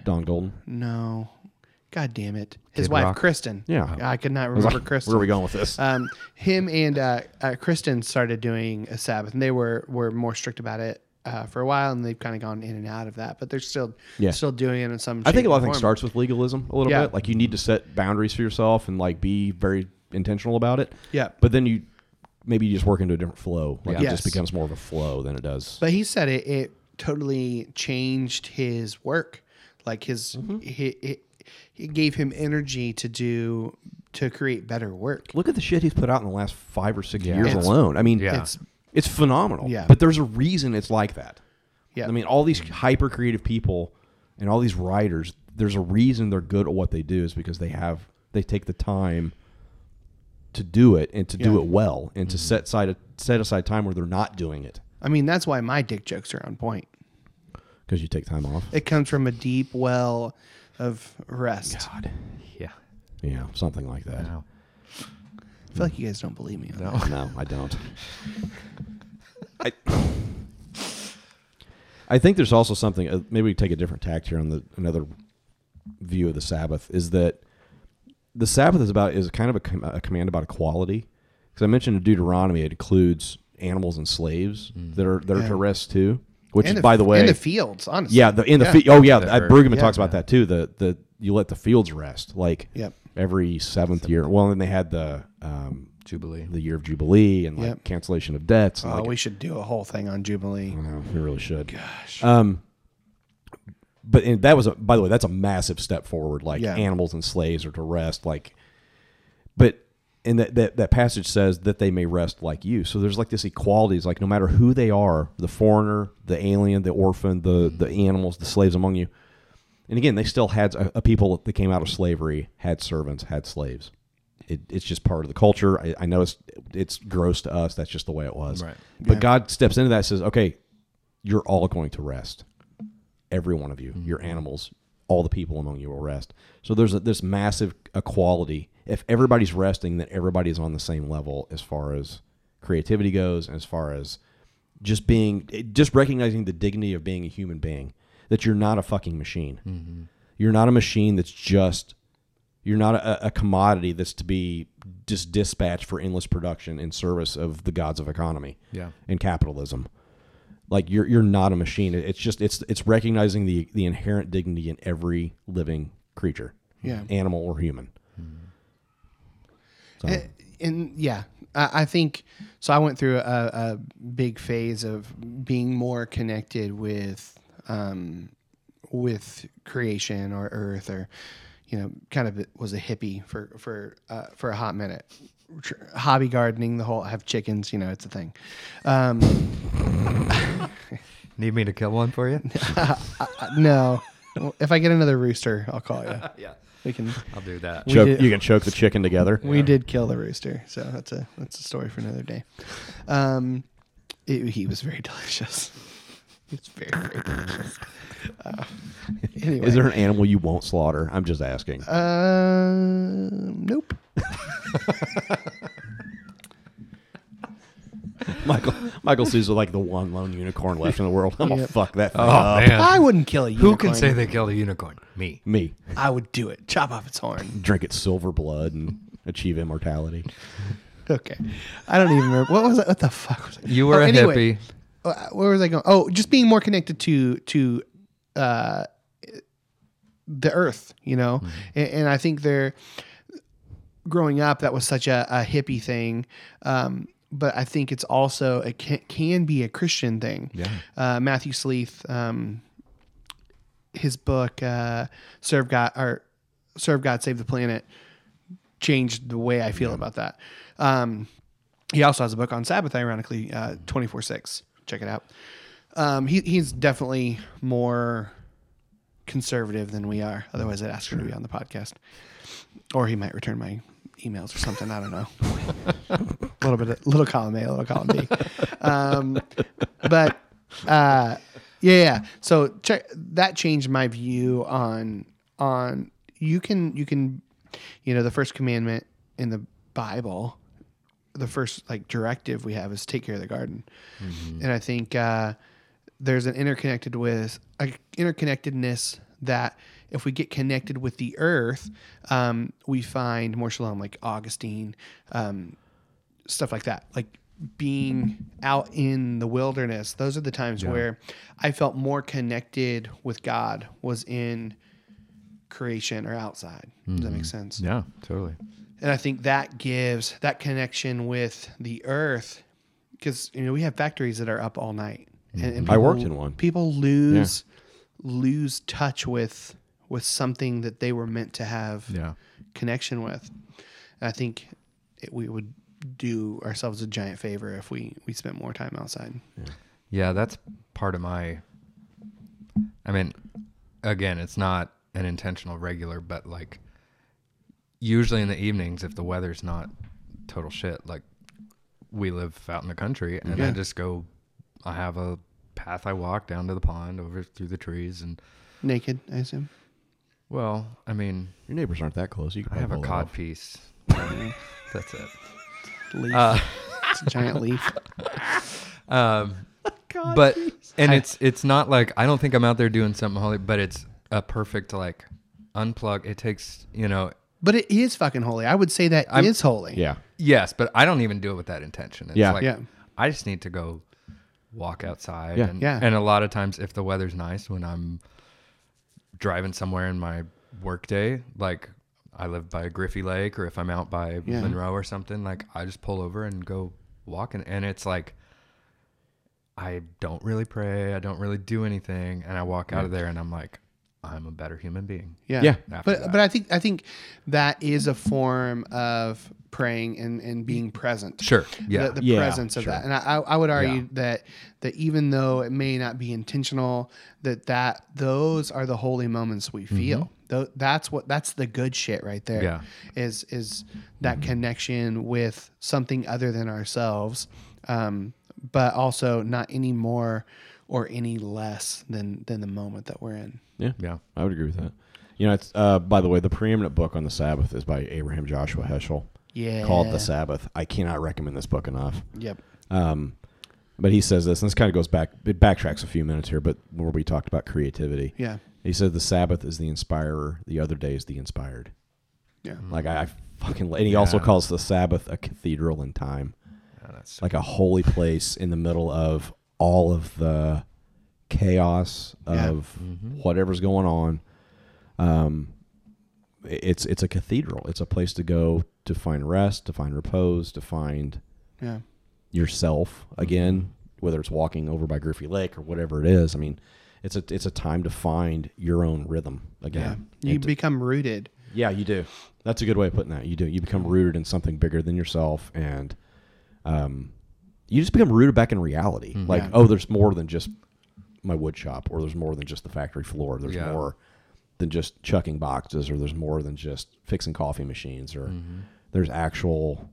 B: don golden
C: No. God damn it. His
A: Kid
C: wife,
A: Rock?
C: Kristen.
B: Yeah.
C: I could not
B: I was
C: remember
B: like,
C: Kristen.
B: where are we going with this
C: Um, him and uh, uh, Kristen started doing a Sabbath, and they were, were more strict about it uh, for a while, and they've kind of gone in and out of that, but they're still
B: Yeah.
C: still doing it in some.
B: I think
C: shape
B: a lot of
C: or
B: things
C: form.
B: starts with legalism a little
C: Yeah.
B: bit. Like you need to set boundaries for yourself and like be very intentional about it.
C: Yeah.
B: But then you maybe you just work into a different flow. Like it
C: Yeah.
B: just
C: Yes.
B: becomes more of a flow than it does.
C: But he said it it totally changed his work, like his
B: Mm-hmm.
C: he, it, it gave him energy to do to create better work.
B: Look at the shit he's put out in the last five or six years
C: It's-
B: alone. I mean,
A: Yeah.
B: it's it's phenomenal.
C: Yeah.
B: But there's a reason it's like that.
C: Yeah.
B: I mean, all these hyper creative people and all these writers, there's a reason they're good at what they do is because they have they take the time to do it and to do
C: Yeah.
B: it well and to set aside set aside time where they're not doing it
C: I mean, that's why my dick jokes are on point.
B: because you take time off.
C: It comes from a deep well of rest.
B: God.
A: yeah
B: Yeah, something like that.
A: no.
C: I feel like you guys don't believe me. On that.
B: No, I don't. I, I think there's also something. Uh, maybe we take a different tact here on the another view of the Sabbath is that the Sabbath is about is kind of a, com- a command about equality because I mentioned in Deuteronomy it includes animals and slaves that are that are to
C: Yeah.
B: rest too. Which,
C: And
B: is, by the way,
C: and the fields, honestly.
B: Yeah, the in the fe- oh yeah,
A: The
B: I,
A: herd.
B: Brueggemann
C: Yeah.
B: talks about that too. The the you let the fields rest like
C: Yep.
B: every seventh year. Well, then they had the um,
A: Jubilee.
B: the year of jubilee and like
C: Yep.
B: cancellation of debts. And,
C: Oh,
B: like,
C: we should do a whole thing on Jubilee.
B: I don't know, we really should. Um, but and that was a, by the way, that's a massive step forward. Like
C: Yeah.
B: animals and slaves are to rest. Like, but and that, that that passage says that they may rest like you. So there's like this equality. It's like no matter who they are, the foreigner, the alien, the orphan, the the animals, the slaves among you. And again, they still had a, a people that came out of slavery had servants, had slaves. It, it's just part of the culture. I, I know it's it's gross to us. That's just the way it was.
A: Right.
B: But God steps into that and says, "Okay, you're all going to rest. Every one of you, your animals, all the people among you will rest. So there's a, this massive equality. If everybody's resting, then everybody's on the same level as far as creativity goes, and as far as just being, just recognizing the dignity of being a human being. That you're not a fucking machine. You're not a machine that's just. You're not a, a commodity that's to be just dispatched for endless production in service of the gods of economy
A: Yeah.
B: and capitalism like you're you're not a machine. It- It's just it's it's recognizing the the inherent dignity in every living creature,
C: Yeah.
B: animal or human. So,
C: And, and yeah, I, I think so. I went through a, a big phase of being more connected with, um, with creation or Earth, or you know, kind of was a hippie for for uh, for a hot minute. Tr- Hobby gardening, the whole I have chickens, you know, it's a thing. Um,
A: Need me to kill one for you?
C: uh, no, if I get another rooster, I'll call you. yeah, we can.
A: I'll do that.
C: we
B: choke,
C: did-
B: you can choke the chicken together.
C: We did kill the rooster, so that's a that's a story for another day. Um, it- he was very delicious. It's very very delicious. Uh, anyway,
B: Is there an animal you won't slaughter? I'm just asking.
C: Uh, nope.
B: Michael Michael sees like the one lone unicorn left in the world. I'm gonna
C: Yep.
B: fuck that thing
A: Oh,
B: up.
A: man.
C: I wouldn't kill a unicorn.
A: Who can say they killed a unicorn? Me.
B: Me
C: I would do it. Chop off its horn.
B: drink its silver blood and achieve immortality.
C: Okay. I don't even remember what was that. What the fuck was it?
A: You were
C: Oh,
A: a
C: anyway.
A: hippie.
C: Uh, where was I going? Oh, just being more connected to to uh, the earth, you know. And, and I think they're growing up. That was such a, a hippie thing, um, but I think it's also it can, can be a Christian thing. Yeah. Uh, Matthew Sleeth, um, his book uh, "Serve God" or "Serve God, Save the Planet." changed the way I feel about that. Um, he also has a book on Sabbath, ironically, twenty four six. Check it out. Um, he, he's definitely more conservative than we are. Otherwise, I'd ask her to be on the podcast, or he might return my emails or something. I don't know. a little bit, of, little column A, little column B. Um, but uh, yeah, yeah. So check, that changed my view on on you can you can you know the first commandment in the Bible the first like directive we have is take care of the garden, and I think uh, there's an interconnected with a interconnectedness that if we get connected with the earth, um, we find more shalom, like Augustine, um, stuff like that. Like being out in the wilderness, those are the times where I felt more connected with God was in creation or outside. Does that make sense?
A: Yeah, totally.
C: And I think that gives that connection with the earth because you know we have factories that are up all night. And, and
B: I worked in one.
C: People lose lose touch with with something that they were meant to have
A: Yeah.
C: connection with. And I think it, we would do ourselves a giant favor if we we spent more time outside.
A: Yeah, that's part of my. I mean, again, it's not an intentional regular, but like usually in the evenings, if the weather's not total shit, like we live out in the country and I
C: Yeah.
A: just go, I have a path I walk down to the pond over through the trees. And
C: Naked, I assume.
A: well, I mean,
B: Your neighbors aren't that close. You can
A: I have a
B: pull it
A: cod
B: off.
A: piece. that's it.
C: Leaf.
B: Uh.
C: it's a giant leaf.
A: but and it's it's not like I don't think I'm out there doing something holy, but it's a perfect like unplug. It takes you know
C: But it is fucking holy. I would say that is
A: I'm-
C: holy.
B: Yeah,
A: yes, but I don't even do it with that intention. It's
B: Yeah.
A: like
C: Yeah.
A: I just need to go walk outside.
B: Yeah.
A: And,
C: Yeah.
A: and a lot of times if the weather's nice when I'm driving somewhere in my work day, like I live by Griffey Lake or if I'm out by
C: Yeah.
A: Monroe or something, like I just pull over and go walk and, and it's like I don't really pray, I don't really do anything, and I walk out of there and I'm like, I'm a better human being.
C: Yeah.
B: Yeah.
A: After
C: But
A: that.
C: but I think I think that is a form of praying and, and being present.
A: Sure. Yeah.
C: The, the
B: Yeah,
C: presence of
B: sure.
C: that. And I, I would argue
A: Yeah.
C: that that even though it may not be intentional, that that those are the holy moments we feel. Tho- that's what that's the good shit right there.
A: Mm-hmm. Yeah. Mm-hmm.
C: Is is that connection with something other than ourselves. Um, but also not any more or any less than than the moment that we're in.
B: Yeah.
A: Yeah.
B: I would agree with that. You know, it's uh, by the way, the preeminent book on the Sabbath is by Abraham Joshua Heschel.
C: Yeah.
B: Called The Sabbath. I cannot recommend this book enough.
C: Yep.
B: Um, but he says this, and this kind of goes back, it backtracks a few minutes here, but where we talked about creativity.
C: Yeah.
B: He says the Sabbath is the inspirer, the other day is the inspired.
C: Yeah.
B: Like, I, I fucking, and he also calls the Sabbath a cathedral in time, like a holy place in the middle of all of the chaos
C: Yeah. Mm-hmm.
B: of whatever's going on. Um, i- it's it's a cathedral. It's a place to go to find rest, to find repose, to find
C: Yeah.
B: yourself again, whether it's walking over by Griffey Lake or whatever it is. I mean, it's a it's a time to find your own rhythm
C: Yeah.
B: again.
C: You
B: And to-
C: become rooted.
B: yeah, you do. That's a good way of putting that. You do. You become rooted in something bigger than yourself, and um, you just become rooted back in reality. Like,
C: Mm-hmm. Yeah.
B: oh, there's more than just my wood shop, or there's more than just the factory floor. There's
A: Yeah.
B: more than just chucking boxes, or there's more than just fixing coffee machines, or
C: Mm-hmm.
B: there's actual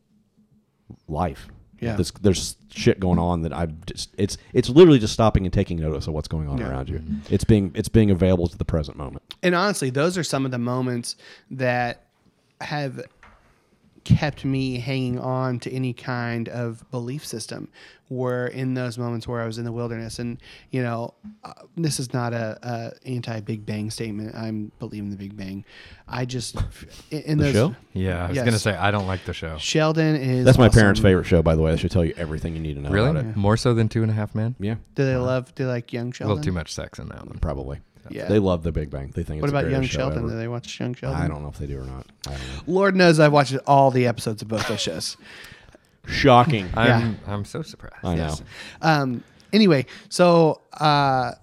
B: life.
C: Yeah.
B: There's, there's shit going on that I'm just it's it's literally just stopping and taking notice of what's going on
C: Yeah. Mm-hmm.
B: around you. It's being it's being available to the present moment.
C: And honestly, those are some of the moments that have kept me hanging on to any kind of belief system were in those moments where I was in the wilderness. And, you know, uh, this is not a, a anti Big Bang statement. I'm believing the Big Bang. I just, in, in those.
B: show?
A: yeah, I was
C: Yes.
A: gonna say I don't like the show.
C: Sheldon is.
B: That's my
C: awesome.
B: parents' favorite show, by the way. That should tell you everything you need to know
A: Really?
B: about it.
A: More so than two and a half man?
B: Yeah,
C: Do they love, do they like young
A: A
C: Sheldon?
A: little too much sex in that one.
B: probably.
C: Yeah.
B: They love The Big Bang. They think.
C: What
B: it's the
C: about Young
B: greatest show
C: Sheldon?
B: ever.
C: Do they watch Young Sheldon?
B: I don't know if they do or not. I don't know.
C: Lord knows I've watched all the episodes of both those shows.
B: Shocking. I,
A: I'm I'm so surprised.
B: know.
C: Um, anyway, so uh,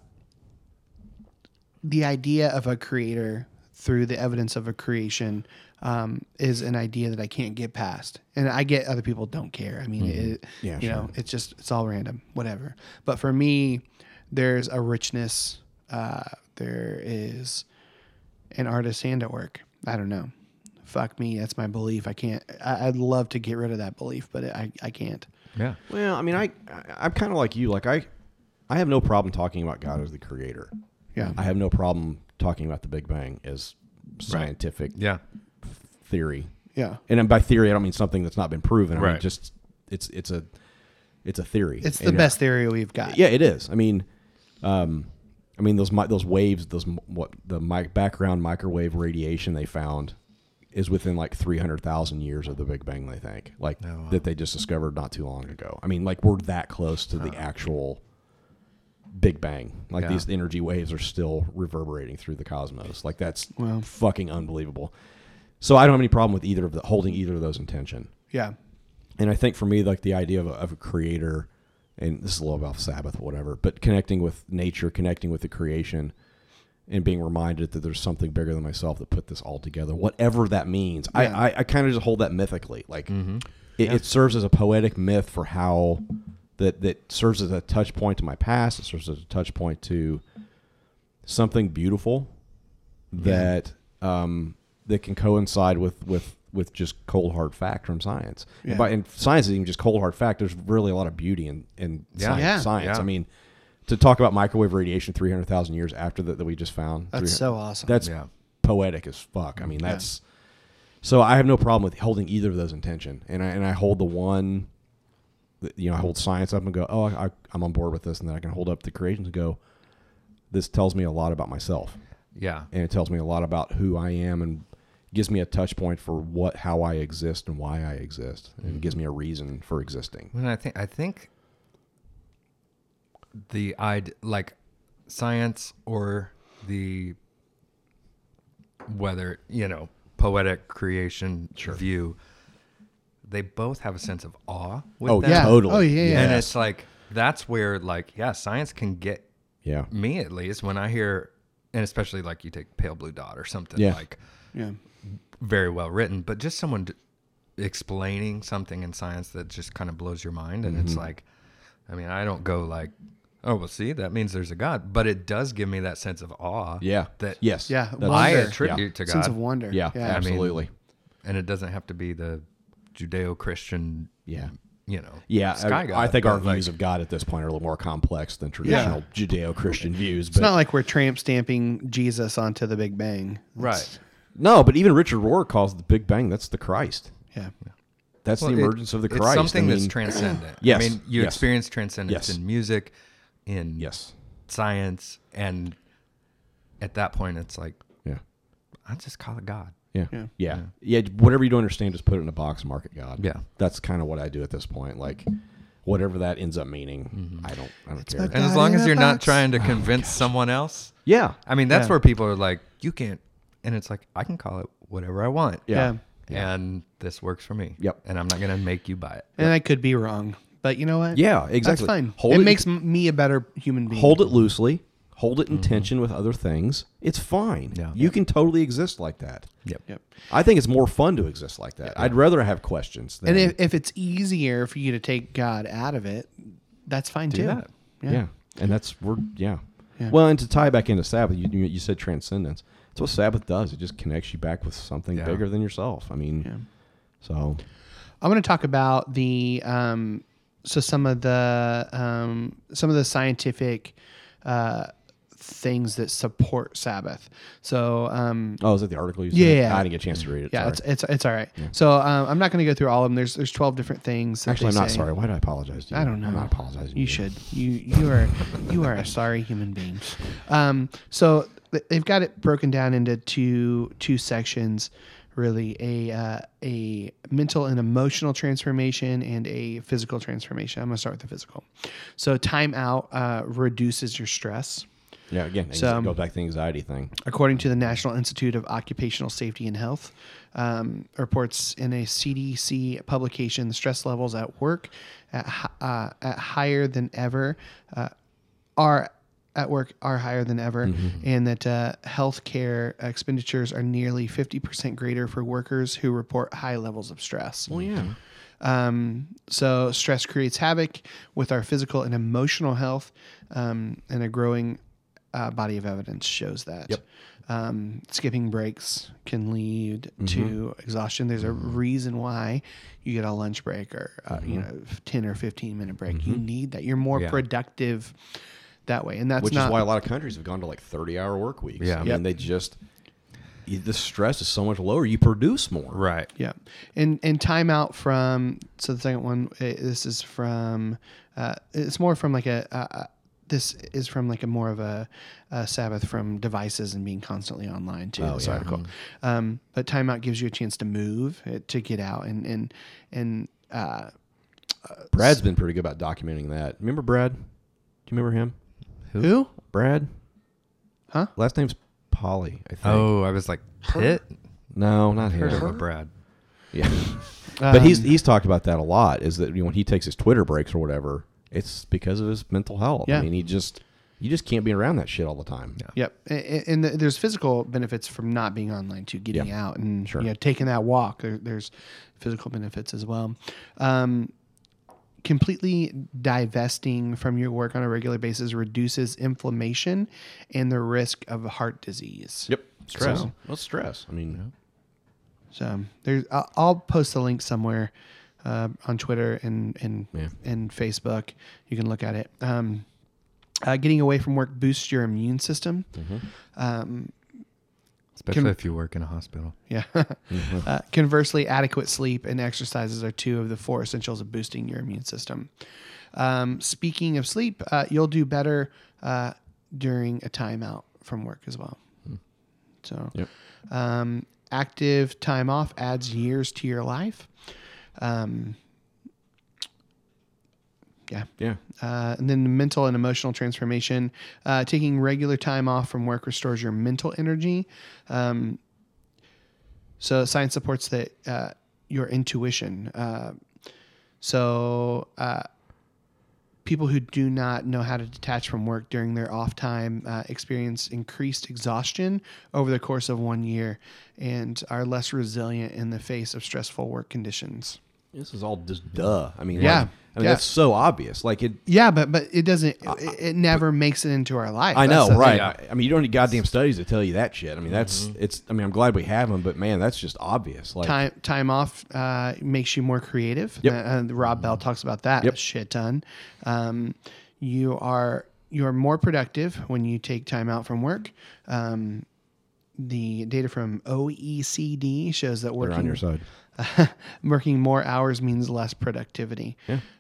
C: the idea of a creator through the evidence of a creation um, is an idea that I can't get past, and I get other people don't care. I mean, it,
B: Mm-hmm. Yeah,
C: you
B: sure.
C: know, it's just it's all random, whatever. But for me, there's a richness. Uh, there is an artist hand at work. I don't know. Fuck me, that's my belief. I can't. I, I'd love to get rid of that belief, but I I can't.
A: Yeah.
B: Well, I mean, I, I I'm kind of like you. Like I, I have no problem talking about God as the creator.
C: Yeah.
B: I have no problem talking about the Big Bang as scientific
A: Yeah.
B: theory.
C: Yeah.
B: And then by theory, I don't mean something that's not been proven. I mean
A: Right.
B: just it's it's a it's a theory.
C: It's the
B: And-
C: best theory we've got.
B: Yeah, it is. I mean, um, I mean those mi- those waves, those m- what the mic background microwave radiation they found is within like three hundred thousand years of the Big Bang. They think like that they just discovered not too long ago. I mean, like we're that close to the actual Big Bang. Like
A: Yeah.
B: these energy waves are still reverberating through the cosmos. Like that's fucking unbelievable. So I don't have any problem with either of the holding either of those intention
C: Yeah.
B: and I think for me, like the idea of a, of a creator, and this is a little about Sabbath, whatever, but connecting with nature, connecting with the creation, and being reminded that there's something bigger than myself that put this all together, whatever that means. I, I, I kind of just hold that mythically. Like
C: Mm-hmm.
B: it, it serves as a poetic myth for how that that serves as a touch point to my past. It serves as a touch point to something beautiful that um, that can coincide with with with just cold hard fact from science.
C: Yeah.
B: And, by, and science isn't even just cold hard fact. There's really a lot of beauty in in
A: Yeah.
B: science.
C: Yeah.
B: science.
A: Yeah.
B: I mean, to talk about microwave radiation 300,000 years after that that we just found. 300
C: That's so awesome.
B: That's
A: Yeah.
B: poetic as fuck. I mean, that's so I have no problem with holding either of those intention, and I and I hold the one, that, you know, I hold science up and go, oh, I, I, I'm on board with this, and then I can hold up the creations and go, this tells me a lot about myself,
A: Yeah.
B: and it tells me a lot about who I am, and gives me a touch point for what how I exist and why I exist,
A: Mm-hmm.
B: and gives me a reason for existing.
A: Well, I think I think the I'd like science or the whether you know poetic creation view, they both have a sense of awe. With
B: Oh,
A: that.
B: yeah. Totally. Oh, yeah, yeah.
A: And
B: Yes.
A: it's like that's where like yeah, science can get
B: Yeah.
A: me at least when I hear and especially like you take Pale Blue Dot or something
B: Yeah.
A: like
K: Yeah.
A: very well written, but just someone d- explaining something in science that just kind of blows your mind. And
B: Mm-hmm.
A: it's
K: Mhm.
A: like, I mean, I don't go like, oh, well, see, that means there's a God, but it does give me that sense of awe.
B: Yeah.
A: That
B: Yes. Yeah,
A: That I
B: wonder.
A: attribute to
B: Yeah.
A: God.
B: Sense of wonder. Yeah, Yeah.
A: I mean,
B: absolutely.
A: and it doesn't have to be the Judeo-Christian.
B: Yeah.
A: You know.
B: Yeah,
A: Sky
B: I,
A: God,
B: I think our
A: but, like,
B: views of God at this point are a little more complex than traditional Judeo-Christian views.
C: It's
B: But
C: not like we're tramp stamping Jesus onto the Big Bang. It's-
B: No, but even Richard Rohr calls the Big Bang that's the Christ.
C: Yeah.
B: That's
A: Well,
B: the
A: it-
B: emergence of the
A: it's
B: Christ. I
A: something that's
B: mean-
A: transcendent.
B: Yes.
A: I mean, you
B: yes.
A: experience transcendence
B: Yes.
A: in music, in
B: yes.
A: science, and at that point, it's like,
B: Yeah.
A: I just call it God.
B: Yeah.
A: Yeah.
B: yeah. Yeah. Whatever you don't understand, just put it in a box, mark it God. Yeah. That's kind of what I do at this point. Like, whatever that ends up meaning, I don't, I don't care.
A: And as long as you're not trying to convince someone else,
B: Yeah.
A: I mean, that's
B: Oh, Yeah.
A: where people are like, you can't, and it's like, I can call it whatever I want.
C: Yeah.
A: And this works for me. Yep. And I'm not going to make you buy it.
C: And I could be wrong, but you know what?
A: Yeah,
C: That's
B: exactly.
C: fine.
B: Hold
C: it,
B: it-
C: makes m- me a better human being.
B: hold it loosely, hold it in
C: Mm-hmm.
B: tension with other things. It's fine. You can totally exist like that.
A: Yep.
C: Yep.
B: I think it's more fun to exist like that. I'd rather have questions than
C: And if, if it's easier for you to take God out of it, that's fine
B: do
C: too.
B: that.
C: Yeah.
B: Yeah. And that's we're yeah.
C: Yeah.
B: Well, and to tie back into Sabbath, you, you you said transcendence. That's what Sabbath does. It just connects you back with something
C: Yeah.
B: bigger than yourself. I mean, so
C: I want to talk about the um, so some of the um, some of the scientific uh, things that support Sabbath. So um,
B: oh, is that the article you? said?
C: Yeah, yeah.
B: I didn't get a chance to read it.
C: yeah,
B: sorry.
C: it's, it's it's all right. So um, I'm not going to go through all of them. There's there's 12 different things. that
B: actually I'm
C: they
B: not
C: say.
B: sorry. Why do I apologize? To you?
C: I don't know.
B: I'm not apologizing. to
C: You should. You you are you are a sorry human being. Um, so th- they've got it broken down into two two sections, really a uh, a mental and emotional transformation and a physical transformation. I'm gonna start with the physical. So time out uh, reduces your stress.
B: Yeah, again,
C: So- um,
B: so, go back to the anxiety thing.
C: According to the National Institute of Occupational Safety and Health, um, reports in a CDC publication, the stress levels at work at, hi- uh, at higher than ever uh, are at work are higher than ever,
B: Mm-hmm.
C: and that uh, healthcare expenditures are nearly fifty percent greater for workers who report high levels of stress.
B: Well, yeah.
C: Um, so stress creates havoc with our physical and emotional health, um, and a growing uh, body of evidence shows that. Um, skipping breaks can lead
B: Mm-hmm.
C: to exhaustion. There's a reason why you get a lunch break or uh, you know ten or fifteen minute break. You need that. You're more
B: Mm-hmm. Yeah.
C: productive that way, and that's
B: Which
C: not
B: is why a lot of countries have gone to like 30 hour work weeks.
C: Yeah.
B: I
C: Yep.
B: mean, they just, y- the stress is so much lower. You produce more.
A: Right.
C: Yeah, and and time out from so the second one. eh, This is from uh, it's more from like a. Uh, uh, this is from like a more of a, a Sabbath from devices and being constantly online too.
B: Oh,
C: this
B: yeah.
C: article, um, but timeout gives you a chance to move, eh, to get out, and and and uh,
B: Brad's been pretty good about documenting that. Remember Brad? Do you remember him?
A: Who?
B: Brad.
C: Huh?
B: Last name's Polly, I think.
A: Oh, I was like, Pitt?
B: No, not
A: Heard
B: him.
A: of a Brad.
B: Yeah. but he's
C: Um,
B: he's talked about that a lot is that you know, when he takes his Twitter breaks or whatever, it's because of his mental health.
C: Yeah.
B: I mean, he just, you just can't be around that shit all the time. Yeah.
C: Yep, A- a- and, th there's physical benefits from not being online too, getting
B: Yeah.
C: out and
B: Sure.
C: you know taking that walk. There, there's physical benefits as well. Um, completely divesting from your work on a regular basis reduces inflammation and the risk of heart disease.
B: Yep. Stress.
C: So,
B: What's stress? I mean,
C: so there's, I'll, I'll post the link somewhere uh, on Twitter and and
B: Yeah.
C: and Facebook. You can look at it. Um, uh, getting away from work boosts your immune system. Um,
A: Especially
C: Can-
A: if you work in a hospital.
C: Yeah.
B: Mm-hmm.
C: uh, conversely, adequate sleep and exercises are two of the four essentials of boosting your immune system. Um, speaking of sleep, uh, you'll do better uh, during a timeout from work as well. So,
B: Hmm. Yep.
C: um, active time off adds years to your life. Um, yeah.
B: Yeah.
C: Uh, and then the mental and emotional transformation. Uh, taking regular time off from work restores your mental energy. Um, So science supports that uh, your intuition. Uh, so uh, people who do not know how to detach from work during their off time uh, experience increased exhaustion over the course of one year and are less resilient in the face of stressful work conditions.
B: This is all just duh. I mean,
C: Yeah.
B: like- I mean
C: Yeah.
B: that's so obvious. Like it.
C: Yeah, but but it doesn't. it, it never makes it into our life.
B: I
C: That's
B: know,
C: the
B: right?
C: thing.
B: I, I mean, you don't need goddamn studies to tell you that shit. I mean, that's it's. I mean, I'm glad we have them, but man, that's just obvious. Like,
C: Time time off uh, makes you more creative.
B: Yep.
C: Uh, Rob Bell talks about that
B: Yep.
C: a shit ton. Um, you are you are more productive when you take time out from work. Um, the data from OECD shows that
B: they're
C: working
B: on your side.
C: working more hours means less productivity.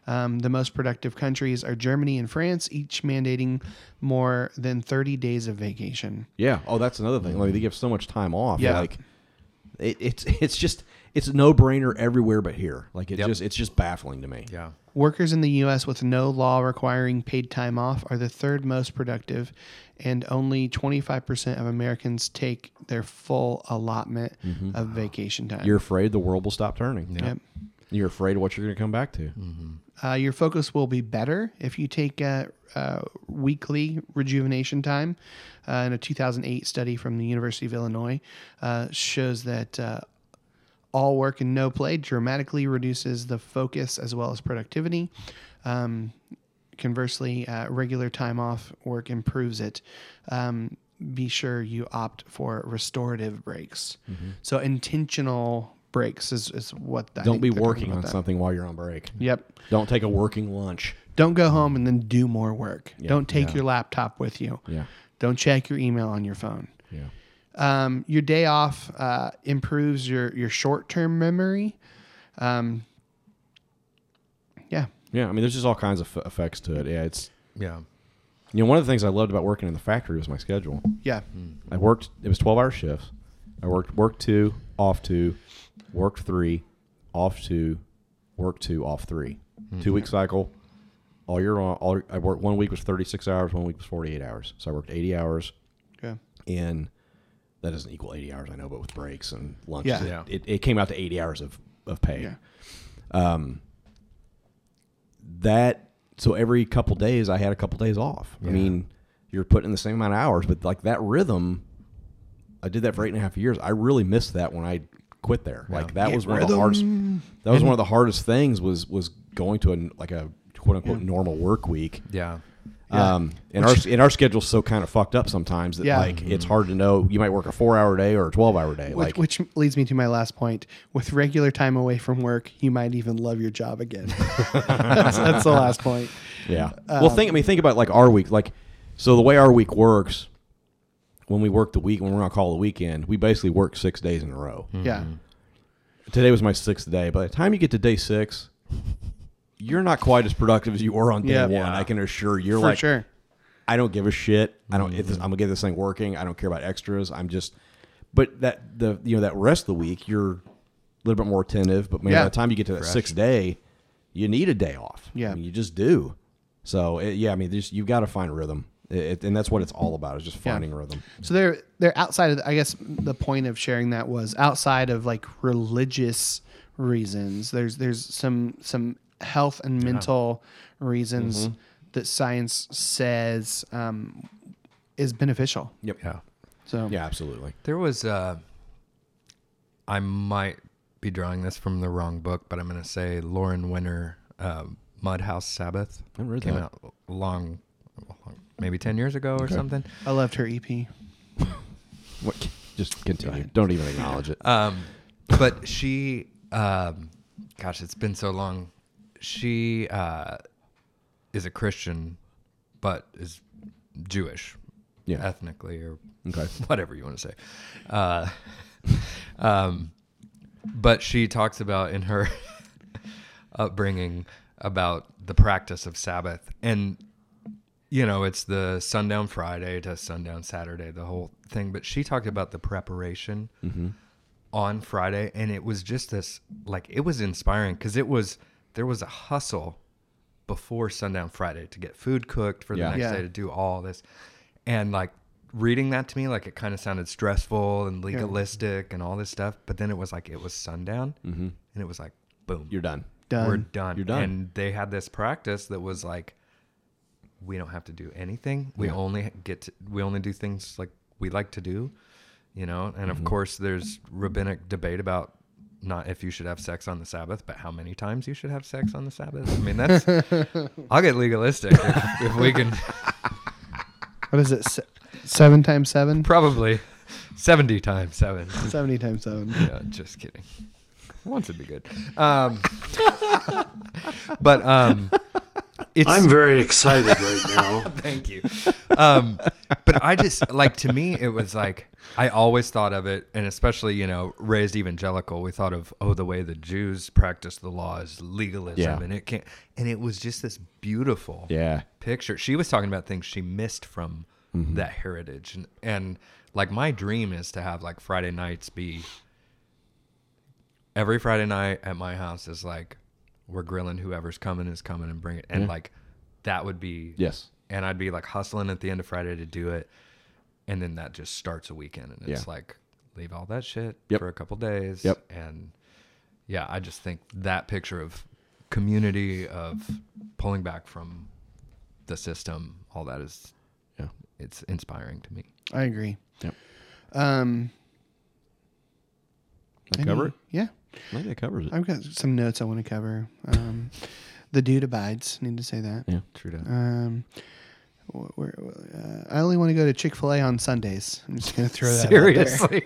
C: Um, the most productive countries are Germany and France, each mandating more than 30 days of vacation.
B: Yeah. Oh, that's another thing. Like they give so much time off.
C: Yeah.
B: Like it, it's it's just it's a no brainer everywhere but here. Like it
A: Yep.
B: just it's just baffling to me.
A: Yeah.
C: Workers in the U.S. with no law requiring paid time off are the third most productive, and only 25% of Americans take their full allotment of vacation time.
B: You're afraid the world will stop turning.
C: Yep.
B: You're afraid of what you're going to come back to.
C: Uh, your focus will be better if you take uh, uh, weekly rejuvenation time. Uh, and a 2008 study from the University of Illinois uh, shows that uh, all work and no play dramatically reduces the focus as well as productivity. Um, conversely, uh, regular time off work improves it. Um, be sure you opt for restorative breaks.
B: Mm-hmm.
C: So intentional breaks is, is what that.
B: Don't be working on something while you're on break.
C: Yep.
B: Don't take a working lunch.
C: Don't go home and then do more work. Don't take your laptop with you.
B: Yeah.
C: Don't check your email on your phone.
B: Yeah.
C: Um, your day off uh, improves your your short term memory. Um, yeah.
B: Yeah. I mean, there's just all kinds of f- effects to it. Yeah. It's
A: Yeah.
B: you know one of the things I loved about working in the factory was my schedule.
C: Yeah.
B: I worked. It was twelve hour shifts. I worked worked two, off two, worked three, off two, worked two, off 3
C: Mm-hmm.
B: Two week cycle. All year long. All I worked one week was thirty six hours. One week was forty eight hours. So I worked eighty hours
C: Okay.
B: in. That doesn't equal eighty hours. I know, but with breaks and lunches,
C: Yeah.
B: it-
A: Yeah.
B: It, it came out to eighty hours of of pay.
C: Yeah.
B: Um. That so every couple days I had a couple days off. I mean, you're putting in the same amount of hours, but like that rhythm I did that for eight and a half years. I really missed that when I quit there. Like that was one of the hardest. That was one of the hardest things was was going to a like a quote unquote normal work week.
A: Yeah.
B: Um, and our and our schedule's so kind of fucked up sometimes that
C: Yeah.
B: like it's hard to know. You might work a four hour day or a twelve hour day.
C: Which,
B: like
C: which leads me to my last point. With regular time away from work, you might even love your job again. that's, that's the last point.
B: Yeah.
C: Um,
B: well, think. I mean, think about like our week. Like, so the way our week works, when we work the week, when we're on call the weekend, we basically work six days in a row.
C: Yeah.
B: Today was my sixth day. By the time you get to day six, you're not quite as productive as you were on day
C: Yeah.
B: one.
C: Yeah.
B: I can assure you. You're
C: For
B: like,
C: sure.
B: I don't give a shit. I don't. If this, I'm gonna get this thing working. I don't care about extras. I'm just. But that the you know that rest of the week you're a little bit more attentive. But man,
C: Yeah.
B: by the time you get to that sixth day, you need a day off.
C: Yeah.
B: I mean, you just do. So it, yeah, I mean, there's you've got to find rhythm, it, and that's what it's all about. Is just finding rhythm.
C: So they're they're outside of. The, I guess the point of sharing that was outside of like religious reasons. There's there's some some health and mental reasons
B: Mm-hmm.
C: that science says um, is beneficial.
B: Yep.
A: Yeah.
C: So
B: Yeah, absolutely.
A: There was uh I might be drawing this from the wrong book, but I'm gonna say Lauren Winter, uh, Mudhouse Sabbath
B: Never heard
A: came
B: that.
A: out long, long- maybe ten years ago or something.
C: I loved her E EP.
B: What, just continue. Uh, Don't even acknowledge it.
A: Um, but she, um, gosh, it's been so long. She uh, is a Christian, but is Jewish,
B: Yeah.
A: ethnically or
B: Okay.
A: whatever you want to say. Uh, um, but she talks about in her upbringing about the practice of Sabbath and you know, it's the sundown Friday to sundown Saturday, the whole thing. But she talked about the preparation on Friday, and it was just this like it was inspiring because it was there was a hustle before sundown Friday to get food cooked for the
B: Yeah.
A: next
C: Yeah.
A: day to do all this, and like reading that to me, like it kind of sounded stressful and legalistic and all this stuff. But then it was like it was sundown, and it was like boom,
B: Mm-hmm. You're done.
C: Done.
A: we're done.
B: You're done.
A: And they had this practice that was like, we don't have to do anything. We only get to, we only do things like we like to do, you know. And
B: Mm-hmm.
A: of course, there's rabbinic debate about not if you should have sex on the Sabbath, but how many times you should have sex on the Sabbath. I mean, that's I'll get legalistic if, if we can
C: What is it? Se- seven times seven?
A: probably seventy times seven.
C: Seventy times seven.
A: Yeah, just kidding. Once would be good. Um, but um, it's
K: I'm very excited right now.
A: Thank you. Um, but I just like to me, it was like I always thought of it, and especially you know, raised evangelical, we thought of oh, the way the Jews practice the law is legalism,
B: Yeah.
A: and it can't. And it was just this beautiful
B: Yeah.
A: picture. She was talking about things she missed from that heritage, and and like my dream is to have like Friday nights be every Friday night at my house is like we're grilling whoever's coming is coming and bring it, and like that would be
B: Yes.
A: and I'd be like hustling at the end of Friday to do it, and then that just starts a weekend, and it's
B: Yeah.
A: like leave all that shit
B: Yep.
A: for a couple days,
B: Yep.
A: and yeah, I just think that picture of community of pulling back from the system, all that is,
B: Yeah.
A: it's inspiring to me.
C: I agree.
B: Yep.
C: Um,
B: That cover it?
C: yeah.
B: I think that covers it.
C: I've got some notes I want to cover. Um, the dude abides. Need to say that.
B: yeah.
A: True that.
C: Um, wh- where, uh, I only want to go to Chick Fil A on Sundays. I'm just gonna throw that. out there.
A: Seriously,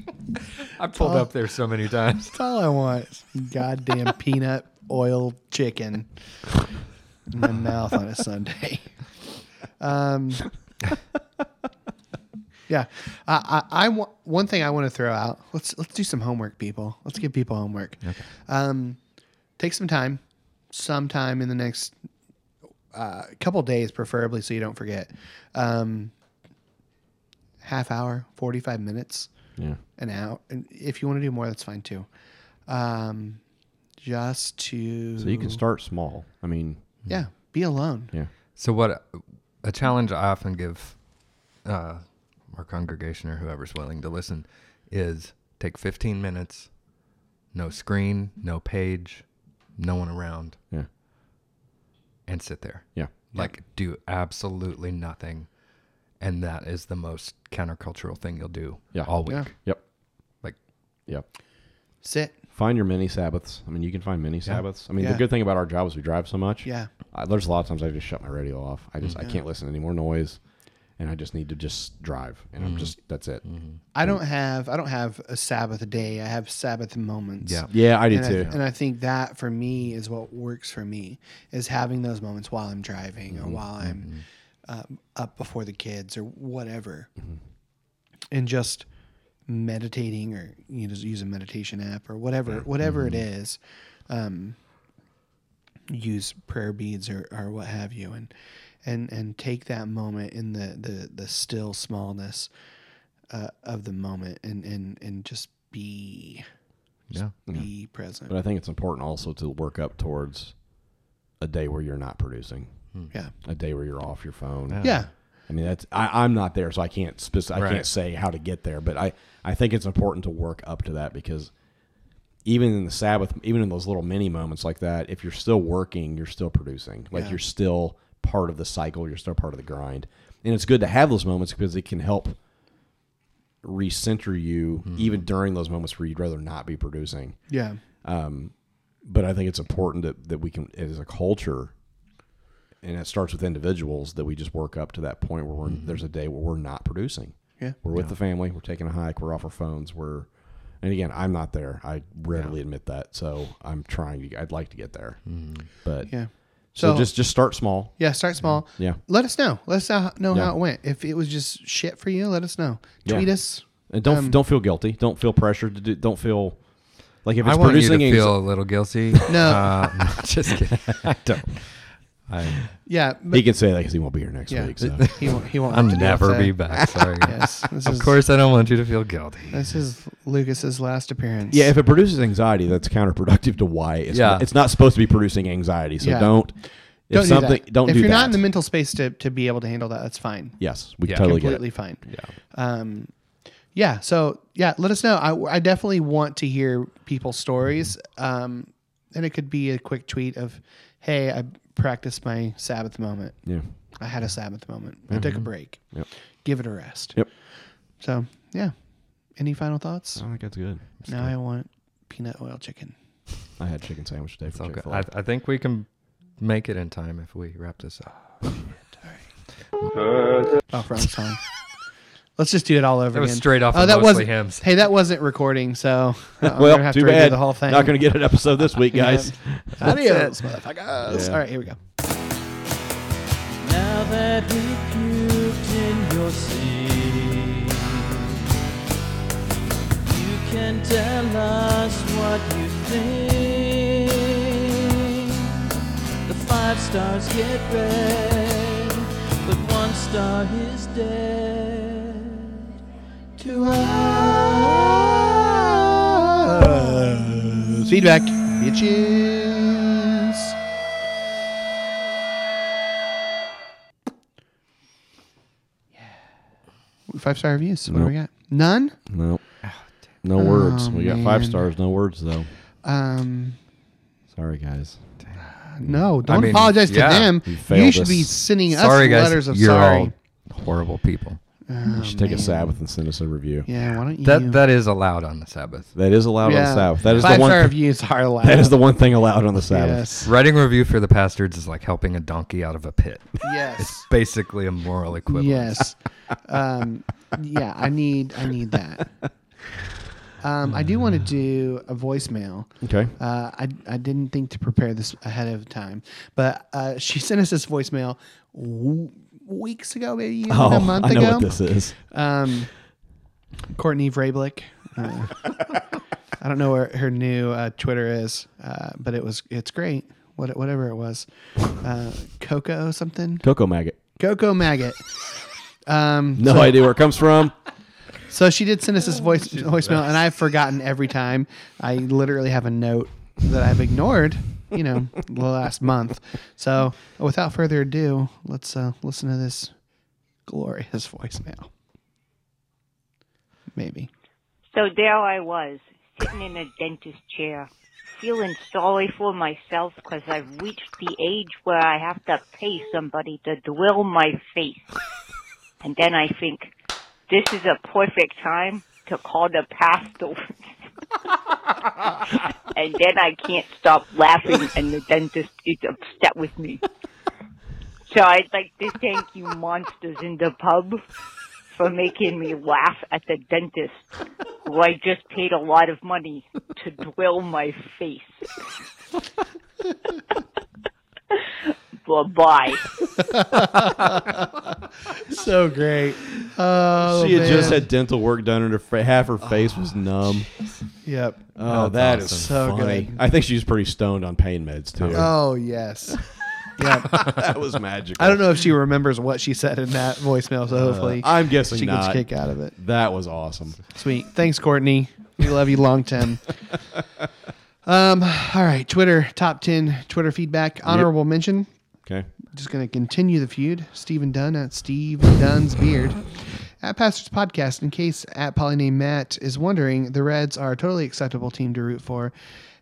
A: I pulled up there so many times.
C: That's all I want. is Goddamn peanut oil chicken in my mouth on a Sunday. Um, yeah, I, I, I wa- one thing I want to throw out. Let's let's do some homework, people. Let's give people homework. Um, take some time, sometime in the next uh, couple days, preferably, so you don't forget. Um, half hour, forty five minutes
B: Yeah.
C: an hour. And if you want to do more, that's fine too. Um, just to
B: So you can start small. I mean,
C: yeah, be alone.
B: yeah.
A: So what a challenge I often give uh, our congregation or whoever's willing to listen is take 15 minutes, no screen, no page, no one around,
B: Yeah.
A: and sit there.
B: Yeah.
A: Like do absolutely nothing, and that is the most countercultural thing you'll do
B: Yeah.
A: all week.
C: Yeah.
B: Yep.
A: Like
B: Yep.
C: Sit.
B: Find your mini Sabbaths. I mean, you can find mini Sabbaths. I mean,
C: Yeah.
B: the good thing about our job is we drive so much.
C: Yeah.
B: I, there's a lot of times I just shut my radio off. I just I can't listen to any more noise, and I just need to just drive. And
C: Mm-hmm.
B: I'm just that's it.
C: I don't have I don't have a Sabbath day. I have Sabbath moments.
A: Yeah.
B: Yeah, I do
C: And I,
B: too.
C: and I think that for me is what works for me is having those moments while I'm driving or while I'm um, up before the kids or whatever, and just meditating or you know, just use a meditation app or whatever whatever it is, um, use prayer beads or, or what have you and and and take that moment in the the the still smallness uh, of the moment and and and just be
A: Yeah.
C: be present.
B: but I think it's important also to work up towards a day where you're not producing,
C: Yeah.
B: a day where you're off your phone.
C: Hmm. Yeah.
B: I mean, that's I, I'm not there, so I can't spec- I
A: Right.
B: can't say how to get there, but I I think it's important to work up to that because even in the Sabbath, even in those little mini moments like that, if you're still working, you're still producing. Like
C: Yeah.
B: you're still part of the cycle, you're still part of the grind, and it's good to have those moments because it can help recenter you even during those moments where you'd rather not be producing
C: Yeah.
B: but I think it's important that, that we can, as a culture, and it starts with individuals, that we just work up to that point where we're, there's a day where we're not producing.
C: Mm-hmm. Yeah.
B: We're with the family, we're taking a hike, we're off our phones, we're, and again, I'm not there. I readily admit that. So I'm trying to, I'd like to get there.
A: Mm-hmm.
B: But
C: Yeah.
B: so,
C: So-
B: just, just start small.
C: Yeah. Start small.
B: Yeah.
C: Let us know. Let us know know
B: Yeah.
C: how it went. If it was just shit for you, let us know. Tweet
B: Yeah.
C: us.
B: And don't,
C: Um,
B: don't feel guilty. Don't feel pressured to do, don't feel like if
A: I
B: it's
A: want you to
B: producing, anxi-
A: feel a little guilty.
C: No.
A: Uh, no, just kidding. I don't. I,
C: Yeah. But
B: he can say that because he won't be here next
C: Yeah.
B: week. So.
C: he won't. He won't.
A: I'll
C: have to deal with
A: never
C: that.
A: be back. Sorry.
C: Yes. This
A: Of
C: is,
A: course, I don't want you to feel guilty.
C: This is Lucas's last appearance.
B: Yeah, if it produces anxiety, that's counterproductive to why it's
A: Yeah.
B: not, it's not supposed to be producing anxiety. So
C: Yeah.
B: don't If
C: don't
B: something,
C: do that.
B: don't
C: if
B: do
C: you're
B: that.
C: not in the mental space to, to be able to handle that, that's fine.
B: Yes, we totally get it.
C: completely fine. Yeah. Um, yeah. So yeah, let us know. I, I definitely want to hear people's stories. Um, and it could be a quick tweet of, "Hey, I practiced my Sabbath moment.
B: Yeah.
C: I had a Sabbath moment. I
B: Yeah.
C: took a break.
B: Mm-hmm. Yep.
C: Give it a rest.
B: Yep.
C: So yeah. Any final thoughts?
B: I think that's good.
C: Now I want peanut oil chicken.
B: I had chicken sandwich today
A: It's all
B: from
A: good.
B: Chick Fil
A: I, I think we can make it in time if we wrap this up.
C: Oh, wrong song. Let's just do it all over
A: That was
C: again.
A: straight off
C: Oh,
A: of
C: that
A: mostly
C: wasn't.
A: hymns.
C: Hey, that wasn't recording, so I'm
B: well,
C: gonna have
B: too
C: to redo
B: bad.
C: the whole thing.
B: Not going to get an episode this week,
C: Yeah.
B: guys.
C: Adios,
B: That's it.
C: motherfuckers.
B: Yeah.
C: All right, here we go.
J: Now that rebuked in your sin, you can tell us what you think. The five stars get red, but one star is dead to us.
C: Feedback, bitches. Five star reviews. What do we
B: Nope.
C: got? None.
B: No. No words. We got five
C: Oh, man.
B: stars. No words though.
C: Um,
B: Sorry, guys.
C: no. Don't
A: mean,
C: apologize to
A: yeah,
C: them.
B: you
C: You,
B: failed
C: should
B: us.
C: be sending us
A: sorry, guys.
C: letters of
A: you're
C: sorry.
A: all horrible people.
B: you should take a Sabbath and send us a review.
C: Um, Yeah. Why don't you?
A: That that is allowed on the Sabbath.
B: That is allowed on
C: yeah.
B: the Sabbath. That is
C: five
B: the
C: star
B: one.
C: reviews are allowed.
B: That is the one thing allowed on the Sabbath.
C: Yes.
A: Writing a review for the pastards is like helping a donkey out of a pit.
C: Yes.
A: Basically, a moral equivalent.
C: Yes. Um, yeah, I need I need that. Um, I do want to do a voicemail.
B: Okay.
C: Uh, I I didn't think to prepare this ahead of time, but uh, she sent us this voicemail w- weeks ago, maybe even
B: Oh,
C: a month
B: I know
C: ago.
B: what this is.
C: Um, Courtney Vrablick. Uh, I don't know where her new uh, Twitter is, uh, but it was it's great. What, whatever it was, uh, Coco something.
B: Cocoa maggot.
C: Coco maggot. Um,
B: No idea where it comes from.
C: so she did send us this voice voicemail, and I've forgotten every time. I literally have a note that I've ignored, you know, the last month. So without further ado, let's uh, listen to this glorious voicemail. Maybe.
L: So there I was, sitting in a dentist chair, feeling sorry for myself 'cause I've reached the age where I have to pay somebody to drill my face. And then I think, this is a perfect time to call the pastor. and then I can't stop laughing, and the dentist is upset with me. So I'd like to thank you, monsters in the pub, for making me laugh at the dentist who I just paid a lot of money to drill my face. bye bye.
C: So great. Oh,
B: she had just
C: man. Oh,
B: had dental work done, and her fa- half her face was numb.
C: Yep.
B: Oh, that is
C: So
B: funny.
C: good.
B: I think she was pretty stoned on pain meds too.
C: Oh yes. Yep.
B: that was magical.
C: I don't know if she remembers what she said in that voicemail, so hopefully
B: Uh, I'm guessing
C: she gets
B: not.
C: a kick out of it.
B: That was awesome.
C: Sweet. Thanks, Courtney. We love you long time. um, all right. Twitter, top 10 Twitter feedback. Honorable mention.
B: Okay.
C: Just going to continue the feud. Stephen Dunn at Steve Dunn's Beard. At Pastors Podcast, in case at Polyname Matt is wondering, the Reds are a totally acceptable team to root for.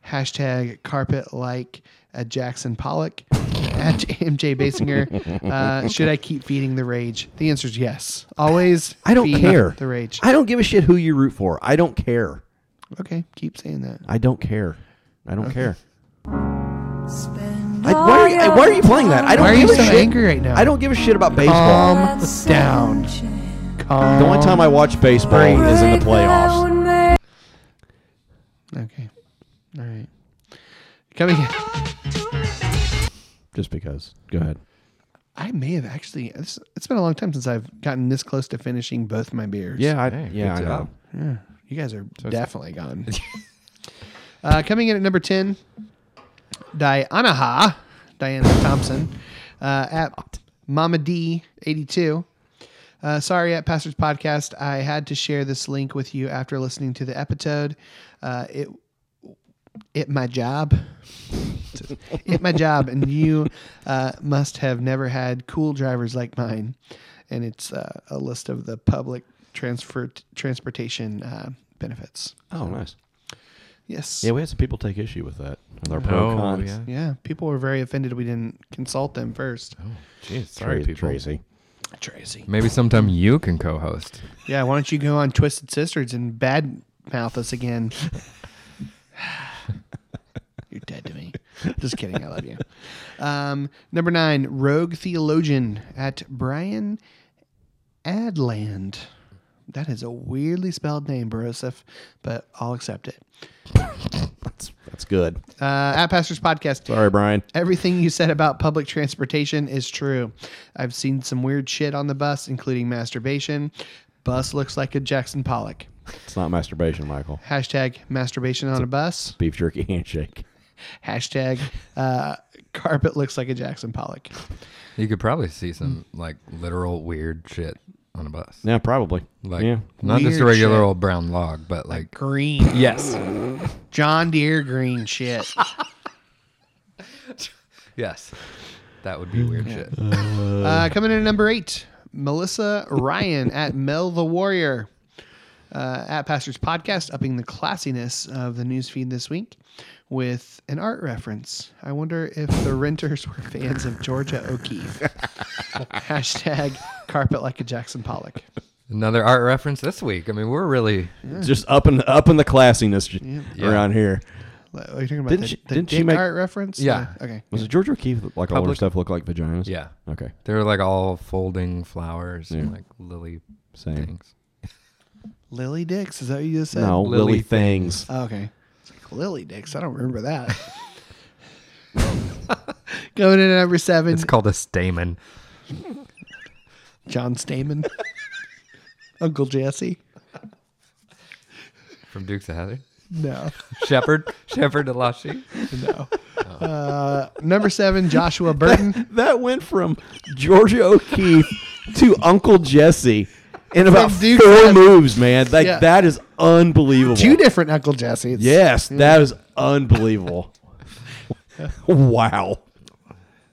C: Hashtag carpet like at Jackson Pollock. At MJ Basinger, uh, should I keep feeding the rage? The answer is yes. Always.
B: I don't
C: feed
B: care.
C: The rage.
B: I don't give a shit who you root for. I don't care.
C: Okay, keep saying that.
B: I don't care. I don't care. I, why, are you, I- why are you playing that? I don't
C: Why are
B: give
C: you
B: a
C: so
B: shit.
C: angry right now?
B: I don't give a shit about baseball.
C: Calm down. Calm.
B: the only time I watch baseball is in the playoffs.
C: Okay. All right. Coming. In.
B: Just because. Go ahead.
C: I may have actually. It's, it's been a long time since I've gotten this close to finishing both my beers.
B: Yeah, I,
A: Hey,
B: yeah,
A: good
B: I know.
A: job.
C: You guys are definitely gone. uh, coming in at number ten, Diana Ha, Diana Thompson, uh, at Mama D eighty two. Uh, sorry, at Pastors Podcast, I had to share this link with you after listening to the episode. Uh, it at my job. at my job, and you uh, must have never had cool drivers like mine. And it's uh, a list of the public transfer transportation uh, benefits.
B: Oh, nice.
C: Yes.
B: Yeah, we had some people take issue with that. With our pro
C: Oh,
B: cons.
C: Yeah. people were very offended we didn't consult them first. Oh,
B: jeez, sorry, Tra- people. Tracy.
C: Tracy.
A: Maybe sometime you can co-host.
C: Yeah, why don't you go on Twisted Sisters and bad mouth us again? You're dead to me. Just kidding. I love you. Um, number nine, Rogue Theologian at Brian Adland. That is a weirdly spelled name, Barosef, but I'll accept it.
B: That's good.
C: Uh, at Pastors Podcast.
B: Sorry, Brian.
C: Everything you said about public transportation is true. I've seen some weird shit on the bus, including masturbation. Bus looks like a Jackson Pollock.
B: It's not masturbation, Michael.
C: Hashtag masturbation on a bus.
B: Beef jerky handshake.
C: Hashtag uh, carpet looks like a Jackson Pollock.
A: You could probably see some like literal weird shit on a bus.
B: Yeah, probably.
A: Like
B: yeah.
A: not just a
C: Weird
A: regular
C: shit.
A: old brown log, but like
C: Green.
A: Yes.
C: John Deere green shit.
A: Yes. That would be weird shit.
C: Uh, coming in at number eight, Melissa Ryan at Mel the Warrior uh, at Pastors Podcast, upping the classiness of the newsfeed this week with an art reference. I wonder if the renters were fans of Georgia O'Keeffe. Hashtag carpet like a Jackson Pollock.
A: Another art reference this week. I mean, we're really
B: Just up in up in the classiness j-
A: Yeah.
B: around here.
C: What Are you talking about
A: Didn't
C: the,
A: she-
C: the
A: didn't she
C: dick
A: make-
C: art reference?
A: Yeah.
C: Okay.
B: Was it Georgia O'Keeffe that, like all her
A: Public-
B: stuff looked like vaginas?
A: Yeah.
B: Okay.
A: They were like all folding flowers and
B: Yeah.
A: like lily
B: Same.
A: things.
C: Lily Dix. Is that what you just said?
B: No, Lily Lily Things. Things.
C: Oh, okay. It's like Lily Dix. I don't remember that. Going in at number seven.
A: It's called a stamen.
C: John Stamen. Uncle Jesse.
A: From Dukes of Hazzard.
C: No.
A: Shepherd. Shepherd Alashi.
C: No. Uh, number seven, Joshua Burton.
B: That went from Georgia O'Keeffe to Uncle Jesse in about
C: From Duke
B: four
C: Dynasty.
B: moves, man. Like
C: Yeah.
B: that is unbelievable.
C: Two different Uncle Jessies.
B: yes, that is unbelievable. wow.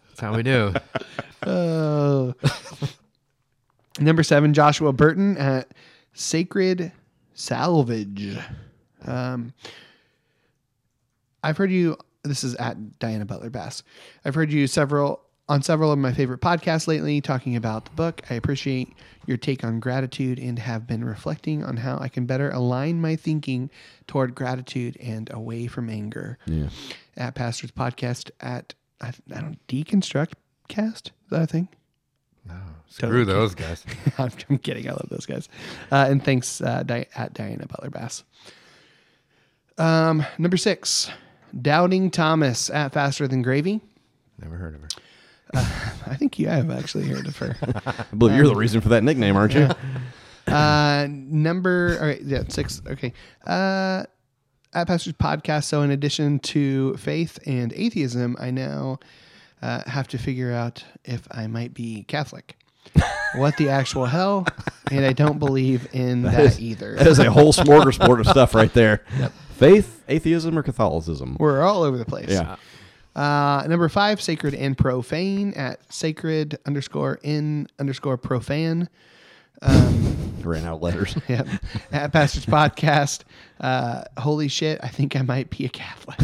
A: That's how we do.
C: Oh. Number seven, Joshua Burton at Sacred Salvage. Um, I've heard you. This is at Diana Butler Bass. I've heard you several on several of my favorite podcasts lately talking about the book. I appreciate your take on gratitude and have been reflecting on how I can better align my thinking toward gratitude and away from anger.
B: Yeah.
C: At Pastors Podcast at I, I don't deconstruct cast is that a thing.
A: Screw those guys.
C: I'm, I'm kidding. I love those guys. Uh, and thanks uh, Di- at Diana Butler Bass. Um, number six, Doubting Thomas at Faster Than Gravy. Uh,
A: Never heard of her.
C: I think you have actually heard of her.
B: I believe you're the reason for that nickname, aren't you?
C: Uh, number all right, yeah, six. Okay. Uh, at Pastors Podcast. So, in addition to faith and atheism, I now uh, have to figure out if I might be Catholic. what the actual hell? And I don't believe in that,
B: is-
C: either.
B: That is a whole smorgasbord of stuff right there. Faith, atheism, or Catholicism?
C: We're all over the place.
B: Yeah.
C: Uh, number five, sacred and profane at sacred underscore in underscore profane.
B: Ran out of letters.
C: Yep. at Pastor's Podcast. Uh, holy shit, I think I might be a Catholic.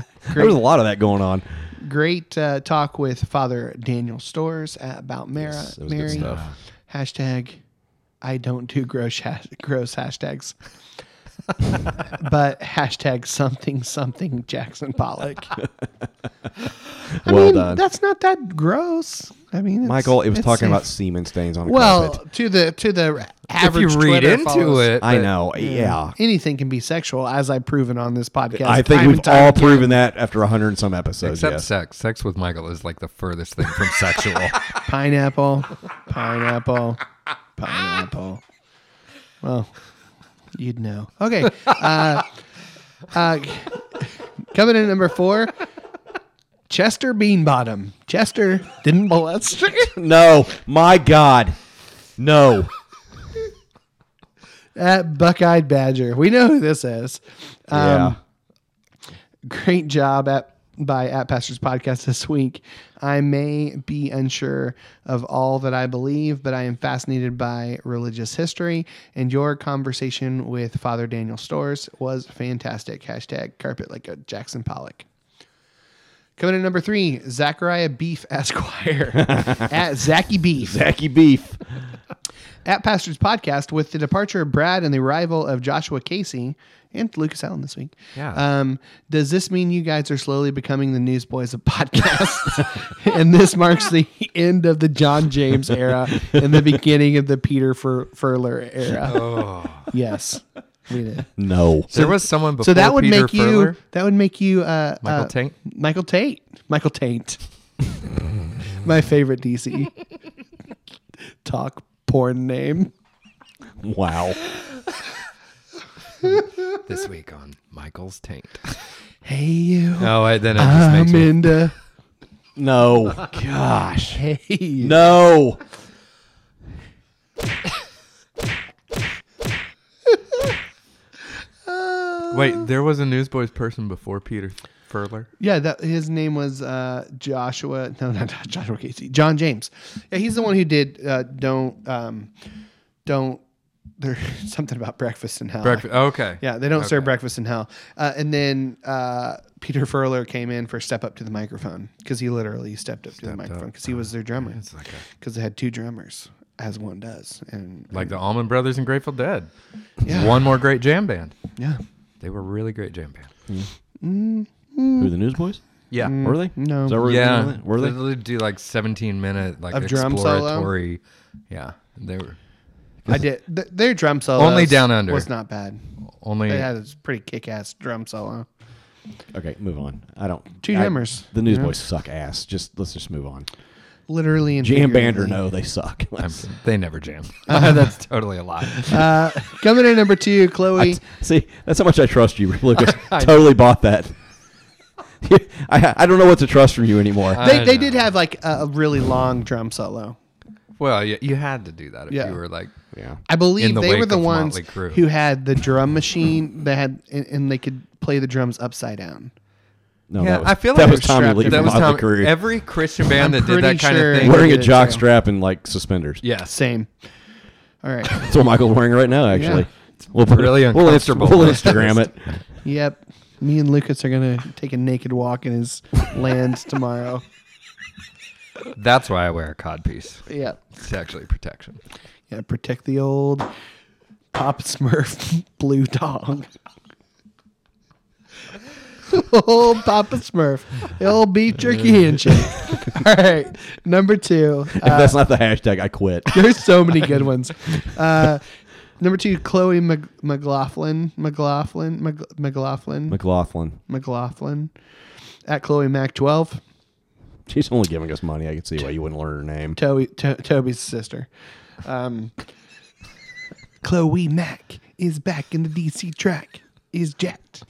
B: There was a
C: great
B: lot of that going on.
C: great uh, talk with Father Daniel Stores at about Mara,
B: Yes, that was good
C: Mary.
B: stuff.
C: Hashtag I don't do gross, hash- gross hashtags. but hashtag something something Jackson Pollock. I
B: well
C: mean,
B: done.
C: That's not that gross. I mean, it's-
B: Michael, it was
C: it's
B: talking
C: safe.
B: about semen stains on a
C: Well,
B: carpet.
C: to the to the
A: If
C: average
A: you read
C: Twitter
A: into
C: follows-
A: it,
B: I
A: but
B: know. Yeah.
C: anything can be sexual, as I've proven on this podcast.
B: I think
C: time
B: we've
C: and time
B: all
C: again.
B: proven that after a hundred and some episodes.
A: Except
B: yes.
A: sex. Sex with Michael is like the furthest thing from sexual.
C: pineapple, pineapple, pineapple. Well, you'd know. Okay. Uh, uh, coming in at number four, Chester Beanbottom. Chester didn't molest.
B: No, my God, no.
C: At Buckeyed Badger. We know who this is. Um,
B: yeah,
C: great job at by at pastors podcast this week i may be unsure of all that i believe but i am fascinated by religious history and your conversation with father daniel stores was fantastic hashtag carpet like a jackson pollock Coming in number three, Zachariah Beef Esquire at Zachy Beef.
B: Zachy Beef.
C: at Pastors Podcast with the departure of Brad and the arrival of Joshua Casey and Lucas Allen this week.
A: Yeah.
C: Um, does this mean you guys are slowly becoming the newsboys of podcasts? and this marks the end of the John James era and the beginning of the Peter Fur- Furler era. Yes. We did.
B: No.
A: There was someone before
C: So that would
A: Peter
C: make
A: Furler.
C: you that would make you uh,
A: Michael
C: uh,
A: Tank?
C: Michael Tate. Michael Taint. My favorite DC talk porn name.
B: Wow.
A: this week on Michael's Taint.
C: Hey you.
A: No, I- then it just
C: I'm
A: makes me-
C: into.
B: No. Gosh.
C: Hey. you.
B: No.
A: Wait, there was a Newsboys person before Peter Furler.
C: Yeah, that his name was uh, Joshua. No, not Joshua Casey. John James. Yeah, he's the one who did uh, don't um, don't. There's something about breakfast in hell.
A: Breakfast- okay.
C: Yeah, they don't serve
A: Okay.
C: breakfast in hell. Uh, and then uh, Peter Furler came in for step up to the microphone because he literally stepped up to the microphone because he was their drummer. Because they had two drummers, as one does. And
A: Like the Allman Brothers and Grateful Dead.
C: Yeah.
A: One more great jam band.
C: Yeah.
A: They were really great jam band.
B: Who the Newsboys?
A: Yeah.
B: Were they?
C: Hmm. No.
B: Is that where
A: yeah.
B: Were they?
A: Mm. They do like 17 minute like
C: Of drum solo?
A: exploratory. Yeah. They were
C: I did. Th- their drum solo
A: Only Down Under.
C: was not bad.
A: only
C: They had this pretty kick ass drum solo.
B: Okay, move on. I don't.
C: Two
B: I-
C: drummers.
B: The Newsboys suck ass. Just let's just move on.
C: Literally and
B: Jam band or
C: figuratively.
B: no, they suck.
A: I'm,
B: Let's-
A: they never jammed. That's totally a lie.
C: Uh, coming in number two, Chloe.
B: See, that's how much I trust you, Lucas. totally bought that. I I don't know what to trust from you anymore.
C: They, they did have like a, a really long drum solo.
A: Well, you, you had to do that if
C: Yeah.
A: you were like
B: yeah.
C: I believe
A: In the
C: they were
A: wake
C: the
A: of
C: ones
A: Motley Crue.
C: who had the drum machine. They had and, and they could play the drums upside down.
B: No,
A: Yeah,
B: that was,
A: I feel
B: that
A: like
B: was Tommy
C: strapped
B: Lee
C: in.
B: from
A: that was
B: Motley
A: Tom,
B: Crue.
A: every Christian band
C: I'm
A: that did
C: pretty
A: that kind
C: sure-
A: of thing.
B: wearing a
C: did it,
B: jock
C: so-
B: strap and like suspenders.
A: Yes.
C: Same. All right.
B: That's what Michael's wearing right now. Actually,
C: Yeah.
B: we'll put it-
A: really
B: we'll, inst-
A: uncomfortable.
B: we'll Instagram it.
C: Yep. Me and Lucas are gonna take a naked walk in his land tomorrow.
A: That's why I wear a codpiece.
C: Yep.
A: It's actually protection.
C: Yeah. Protect the old Pop Smurf blue dog. old Papa Smurf, the old beef jerky handshake. All right, number two.
B: If
A: Uh,
B: that's not the hashtag, I quit.
C: There's so many good ones. Uh, number two, Chloe Mc- McLaughlin, McLaughlin, Mc- McLaughlin,
B: McLaughlin.
C: McLaughlin, at Chloe Mac 12,
B: She's only giving us money. I can see why you wouldn't learn her name.
C: Toby, to- Toby's sister. Um, Chloe Mac is back in the DC track, is jacked.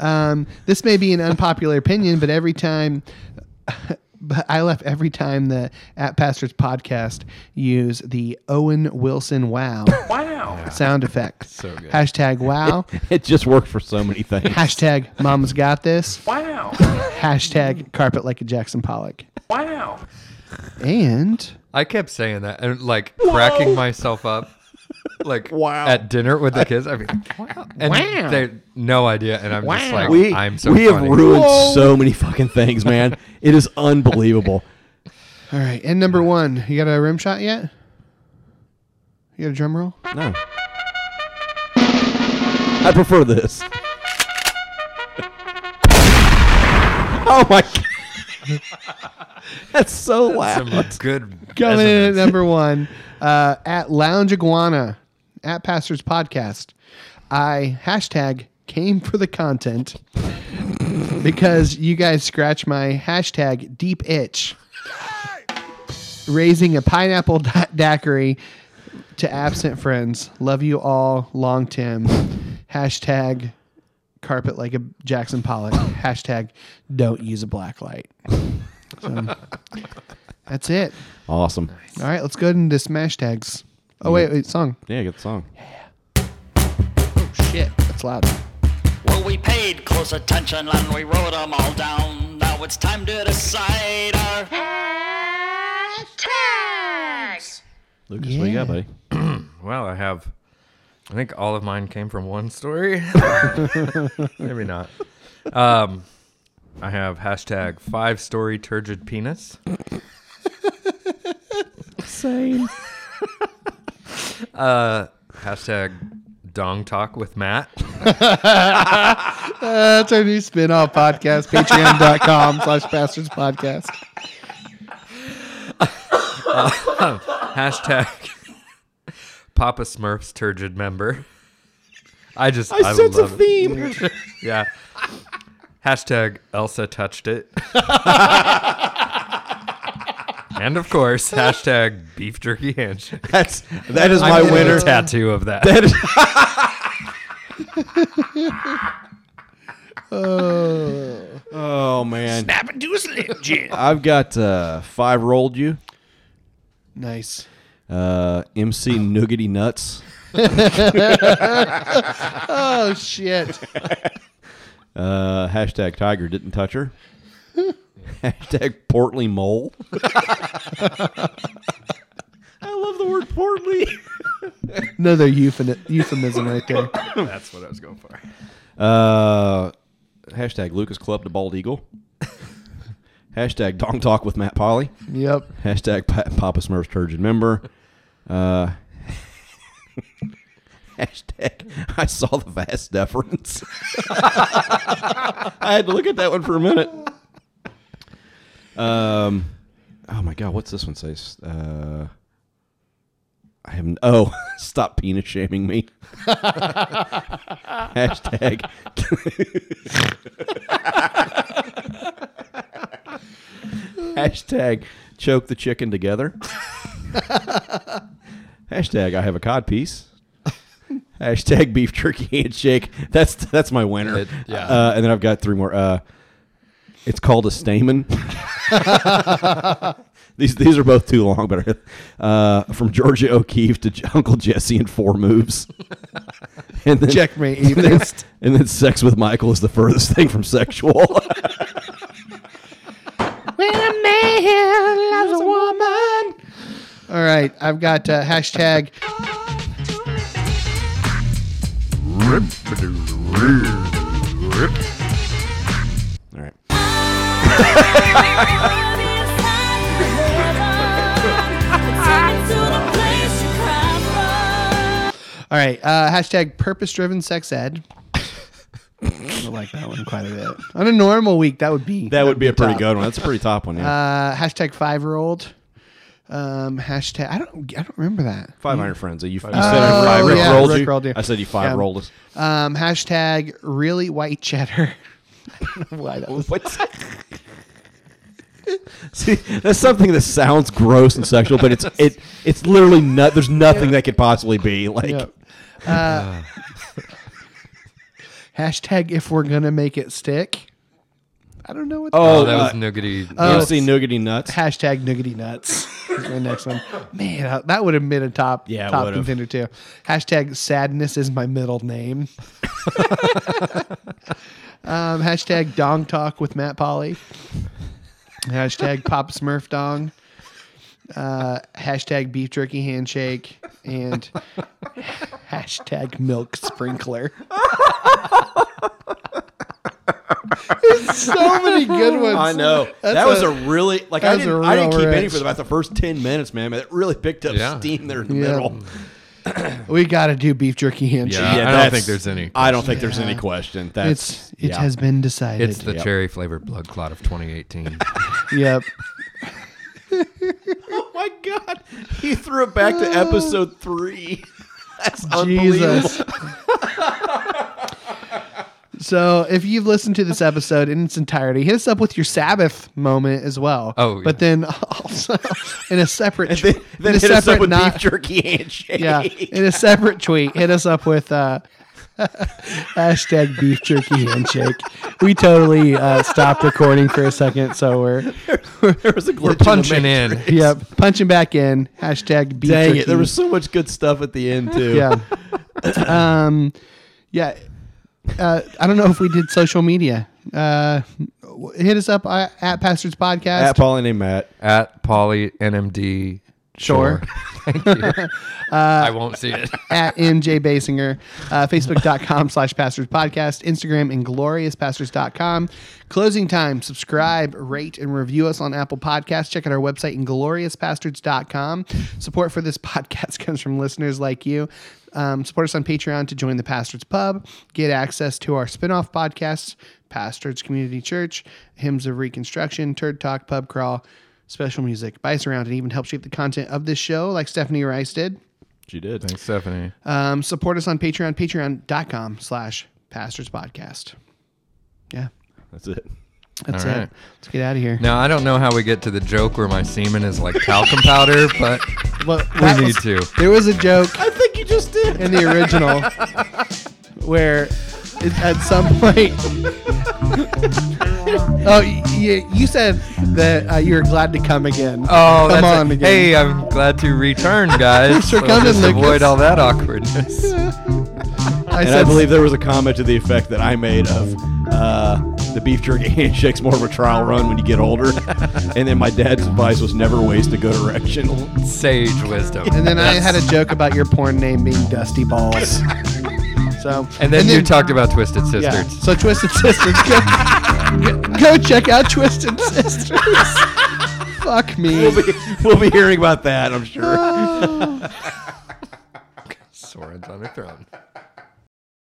C: Um, this may be an unpopular opinion, but every time. But I left every time the At Pastors podcast use the Owen Wilson wow
A: Wow.
C: sound effect.
A: So good.
C: Hashtag wow.
B: It just worked for so many things.
C: Hashtag mom's got this. Wow. Hashtag carpet like a Jackson Pollock. Wow. And
A: I kept saying that and like cracking myself up. Like
B: Wow.
A: at dinner with the kids. I mean, wow. And
C: Wow.
A: they no idea. And I'm just like,
B: we
A: I'm so
B: we
A: funny.
B: have ruined so many fucking things, man. it is unbelievable.
C: all right, and number one, you got a rim shot yet? You got a drum roll?
B: No. I prefer this. Oh my god. That's so loud.
A: Some good
C: Coming in at
A: resonance.
C: number one, uh, at Lounge Iguana, at Pastors Podcast. I hashtag came for the content because you guys scratch my hashtag deep itch. Raising a pineapple da- daiquiri to absent friends. Love you all. Long Tim. Hashtag carpet like a Jackson Pollock. Hashtag don't use a black light. So, that's it.
B: Awesome.
C: All right, let's go into smash tags. Oh wait, wait, song.
B: Yeah, good song.
C: Shit, that's loud.
M: Well, we paid close attention and we wrote them all down. Now it's time to decide our hashtags.
B: Lucas, what you got, buddy?
A: well, I have. I think all of mine came from one story. Maybe not. Um, I have hashtag five story turgid penis.
C: Same.
A: Uh, hashtag dong talk with Matt.
C: Uh, that's our new spin-off podcast, patreon.com slash bastards podcast.
A: Uh, hashtag Papa Smurf's turgid member. I just
B: I sense a
A: love it.
B: theme.
A: yeah. Hashtag Elsa touched it. and of course, hashtag beef jerky handshake.
B: That's that is my
A: I'm getting a
B: winner.
A: tattoo of that.
B: That is-
C: Oh.
B: oh man.
C: Snap into a Slim Jim.
B: I've got uh, five rolled you.
C: Nice.
B: Uh, MC Noogity Nuts.
C: oh shit.
B: Uh, hashtag Tiger didn't touch her. hashtag Portly Mole. I love the word portly.
C: Another euphem- euphemism right there.
A: That's what I was going for.
B: Uh, hashtag Lucas Club to Bald Eagle. hashtag Dong Talk with Matt Polly.
C: Yep.
B: Hashtag pa- Papa Smurf's Turgid Member. Uh, hashtag I saw the vast deference. I had to look at that one for a minute. Um, oh my God, what's this one say? Uh, I haven't. Oh, stop penis shaming me. Hashtag. Hashtag choke the chicken together. Hashtag I have a cod piece. Hashtag beef jerky handshake. That's that's my winner.
A: yeah.
B: Uh, and then I've got three more. Uh, it's called a stamen. these these are both too long, but uh, from Georgia O'Keefe to J- Uncle Jesse in four moves. and then,
C: Checkmate,
B: And then,
C: atheist.
B: and then sex with Michael is the furthest thing from sexual.
C: When a man loves a woman. All right, I've got uh, hashtag
B: All right.
C: All right. Uh, hashtag purpose driven sex ed. I like that one quite a bit. On a normal week, that would be.
B: That would be a pretty
C: top.
B: good one. That's a pretty top one. Yeah.
C: Uh, hashtag five year old. Um, hashtag. I don't. I don't remember that.
B: Five hundred friends. You, you said
C: Oh,
B: I Rick
C: yeah,
B: rolled
C: Rick
B: you.
C: rolled you.
B: I said you five
C: Yeah.
B: rolled us.
C: Um, hashtag really white cheddar. I don't know why that was.
B: See, that's something that sounds gross and sexual, but it's it it's literally not. There's nothing that could possibly be like.
C: Yep. Uh, hashtag if we're gonna make it stick. I don't know what.
B: Oh,
A: that
B: uh,
A: was Noogity.
C: Oh.
B: MC Noogity Nuts.
C: Hashtag Noogity Nuts. Here's my next one. Man, uh, that would have been a top
B: Yeah, it
C: top
B: would've.
C: contender too. Hashtag Sadness is my middle name. um, hashtag Dong Talk with Matt Polly. Hashtag Pop Smurf Dong. Uh, hashtag Beef Jerky Handshake and hashtag Milk Sprinkler. There's so many good ones.
B: I know
C: That's
B: that was a, really like I
C: that's a
B: didn't, I didn't
C: real
B: keep any
C: wrench.
B: for about the first ten minutes, man. But it really picked up
A: Yeah.
B: steam there in the
C: Yeah.
B: middle.
C: We got to do beef jerky handshake.
A: Yeah, I don't
B: that's-
A: think there's any
B: I don't think there's
C: Yeah.
B: any question. That's
C: It's it
B: yeah.
C: has been decided.
A: It's the
B: Yep.
A: cherry flavored blood clot of 2018.
C: yep.
B: Oh my god, he threw it back to episode three. That's unbelievable.
C: Jesus. so if you've listened to this episode in its entirety, hit us up with your Sabbath moment as well.
A: Oh,
C: but
A: yeah.
C: then also in a separate,
B: Then,
C: tw-
B: then
C: in a
B: hit us up
C: separate
B: with
C: not-
B: beef jerky handshake.
C: yeah, in a separate tweet, hit us up with uh, hashtag beef jerky handshake. We totally uh, stopped recording for a second, so we're
B: there was a glitch
A: We're
B: in the
A: punching
B: mix.
A: in.
C: yep punching back in hashtag beef
B: Dang
C: jerky.
B: it! There was so much good stuff at the end too.
C: yeah. um, yeah. uh, I don't know if we did social media. Uh, w- hit us up uh, at Pastors Podcast.
B: At Polly named Matt.
A: At Polly NMD.
C: Sure.
A: Thank you.
C: Uh,
A: I won't see it.
C: at MJ Basinger, uh, Facebook.com slash Pastors Podcast, Instagram ingloriouspastors.com. Closing time, subscribe, rate, and review us on Apple Podcasts. Check out our website, ingloriouspastors.com. Support for this podcast comes from listeners like you. Um, support us on Patreon to join the Pastors Pub, get access to our spin-off podcasts, Pastors Community Church, Hymns of Reconstruction, Turd Talk, Pub Crawl, special music, bias around, and even help shape the content of this show like Stephanie Rice did.
B: She did.
A: Thanks, Stephanie.
C: Um, support us on Patreon, patreon.com slash pastors podcast. Yeah,
B: That's it.
C: that's
A: All
C: it.
A: right.
C: Let's get out of here.
A: Now I don't know how we get to the joke where my semen is like talcum powder, but
C: Well, that
A: we need
C: was-
A: to.
C: There was a joke
B: I think you just did.
C: in the original where it, at some point. oh, you, you said that uh, you were glad to come again.
A: Oh,
C: come
A: that's it.
C: on again.
A: Hey, I'm glad to return, guys.
C: Thanks for
A: So
C: coming,
A: just
C: Lucas.
A: avoid all that awkwardness.
C: I
B: and I believe there was a comment to the effect that I made of uh, the beef jerky handshake's more of a trial run when you get older. and then my dad's advice was never waste a good erection.
A: Sage wisdom.
C: And then I had a joke about your porn name being Dusty Balls. So
A: And then, you talked about Twisted Sisters.
C: Yeah. So Twisted Sisters, go, go check out Twisted Sisters. Fuck me.
B: We'll be, we'll be hearing about that, I'm sure.
A: Soren's on the throne.